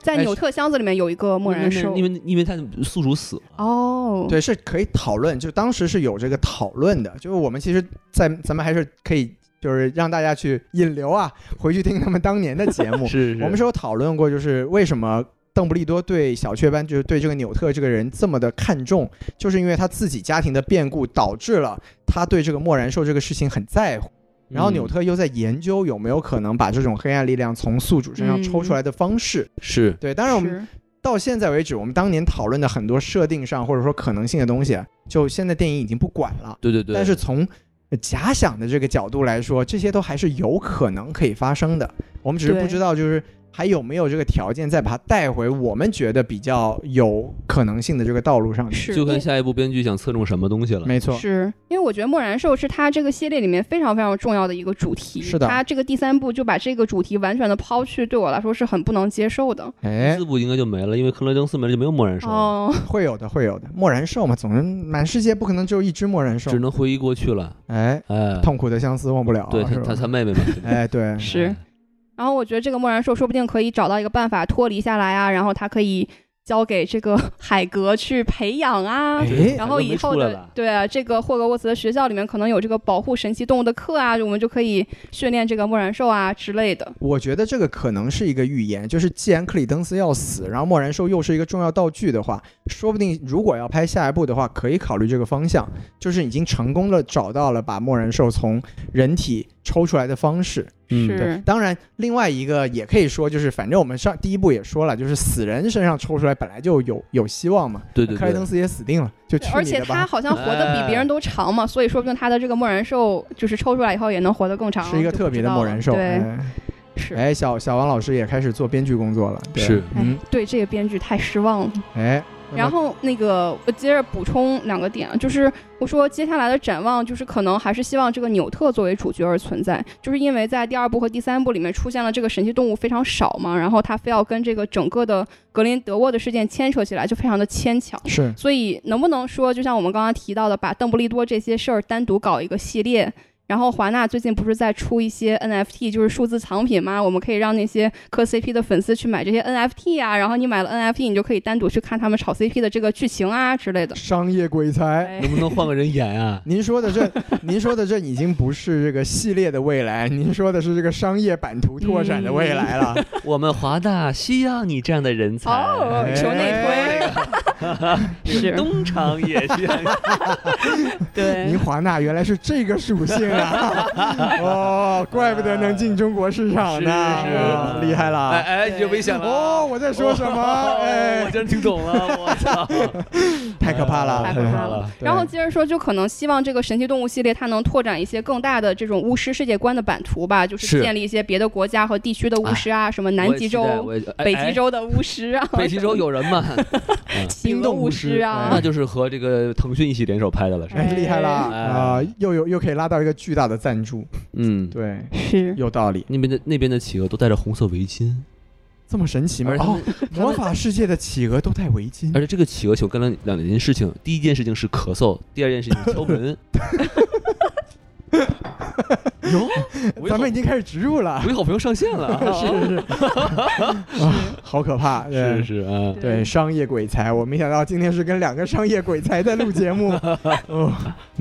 在哎纽特箱子里面有一个默然兽因为因为他宿主死了，哦，对，是可以讨论。就当时是有这个讨论的，就是我们其实在，咱们还是可以，就是让大家去引流啊，回去听他们当年的节目。 <laughs> 是我们是有讨论过，就是为什么邓布利多对小雀斑，就是对这个纽特这个人这么的看重，就是因为他自己家庭的变故导致了他对这个默然兽这个事情很在乎。然后嗯纽特又在研究有没有可能把这种黑暗力量从宿主身上抽出来的方式。是对，当然我们嗯是到现在为止，我们当年讨论的很多设定上或者说可能性的东西，啊就现在电影已经不管了。对对对，但是从呃假想的这个角度来说，这些都还是有可能可以发生的。我们只是对不知道，就是还有没有这个条件再把它带回我们觉得比较有可能性的这个道路上面。是嗯就因看为下一部编剧想侧重什么东西了。没错，是因为我觉得默然兽是他这个系列里面非常非常重要的一个主题，是的他这个第三部就把这个主题完全的抛去，对我来说是很不能接受的。哎四，部应该就没了，因为克雷登斯没了就没有默然兽了，哦，会有的，会有的。默然兽嘛，总是满世界不可能只有一只默然兽只。能回忆过去了。哎，哎，痛苦的相思忘不了啊，对他是吧他他妹妹嘛，哎，对，是然后我觉得这个默然兽说不定可以找到一个办法脱离下来啊，然后它可以交给这个 <laughs> 海格去培养啊。哎然后以后的对啊，这个霍格沃茨的学校里面可能有这个保护神奇动物的课啊，我们就可以训练这个默然兽啊之类的。我觉得这个可能是一个预言，就是既然克里登斯要死，然后默然兽又是一个重要道具的话，说不定如果要拍下一部的话，可以考虑这个方向，就是已经成功的找到了把默然兽从人体抽出来的方式。嗯是对，当然另外一个也可以说，就是反正我们上第一部也说了，就是死人身上抽出来本来就有有希望嘛，对对克莱对登斯也死定了，就去而你且的它吧。好像活得比别人都长嘛，所以说不定它的这个默然兽就是抽出来以后也能活得更长。是一个就特不别知的道默了然兽，对，哎，是，哎小小王老师也开始做编剧工作了，对是，嗯，对这个编剧太失望了。哎，那么然后那个，我接着补充两个点啊，就是我说接下来的展望，就是可能还是希望这个纽特作为主角而存在，就是因为在第二部和第三部里面出现了这个神奇动物非常少嘛，然后他非要跟这个整个的格林德沃的事件牵扯起来，就非常的牵强。 <laughs> 是所以能不能说，就像我们刚刚提到的，把邓布利多这些事儿单独搞一个系列？然后华纳最近不是在出一些 NFT，就是数字藏品吗？我们可以让那些磕 CP 的粉丝去买这些 NFT 啊，然后你买了 NFT，你就可以单独去看他们炒 CP 的这个剧情啊之类的。商业鬼才。？哎能不能换个人演啊 <laughs> 您说的这，您说的这已经不是这个系列的未来，您说的是这个商业版图拓展的未来了。我们华大需要你这样的人才。哦 <laughs> 哎，求内推，是啊东厂也 <laughs> 需要。您对，华纳原来是这个属性 <laughs> 啊！哦，怪不得能进中国市场呢，是是哦厉害哎了。哎，有危险了！哦，我在说什么？哦我哎，真听懂了， <laughs> 我操！哎太可怕了，嗯太可怕了。然后接着说，就可能希望这个神奇动物系列它能拓展一些更大的这种巫师世界观的版图吧，就是是哎建立一些别的国家和地区的巫师啊，什么南极洲、我也期待北极、洲的巫师啊，我也哎哎北极洲有人 <laughs> 吗？企鹅巫师冰冻巫师啊那，就是和这个腾讯一起联手拍的了，是吧？哎，厉害了哎啊！又有又可以拉到一个巨大的赞助，嗯， <laughs> 对，是有道理，那边的那边的企鹅都戴着红色围巾，这么神奇吗而？且他哦们，魔法世界的企鹅都戴围巾而，且这个企鹅请我干了两件 <laughs> 事情，第一件事情是咳嗽，第二件事情是敲门。 <laughs> 哟，我有咱好们已经开始植入了我，有好朋友上线了 <laughs> 啊， <laughs> 是是 <laughs> 是，啊，好可怕，对是是啊，对，商业鬼才，我没想到今天是跟两个商业鬼才在录节 <laughs> 目。哦，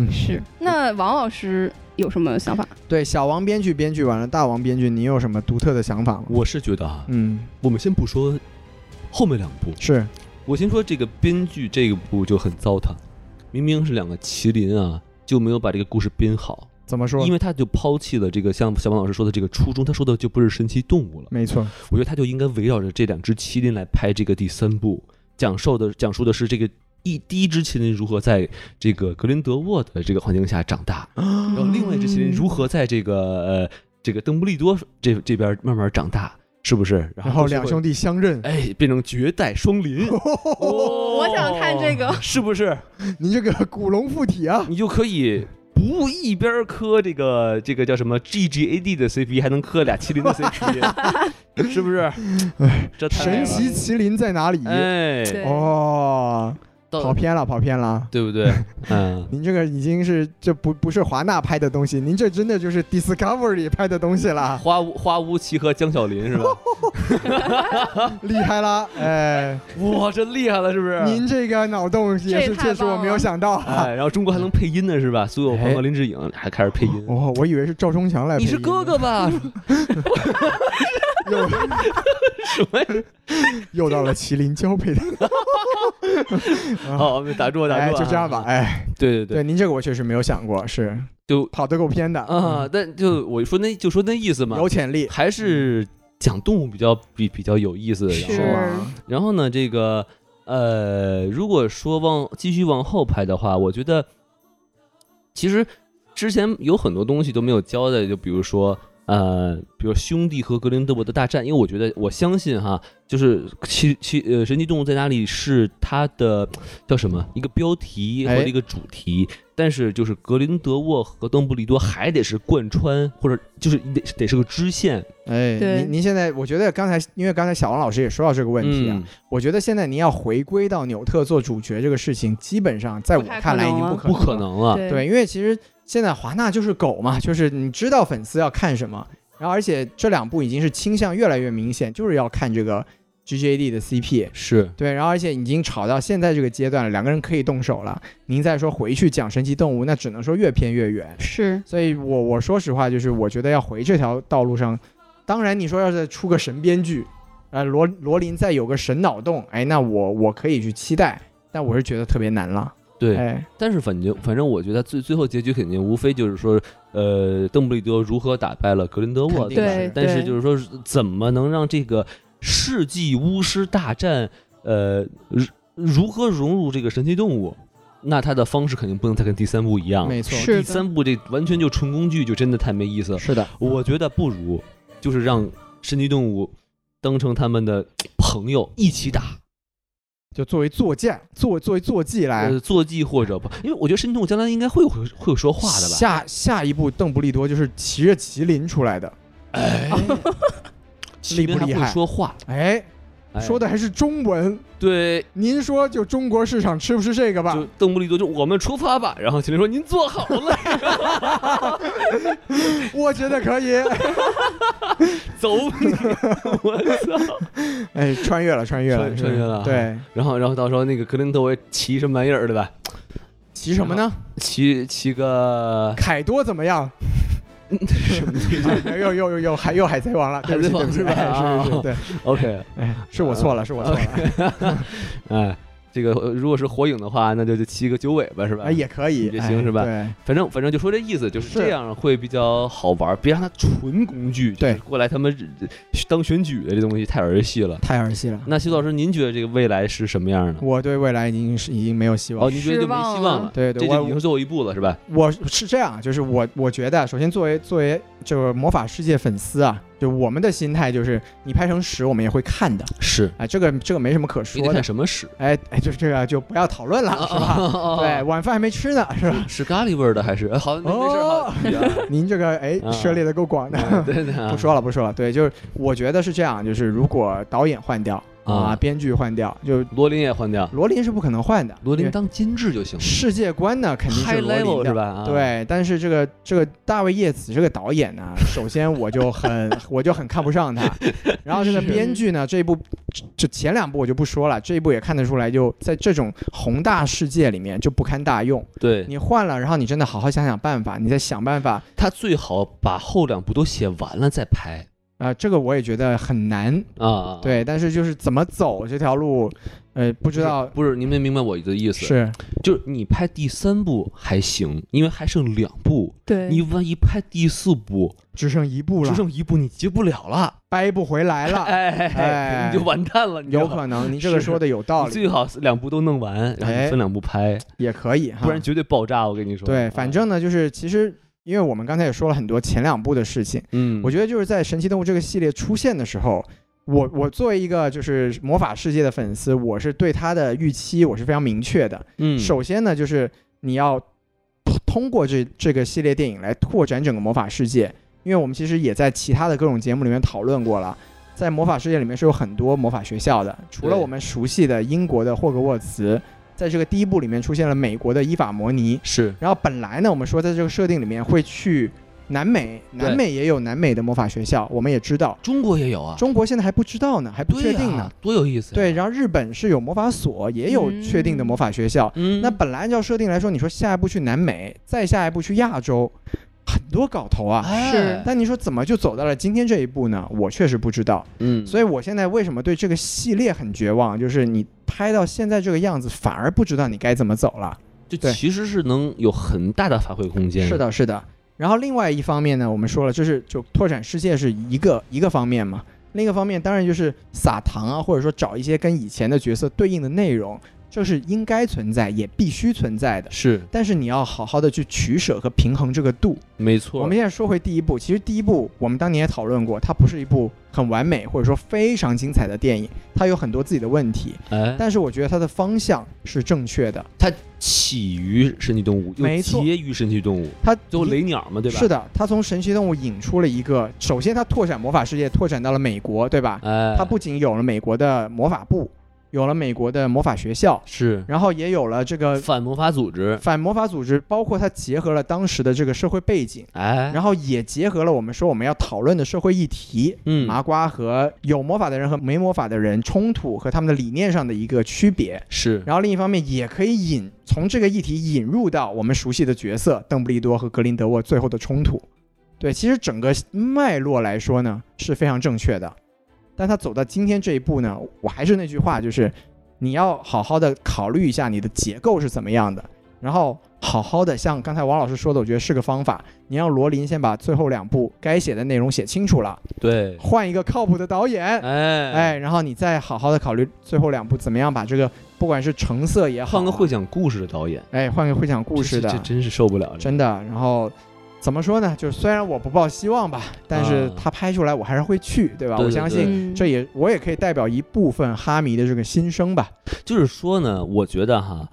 是。那王老师有什么想法？对，小王编剧编剧完了，大王编剧，你有什么独特的想法吗？我是觉得啊，嗯，我们先不说后面两部，是我先说这个编剧这一部就很糟蹋，明明是两个麒麟啊，就没有把这个故事编好，怎么说因？为他就抛弃了这个像小王老师说的这个初衷，他说的就不是神奇动物了。没错，我觉得他就应该围绕着这两只麒麟来拍这个第三部，讲授的讲述的是这个一第一只麒麟如何在这个格林德沃的这个环境下长大，然后另外一只麒麟如何在这个呃这个邓布利多这这边慢慢长大，是不是？然然后后两兄弟弟相认，哎变成绝代双麟，哦我想看这个，是不是？你这个古龙附体啊！你就可以。不一边磕这个这个叫什么 G G A D 的 CP，还能磕俩麒麟的 CP，是不是？这 <laughs> 太美神了奇麒麟在哪里？哎，对哦，到跑偏了，跑偏了。对不 <laughs> 对？嗯，您这个已经是这不不是华纳拍的东西，您这真的就是 Discovery 拍的东西 <laughs> 了，花屋花屋齐和江小林 <laughs> 是吧？厉害了！哎，哇，这厉害了，是不是？您这个脑洞也这是，啊也太棒确实我没有想到。哎，然后中国还能配音呢，是吧？苏有哎朋和林志颖还开始配音。 <laughs> 哦，我以为是赵忠祥来。你是哥哥，吧？又什么？又到了麒麟交配的。好，打住，打哎，住，啊就这样吧。。哎，对对对，对，您这个我确实没有想过，是就跑得够偏的啊，，但就我说那就说那意思嗯嘛有，嗯潜力。还是讲动物比较比比较有意思。然是后啊，然后呢，这个呃，如果说往继续往后排的话，我觉得其实之前有很多东西都没有交代，就比如说呃，比如兄弟和格林德沃的大战，因为我觉得我相信哈，就是其其呃，神奇动物在哪里是它的叫什么一个标题或哎者一个主题。但是就是格林德沃和邓布利多还得是贯穿，或者就是得得是个支线哎，对您您现在我觉得刚才，因为刚才小王老师也说到这个问题啊，嗯我觉得现在您要回归到纽特做主角这个事情，基本上在我不太可看来已能经了不可不可了。能啊了。啊对，因为其实现在华纳就是狗嘛，就是你知道粉丝要看什么，然后而且这两部已经是倾向越来越明显，就是要看这个 GJD 的 CP。是，对，然后而且已经吵到现在这个阶段了，两个人可以动手了。您再说回去讲神奇动物，那只能说越偏越远。是所以我我说实话，就是我觉得要回这条道路上，当然你说要是出个神编剧，呃，罗罗琳再有个神脑洞，哎，那我我可以去期待，但我是觉得特别难了。对，哎，但是反正反正我觉得最最后结局肯定无非就是说，呃，邓布利多如何打败了格林德沃，肯定对吧？是对但是就是说，怎么能让这个世纪巫师大战，呃，如如何融入这个神奇动物？那它的方式肯定不能再跟第三部一样，没错是第的三部这完全就纯工具，就真的太没意思了。是的，我觉得不如就是让神奇动物当成他们的朋友一起打，就作为作驾，作作为坐骑来。呃，坐骑或者不，因为我觉得神奇动物将来应该会有会有说话的吧。下下一步，邓布利多就是骑着麒麟出来的。哎，厉不厉还害会？说话，哎，哎说的还是中文。对，您说，就中国市场吃不吃这个吧就？邓布利多就我们出发吧。然后麒麟说：“您坐好了， <laughs> 我觉得可以。走你。”我操！ <laughs> 哎，穿越了，穿越了，穿穿越了是对，然后，然后到时候那个格林德维骑什么玩意儿对吧？骑什么呢？骑骑个凯多怎么样？什么地方又又又又海又海贼王了，对不起，对海贼王不起，是吧哎是是啊是，对， ？OK， <laughs> 哎，是我错了，是我错了，哎，这个呃如果是火影的话，那就就骑个九尾巴是吧？哎，也可以，也行哎是吧对，反正反正就说这意思，就是是这样会比较好玩，别让它纯工具。就是对过来他们呃当选举的这东西太儿戏了。太儿戏了。那徐老师，您觉得这个未来是什么样呢？我对未来已经是已经没有希望哦，了。您觉得就没失望希望了了？对这对，就已经我是最后一步了，是吧？我是这样，啊就是我我觉得，啊首先作为作为这个魔法世界粉丝啊，就我们的心态就是，你拍成屎我们也会看的，是，哎，这个这个没什么可你得说的看，什哦么屎，哎哎，就是这个就不要讨论了，是吧？啊 <laughs> 对，吧？晚饭还没吃呢，是吧？是咖喱味儿的还是？哎好，没没事儿，哦好 <laughs> 继续啊您这个哎啊涉猎的够广的。对对，啊啊不说了，不说了。对，就是我觉得是这样，就是如果导演换掉，啊，啊，编剧换掉，就罗琳也换掉，罗琳是不可能换的，罗因琳为当金智就行了世界观呢肯定是，high 罗琳 level 的是吧？啊，对，但是这个这个大卫叶子这个导演呢，首先我就很 <laughs> 我就很看不上他，然后这个是编剧呢，这一部这这前两部我就不说了，这一部也看得出来，就在这种宏大世界里面就不堪大用。对，你换了，然后你真的好好想想办法，你再想办法。他最好把后两部都写完了再拍啊，这个我也觉得很难，啊。，对，但是就是怎么走这条路，呃，不知道不是你们明白我的意思？，是就是你拍第三部还行，因为还剩两部，对，你万一拍第四部，只剩一步了只，剩一部，你接不了了，掰不回来了，哎哎， <laughs> 你就完蛋了，你有能。可能。你这个是说的有道你理，最好两部都弄完，然后哎你分两部拍，也可以哈，不然绝对爆炸。我跟你说，对，反正呢，就是其实因为我们刚才也说了很多前两部的事情，嗯，我觉得就是在《神奇动物》这个系列出现的时候。我我作为一个就是魔法世界的粉丝，我是对它的预期我是非常明确的。嗯首先呢，就是你要通通过这这个系列电影来拓展整个魔法世界，因为我们其实也在其他的各种节目里面讨论过了，在魔法世界里面是有很多魔法学校的，除了对我们熟悉的英国的霍格沃茨，在这个第一部里面出现了美国的伊法摩尼，是然后本来呢，我们说在这个设定里面会去南美，对南美也有南美的魔法学校，我们也知道，中国也有啊，中国现在还不知道呢，还不确对啊定呀呢。，多有意思。对，，然后日本是有魔法所，也有确定的魔法学校。嗯，那本来照设定来说，你说下一步去南美，再下一步去亚洲，很多搞头啊。哎是但你说怎么就走到了今天这一步呢？我确实不知道。嗯，所以我现在为什么对这个系列很绝望，就是你拍到现在这个样子，反而不知道你该怎么走了。这对其实是能有很大的发挥空间。是，的，是的。然后另外一方面呢，我们说了，就是就拓展世界是一个一个方面嘛，另一个方面当然就是撒糖啊，或者说找一些跟以前的角色对应的内容，这是应该存在也必须存在的。是但是你要好好的去取舍和平衡这个度。没错。我们现在说回第一部，其实第一部我们当年也讨论过，它不是一部很完美或者说非常精彩的电影，它有很多自己的问题，哎，但是我觉得它的方向是正确的。它起于神奇动物，又没错结于神奇动物，它最后雷鸟嘛，对吧？是，的，他从神奇动物引出了一个，首先他拓展魔法世界，拓展到了美国，对吧？哎，他不仅有了美国的魔法部，有了美国的魔法学校，是然后也有了这个反魔法组织，反魔法组织，包括它结合了当时的这个社会背景，哎，然后也结合了我们说我们要讨论的社会议题。嗯，麻瓜和有魔法的人和没魔法的人冲突和他们的理念上的一个区别，是然后另一方面也可以引从这个议题引入到我们熟悉的角色邓布利多和格林德沃最后的冲突。对，其实整个脉络来说呢是非常正确的，但他走到今天这一步呢，我还是那句话，就是你要好好的考虑一下你的结构是怎么样的，然后好好的像刚才王老师说的，我觉得是个方法，你让罗琳先把最后两部该写的内容写清楚了，对，换一个靠谱的导演，哎哎，，然后你再好好的考虑最后两部怎么样把这个，不管是成色也好，啊换个会，讲故事的导演，哎，换个会讲故事这这的这，真是受不了，真的。然后怎么说呢？就是虽然我不抱希望吧，但是啊他拍出来我还是会去，对吧？对对我相对信嗯这也我也可以代表一部分哈迷的这个心声吧。就是说呢，我觉得哈，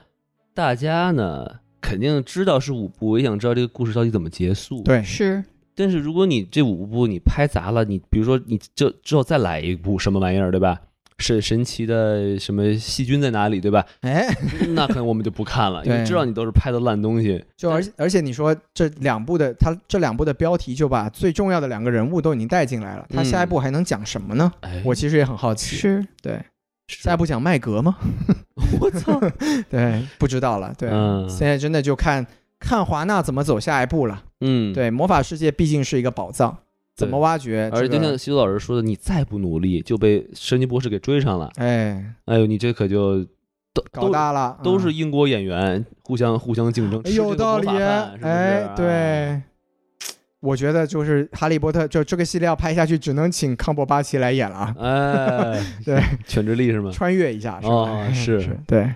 大家呢肯定知道是五部，也想知道这个故事到底怎么结束。，对，是但是如果你这五部你拍砸了，你比如说你这之后再来一部什么玩意儿，对吧？是神奇的什么细菌在哪里， <laughs> 对吧？哎，那可能我们就不看了，因为对知道你都是拍的烂东西。就 <laughs> 而且而且你说这两部的他这两部的标题就把最重要的两个人物都已经带进来了，他下一嗯步还能讲什么呢？哎，我其实也很好奇。是，对，是下一步讲麦格 <laughs> 吗？ <laughs> 我 <laughs> 操，对，不知道了。对，嗯现在真的就看看华纳怎么走下一步了。嗯，，对，魔法世界毕竟是一个宝藏，怎么挖掘、而且这就个像习老师说的，你再不努力就被神奇博士给追上了。哎，哎呦，你这可就都搞都大了，都是嗯哎英国演员互相互相竞争，吃这有个道魔理。法饭是不是啊哎，，对。我觉得就是《哈利波特》就这个系列要拍下去，只能请康伯巴奇来演了啊，哎，对，犬之力是吗？穿越一下是吧？嗯哎哦是是，对。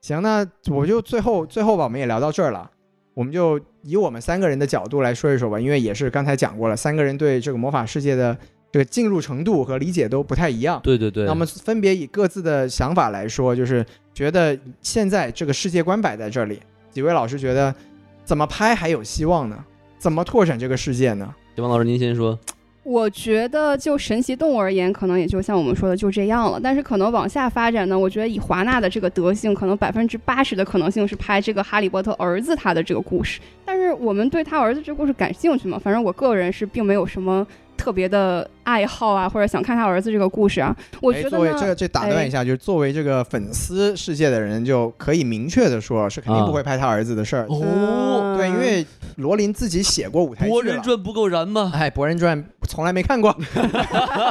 行，那我就最后最后吧，我们也聊到这儿了，我们就以我们三个人的角度来说一说吧，因为也是刚才讲过了，三个人对这个魔法世界的这个进入程度和理解都不太一样。对对对，那么分别以各自的想法来说，就是觉得现在这个世界观摆在这里，几位老师觉得怎么拍还有希望呢？怎么拓展这个世界呢？王老师您先说，我觉得就神奇动物而言，可能也就像我们说的就这样了。但是可能往下发展呢，我觉得以华纳的这个德性，可能百分之八十的可能性是拍这个哈利波特儿子他的这个故事。但是我们对他儿子这个故事感兴趣吗？反正我个人是并没有什么特别的爱好啊，或者想看他儿子这个故事啊。我哎觉得作为呢，哎这这打断一下，就是作为这个粉丝世界的人，就可以明确的说，是肯定啊不会拍他儿子的事儿。哦，嗯对，因为罗琳自己写过舞台剧博人了传不够燃吗？哎，《博人传》从来没看 <laughs> 过， <laughs>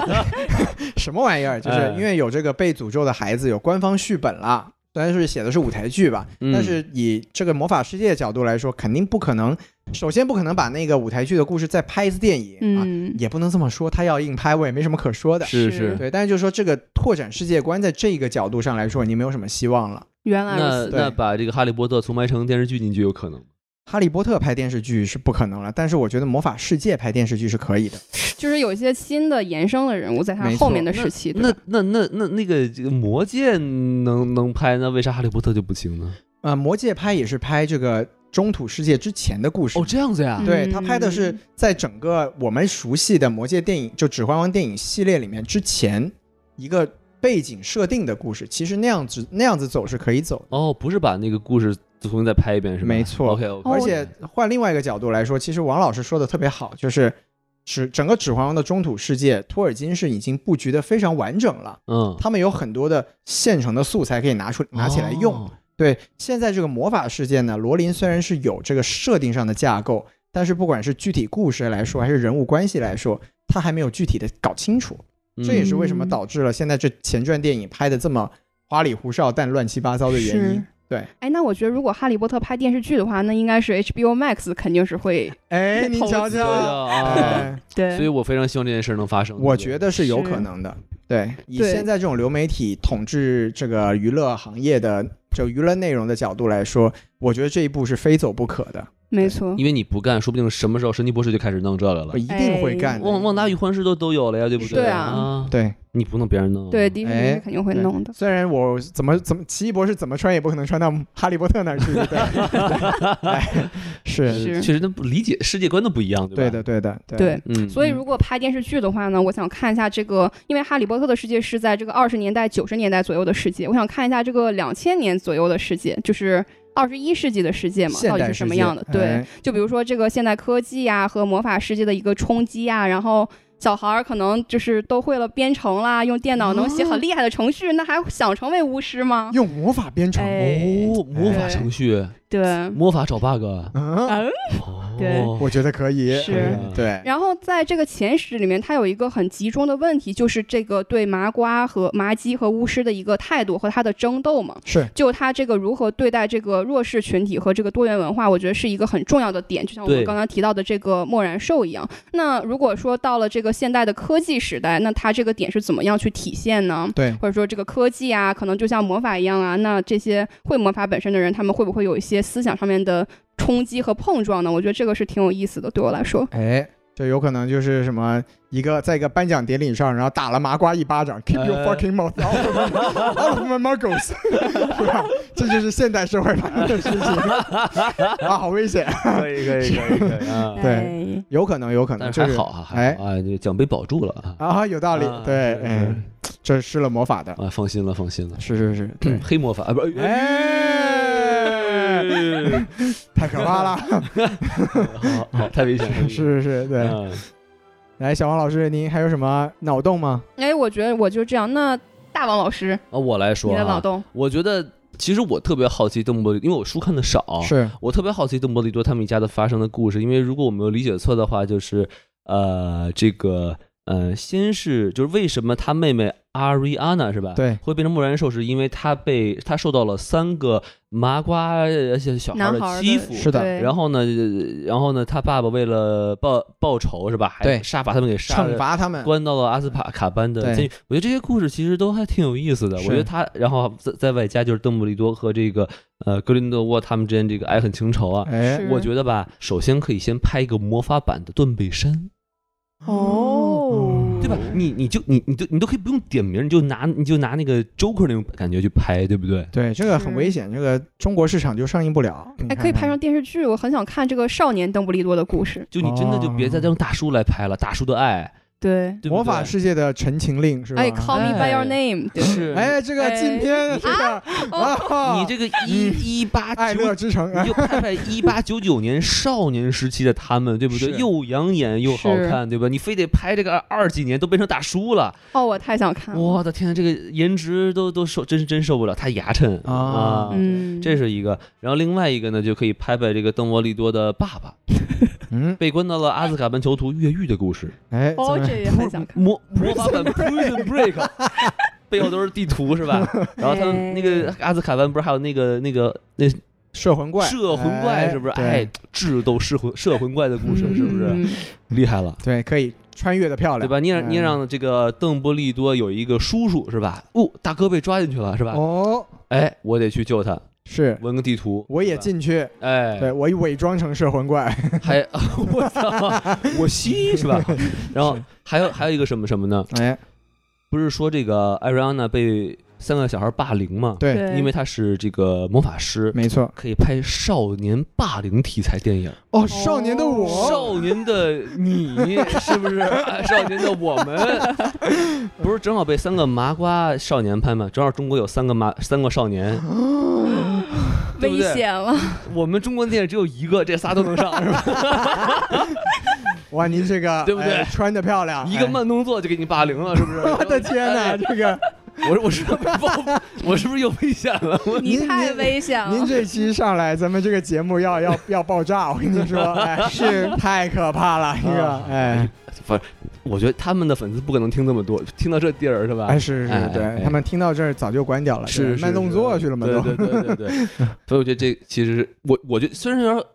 什么玩意儿？哎就是因为有这个被诅咒的孩子有官方续本了，虽然是写的是舞台剧吧，嗯但是以这个魔法世界的角度来说，肯定不可能。首先不可能把那个舞台剧的故事再拍一次电影、啊，嗯，也不能这么说。他要硬拍，我也没什么可说的。是是是，对，但啊是就是说这个拓展世界观，在这个角度上来说，已经没有什么希望了。原来如那此。对那把这个《哈利波特》重拍成电视剧进去有可能吗？哈利波特拍电视剧是不可能了，但是我觉得魔法世界拍电视剧是可以的。就是有一些新的延伸的人物在他没错后面的时期，对那吧那那那那个这个魔戒能能拍，那为啥《哈利波特》就不行呢？啊、魔戒拍也是拍这个中土世界之前的故事。哦，这样子呀，对嗯他拍的是在整个我们熟悉的魔界电影，就《指环王》电影系列里面之前一个背景设定的故事。其实那样子那样子走是可以走的，哦，不是把那个故事重新再拍一遍是吧？没错 OK OK，哦而且换另外一个角度来说，其实王老师说的特别好，就是指整个《指环王》的中土世界，托尔金是已经布局的非常完整了，嗯，他们有很多的现成的素材可以拿出拿起来用。哦对，现在这个魔法世界呢，罗琳虽然是有这个设定上的架构，但是不管是具体故事来说，还是人物关系来说，他还没有具体的搞清楚。这也是为什么嗯导致了现在这前传电影拍的这么花里胡哨但乱七八糟的原是因。对，哎，那我觉得如果《哈利波特》拍电视剧的话，那应该是 HBO Max 肯定是会 <laughs> 哎，你投瞧嗯资对瞧，啊，哎，对所以我非常希望这件事能发生。我觉得是有是可能的。对，以对现在这种流媒体统治这个娱乐行业的就娱乐内容的角度来说，我觉得这一步是非走不可的，没错，因为你不干，说不定什么时候神奇博士就开始弄这个了我。一定会哎干的。旺旺达与幻视都都有了呀，对不是对啊啊，对，你不弄别人弄。啊对，迪士尼哎是肯定会弄的。虽然我怎么怎么奇异博士怎么穿也不可能穿到哈利波特那儿去，对， <laughs> 对哎是，呃，是确实，那不理解世界观都不一样，对吧？对的，对的，对对，嗯，所以如果拍电视剧的话呢，我想看一下这个，因为《哈利波特》的世界是在这个二十年代、九十年代左右的世界，我想看一下这个两千年左右的世界，就是。二十一世纪的世界嘛，现到底代是世什么界样的？对，哎就比如说这个现代科技呀、和魔法世界的一个冲击呀、然后小孩儿可能就是都会了编程啦，用电脑能写啊很厉害的程序，那还想成为巫师吗？用魔法编程，哎，哦，魔法程序，对，魔法找 bug，啊嗯，哦对我觉得可以，是哎对，然后在这个前十里面，它有一个很集中的问题，就是这个对麻瓜和麻鸡和巫师的一个态度和他的争斗嘛。是就他这个如何对待这个弱势群体和这个多元文化，我觉得是一个很重要的点，就像我们对刚刚提到的这个默然兽一样。那如果说到了这个现代的科技时代，那它这个点是怎么样去体现呢？对，或者说这个科技啊，可能就像魔法一样啊，那这些会魔法本身的人，他们会不会有一些思想上面的冲击和碰撞呢？我觉得这个是挺有意思的，对我来说。哎。这有可能就是什么一个在一个颁奖典礼上，然后打了麻瓜一巴掌，Keep your 呃 fucking mouth out of my out of my muggles，是 <laughs> 吧这就是现代社会发生的事情 <laughs> 啊，好危险！可以可以可以可以啊，对，有可能，有可能， <laughs> 但就是还是好啊，还哎好啊，这个奖杯保住了啊，啊，有道理啊，对，是哎，这是施了魔法的，啊，放心了放心了，是是是， <clears throat> 对，黑魔法啊不，哎， <laughs> 哎太可怕了，好好太危险了，是是是，对。嗯来，小王老师，您还有什么脑洞吗？哎，我觉得我就这样。那大王老师，啊，我来说你的脑啊，洞，我觉得其实我特别好奇邓布利多，因为我书看的少，是我特别好奇邓布利多他们一家的发生的故事，因为如果我没有理解错的话，就是呃，这个呃，先是就是为什么他妹妹阿瑞安娜是吧？对会变成木然兽，是因为他被他受到了三个麻瓜呃小小孩男孩儿的的欺负。是的，对然后呢，呃然后呢，他爸爸为了报报仇是吧？还对杀把他们给杀惩了，罚他们，关到了阿斯帕卡班的嗯对监狱。我觉得这些故事其实都还挺有意思的。是我觉得他，然后在在外加就是邓布利多和这个呃格林德沃他们之间这个爱恨情仇啊。哎，是我觉得吧，首先可以先拍一个魔法版的断背山，哦嗯对吧？你你就你你都你都可以不用点名，你就拿你就拿那个 Joker 那种感觉去拍，对不对？对，这个很是危险，这个中国市场就上映不了。你哎，看可以拍看成电视剧，我很想看这个少年邓布利多的故事。就你真的就别再用大叔来拍了，大叔的爱对，对不对哦魔法世界的《陈情令》是吧？哎，Call me by your 哎 name，对，是，哎，这个禁片这个哦啊，你这个一一八爱九乐之城，哎 <laughs> 你就看看 <laughs> 一八九九年少年时期的他们，对不是对？又养眼又好是看，对吧？你非得拍这个二几年都变成大叔了，哦，我太想看了，我的天，这个颜值都都受真是真受不了，太牙碜啊嗯，这是一个，然后另外一个呢，就可以拍拍这个邓沃利多的爸爸嗯，被关到了阿兹卡班囚徒越狱的故事，哎，哦，怎么这也很想看，魔魔法版 Prison Break，背 <laughs> 后都是地图是吧？然后他们那个哎阿兹卡班不是还有那个那个那摄魂怪，摄魂怪是不是？哎对，，智斗摄魂摄魂怪的故事是不是嗯？厉害了？对，可以穿越的漂亮，对吧？你也嗯你也让这个邓布利多有一个叔叔是吧？哦，大哥被抓进去了是吧？哦，哎，我得去救他，是，纹个地图。我也是吧，进去，哎，对我伪装成摄魂怪， <laughs> 还 <laughs> 我操，我 <laughs> 吸是吧？然后还有还有一个什么什么呢？哎，不是说这个艾瑞安娜被三个小孩霸凌吗？对，嗯对，因为她是这个魔法师，没错，可以拍少年霸凌题材电影，哦，少年的哦我，少年的你是不是？ <laughs> 啊少年的我们， <laughs> 不是正好被三个麻瓜少年拍吗？正好中国有三个麻三个少年，对不危对险了，我们中国电影只有一个，这仨都能上是吧？哇，您这个对不对哎穿的漂亮，一个哎，慢动作就给你霸凌了，是不是？ <laughs> 我的天哪，哎这个我我是不是被报， <laughs> 我是不是又危险了？我你您太您危险哦了，您这期上来，咱们这个节目要要要爆炸，我跟 <laughs> 你说，哎，是 <laughs> 太可怕哦了，这个，哎，反正我觉得他们的粉丝不可能听这么多，听到这地儿是吧？哎，是哎是，哎对他们听到这儿啊早就关掉了，对是是慢动作是去了嘛，对都，对 <laughs> 对对对。所以我觉得这其实是我我觉得虽然有点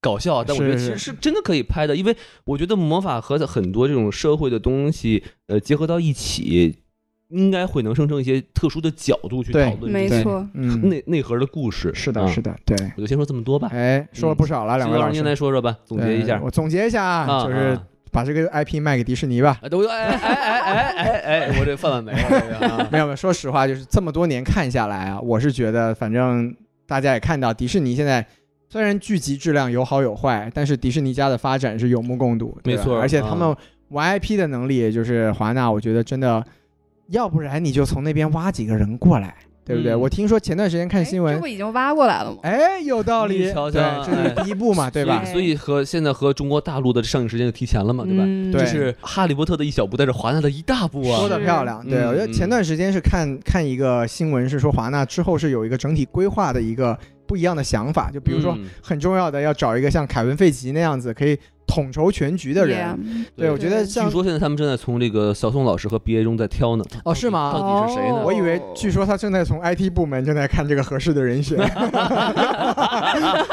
搞笑，啊但我觉得其是实是真的可以拍的，因为我觉得魔法和很多这种社会的东西呃结合到一起，应该会能生成一些特殊的角度去对讨论没这些错，嗯，内内核的故事。是的，啊是的，对，我就先说这么多吧。嗯哎，说了不少了，两位老老师您师来，说说吧，总结一下对。我总结一下啊，啊就是啊把这个 IP 卖给迪士尼吧。啊，都哎哎哎哎哎哎，我这饭碗没了这个啊。没有没有，说实话，就是这么多年看下来啊，我是觉得，反正大家也看到，迪士尼现在虽然剧集质量有好有坏，但是迪士尼家的发展是有目共睹，对吧没错而且他们啊玩 IP 的能力，也就是华纳，我觉得真的，要不然你就从那边挖几个人过来，对不对？嗯我听说前段时间看新哎这闻不，已经挖过来了吗？哎，有道你理，瞧瞧啊对，这哎是第一步嘛， <laughs> 对吧？所以和现在和中国大陆的上映时间就提前了嘛，哎对吧？嗯对这是《哈利波特》的一小步，但是华纳的一大步啊。说的是漂亮，对嗯我觉得前段时间是看看一个新闻，是说华纳之后是有一个整体规划的一个不一样的想法，就比如说嗯很重要的，要找一个像凯文·费奇那样子可以统筹全局的人。 Yeah 对，我觉得对像据说现在他们正在从这个小宋老师和毕业中在挑呢。哦是吗到底是谁呢？哦我以为，据说他正在从 IT 部门正在看这个合适的人选，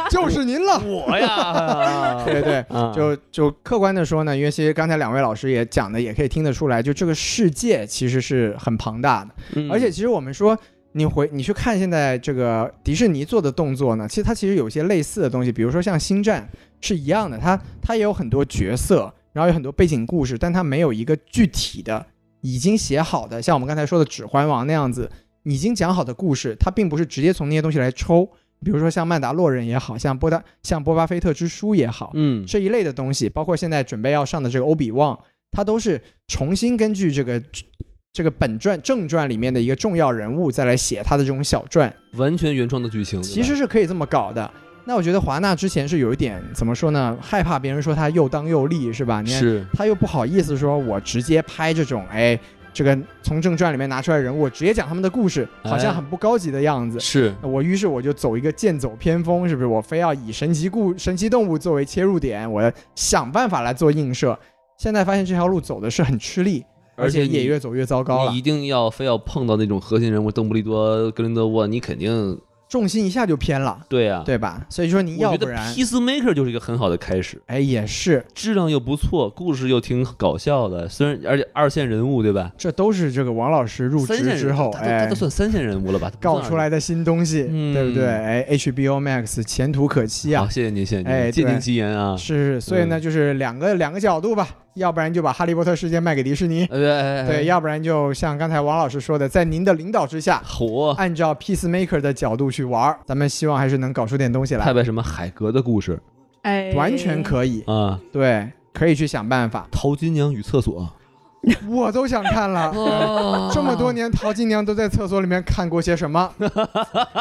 就是您了。我 <laughs> 呀，对对，啊就就客观的说呢，因为其实刚才两位老师也讲的，也可以听得出来，就这个世界其实是很庞大的。嗯而且其实我们说，你回你去看现在这个迪士尼做的动作呢，其实它其实有一些类似的东西，比如说像《星战》是一样的，它它也有很多角色，然后有很多背景故事，但它没有一个具体的已经写好的，像我们刚才说的《指环王》那样子已经讲好的故事，它并不是直接从那些东西来抽。比如说像《曼达洛人》也好像波达像《波巴菲特之书》也好，嗯，这一类的东西，包括现在准备要上的这个欧比旺，它都是重新根据这个这个本传正传里面的一个重要人物再来写他的这种小传，完全原创的剧情。对吧其实是可以这么搞的。那我觉得华纳之前是有一点怎么说呢，害怕别人说他又当又立是吧？你看是他又不好意思说我直接拍这种哎。这个从正传里面拿出来人物，我直接讲他们的故事，好像哎很不高级的样子。是，我于是我就走一个剑走偏锋，是不是？我非要以神奇故神奇动物作为切入点，我想办法来做映射。现在发现这条路走的是很吃力，而且你也越走越糟糕了你一，定要非要碰到那种核心人物邓布利多、格林德沃，你肯定重心一下就偏了，对啊。对吧？所以说你要我觉不得然， Peacemaker 就是一个很好的开始，哎，也是，质量又不错，故事又挺搞笑的，虽然而且二线人物对吧？这都是这个王老师入三线职人之 <laughs> 后，他都他哎都，算三线人物了吧？他不算搞出来的新东西，嗯对不对？哎，HBO Max 前途可期二线。啊好，！谢谢您，谢谢哎您，借对您吉言啊！是，所以呢，就是两个两个角度吧，要不然就把《哈利波特》世界卖给迪士尼，哎哎哎，对，要要不然就像刚才王老师说的，在您的领导之下，哦火。按照 Peacemaker 的角度去玩儿，咱们希望还是能搞出点东西拍来，拍什么海格的故事哎，完全可以，啊， <laughs> 对，可以去想办法。淘金娘与厕所，我都想看了。这么多年，陶金娘都在厕所里面看过些什么？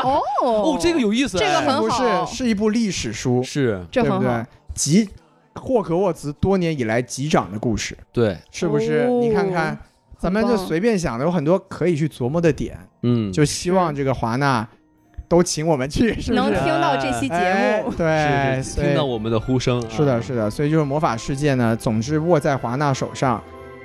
哦 <laughs> 哦，这个有意思哎，这个很不好是，是一部历史书，是这对很不好对，？吉霍格沃兹多年以来击掌的故事，对，是不是？哦你看看，咱们就随便想的，有很多可以去琢磨的点。嗯，就希望是这个华纳都请我们去，是不能是？听到这期节哎目，对，是是所以听到我们的呼声啊，是的，是的，所以就是魔法世界呢，总之握在华纳手上，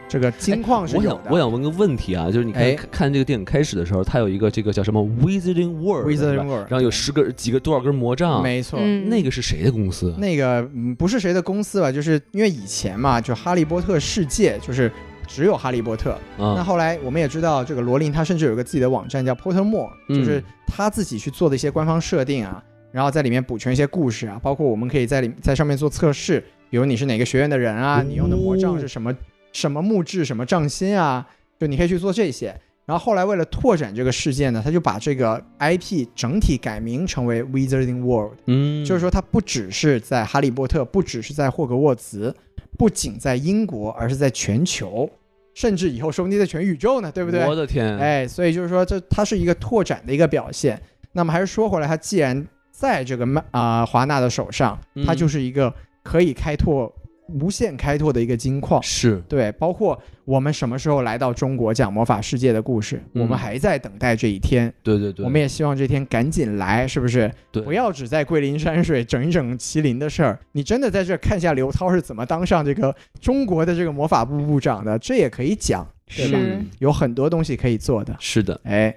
这个金矿是哎我有想的。，我想问个问题啊，就是你看、哎看这个电影开始的时候，它有一个这个叫什么 Wizarding World，, 对 Wizarding 吧 World，然后有十个几个多少根魔杖，没错。嗯，那个是谁的公司？啊那个嗯不是谁的公司吧？就是因为以前嘛，就《哈利波特》世界就是只有《哈利波特》那啊，后来我们也知道，这个罗琳她甚至有一个自己的网站叫 Pottermore，、嗯就是她自己去做的一些官方设定啊，然后在里面补全一些故事啊，包括我们可以在里在上面做测试，比如你是哪个学院的人啊，哦你用的魔杖是什么什么木质什么杖心啊，就你可以去做这些。然后后来为了拓展这个世界呢，他就把这个 IP 整体改名成为 Wizarding World，嗯，就是说它不只是在哈利波特，不只是在霍格沃兹，不仅在英国，而是在全球，甚至以后说不定在全宇宙呢，对不对？我的天，，哎，所以就是说这它是一个拓展的一个表现。那么还是说回来，它既然在这个麦啊、华纳的手上，它嗯就是一个可以开拓、无限开拓的一个金矿。是对，包括我们什么时候来到中国讲魔法世界的故事，嗯我们还在等待这一天。对对对，我们也希望这天赶紧来，是不是？对不要只在桂林山水整一整麒麟的事儿，你真的在这儿看一下刘涛是怎么当上这个中国的这个魔法部部长的，这也可以讲，对吧？是有很多东西可以做的。是的，哎，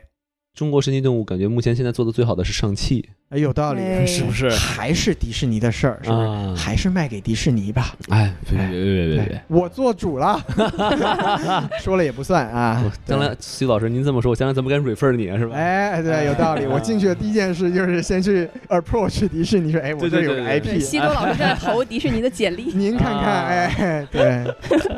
中国神奇动物感觉目前现在做的最好的是上汽，哎有道理，哎是不是？还是迪士尼的事儿，是不是？啊，还是卖给迪士尼吧，哎，别别别别别别。我做主了， <laughs> 说了也不算啊我。将来徐老师，您这么说，我将来怎么敢 refer 你啊？是吧？哎，对，有道理。我进去的第一件事就是先去 approach 迪士尼，说，哎，我对这对有对个对 IP，对对，西多老师正 <laughs> 在投迪士尼的简历，您看看，啊哎，对，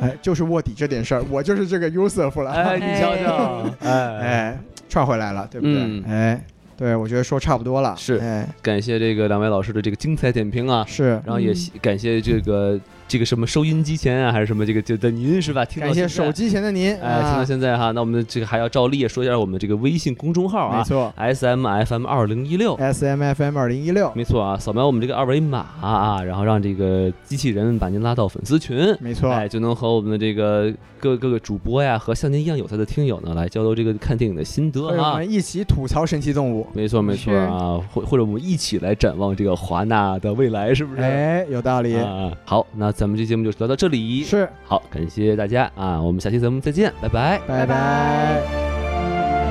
哎，就是卧底这点事儿，我就是这个 Yusuf 了， <laughs> 哎，你瞧瞧，哎哎，哎，串回来了，对不对？嗯哎，对，我觉得说差不多了，是哎，感谢这个两位老师的这个精彩点评啊，是，然后也嗯希感谢这个这个什么收音机前啊，还是什么这个就的您是吧？听到感谢现在手。机前的您，哎，听啊到现在哈，那我们这个还要照例说一下我们这个微信公众号没啊错哎，S M F M 二零一六， ，S M F M 二零一六，没错啊，扫描我们这个二维码啊，然后让这个机器人把您拉到粉丝群，没错，哎，就能和我们的这个各各个主播呀，和像您一样有才的听友呢，来交流这个看电影的心得和我啊。们一起吐槽神奇动物，没错没错啊，或或者我们一起来展望这个华纳的未来，是不是？哎，有道理，啊，好，那咱们这期节目就聊到这里。是，好，感谢大家啊，我们下期节目再见，拜拜。拜拜拜拜。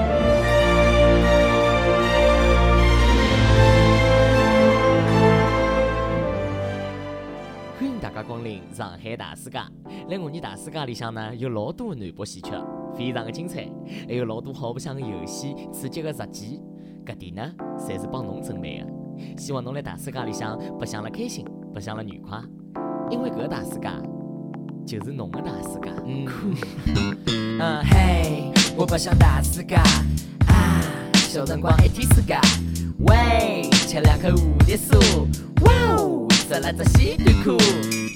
欢迎大家光临上海大世界。来我们大世界里向呢，有老多的南北戏曲，非常的精彩，还有老多好白相的游戏、刺激的日记，搿点呢，侪是帮侬准备的。希望侬来大世界里向白相了开心，白相了愉快，因为搿大世界就是侬的大世界。嗯，嗯嘿，我白相大世界啊，小辰光一天世界，喂，吃两口蝴蝶酥，哇哦，吃了只西短裤，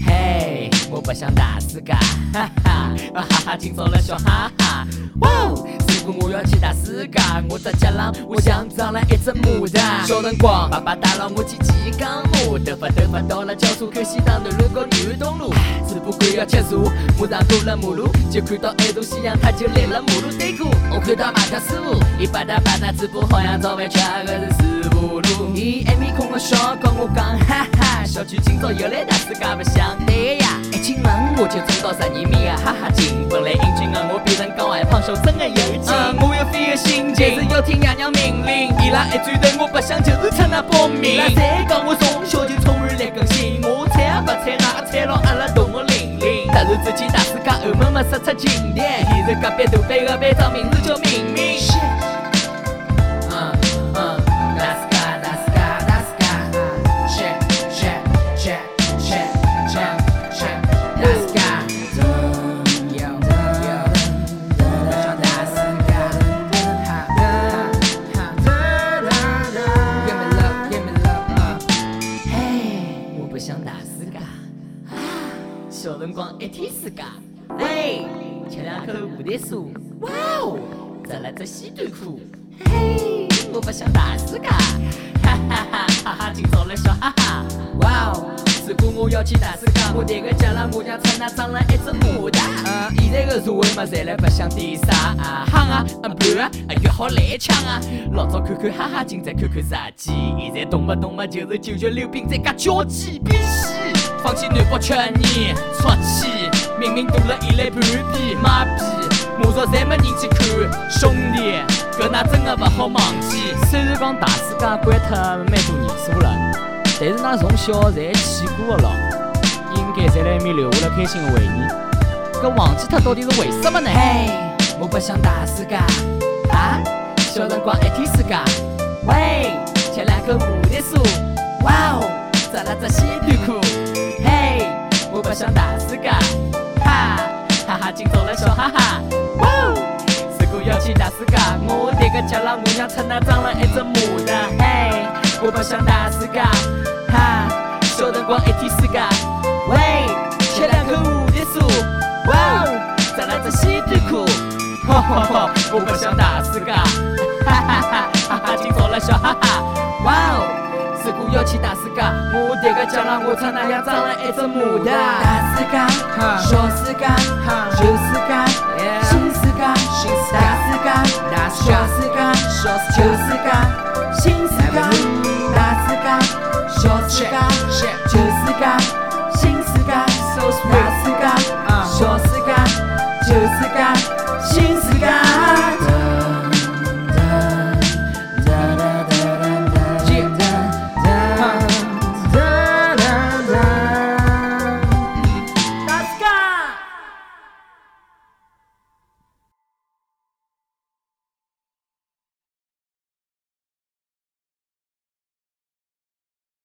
嘿，我白相大世界，哈哈，啊哈哈，今朝来笑哈哈，哇哦，如果我要去大世界，我只脚浪，我像长了一只牡丹，小辰光爸爸带牢我去骑钢马，头发头发到了交叉口西塘南路和南东路，只不过要吃茶，马上过了马路就看到一大夕阳，他就立了马路对过。我看到马克师傅，伊吧嗒吧嗒嘴巴好像早饭吃的是四马路。伊一面空个笑，跟我讲哈哈，小区今朝又来大世界白相对呀。一进门我就中到十二米啊，哈哈劲！本来英俊的啊我变成高矮胖瘦，真的有劲。啊我有飞的心情，但是要听爷娘命令。伊拉一转头，我白相就是出那报名。伊拉侪讲我从小就聪明来更新，我猜也不猜，哪猜牢阿拉同学玲玲。突然之间，大世界后门没杀出静电，现在隔壁大班的班长名字叫明明。嗯嗯，大世界，大世界，大世界，shit shit shit shit shit shit，大世界。Yo yo，我想大世界。哈哈哈，Give me love，Give me love，啊，嘿，我不想大世界。小辰光一天世界，喂，吃两两口牡丹树，哇哦，织了只西短裤，嘿，我不想打自家，哈哈哈哈哈，今朝来笑哈哈，哇哦，如果我要去打自家，我这个脚浪我像出那长了一只牡丹，呃，现在个社会嘛，侪来白相点啥啊夯啊啊盘啊，啊约好来一枪啊，老早看看哈哈，今朝看看杂技，现在动不动嘛就是九九溜冰再加交际比戏。放弃南北吃你出去，明明堵了一来半边妈逼，马上侪没人去看。兄弟，搿㑚真的勿好忘记。虽然讲大世界关脱蛮多年数了，但是㑚从小侪去过的咯，应该侪辣埃面留下了开心的回忆。搿忘记脱到底是为什么呢？嘿，我不想大世界啊，小辰光一哎天世界。喂，吃两口牡丹酥，哇哦，织了只西短裤。嘿，我不想打死噶，哈，哈哈，今朝来笑哈哈，哇哦！如果要去打死噶，我这个脚浪我像出那长了一只牡丹，嘿，我不想打死噶，哈，小辰光一天死噶，喂，吃两口蝴蝶酥，哇哦，再来只西短裤，哈哈哈，我不想打死噶，哈哈哈，哈哈，今朝来笑哈哈，哇哦！如果要去大世界，我迭个脚浪我穿那样长了一只牡丹。大世界，小世界，旧世界，新世界，新世界，大世界，大小世界，小旧世界，新世界，大世界，小世界，旧世界，新世界，大世界，小世界，旧世界。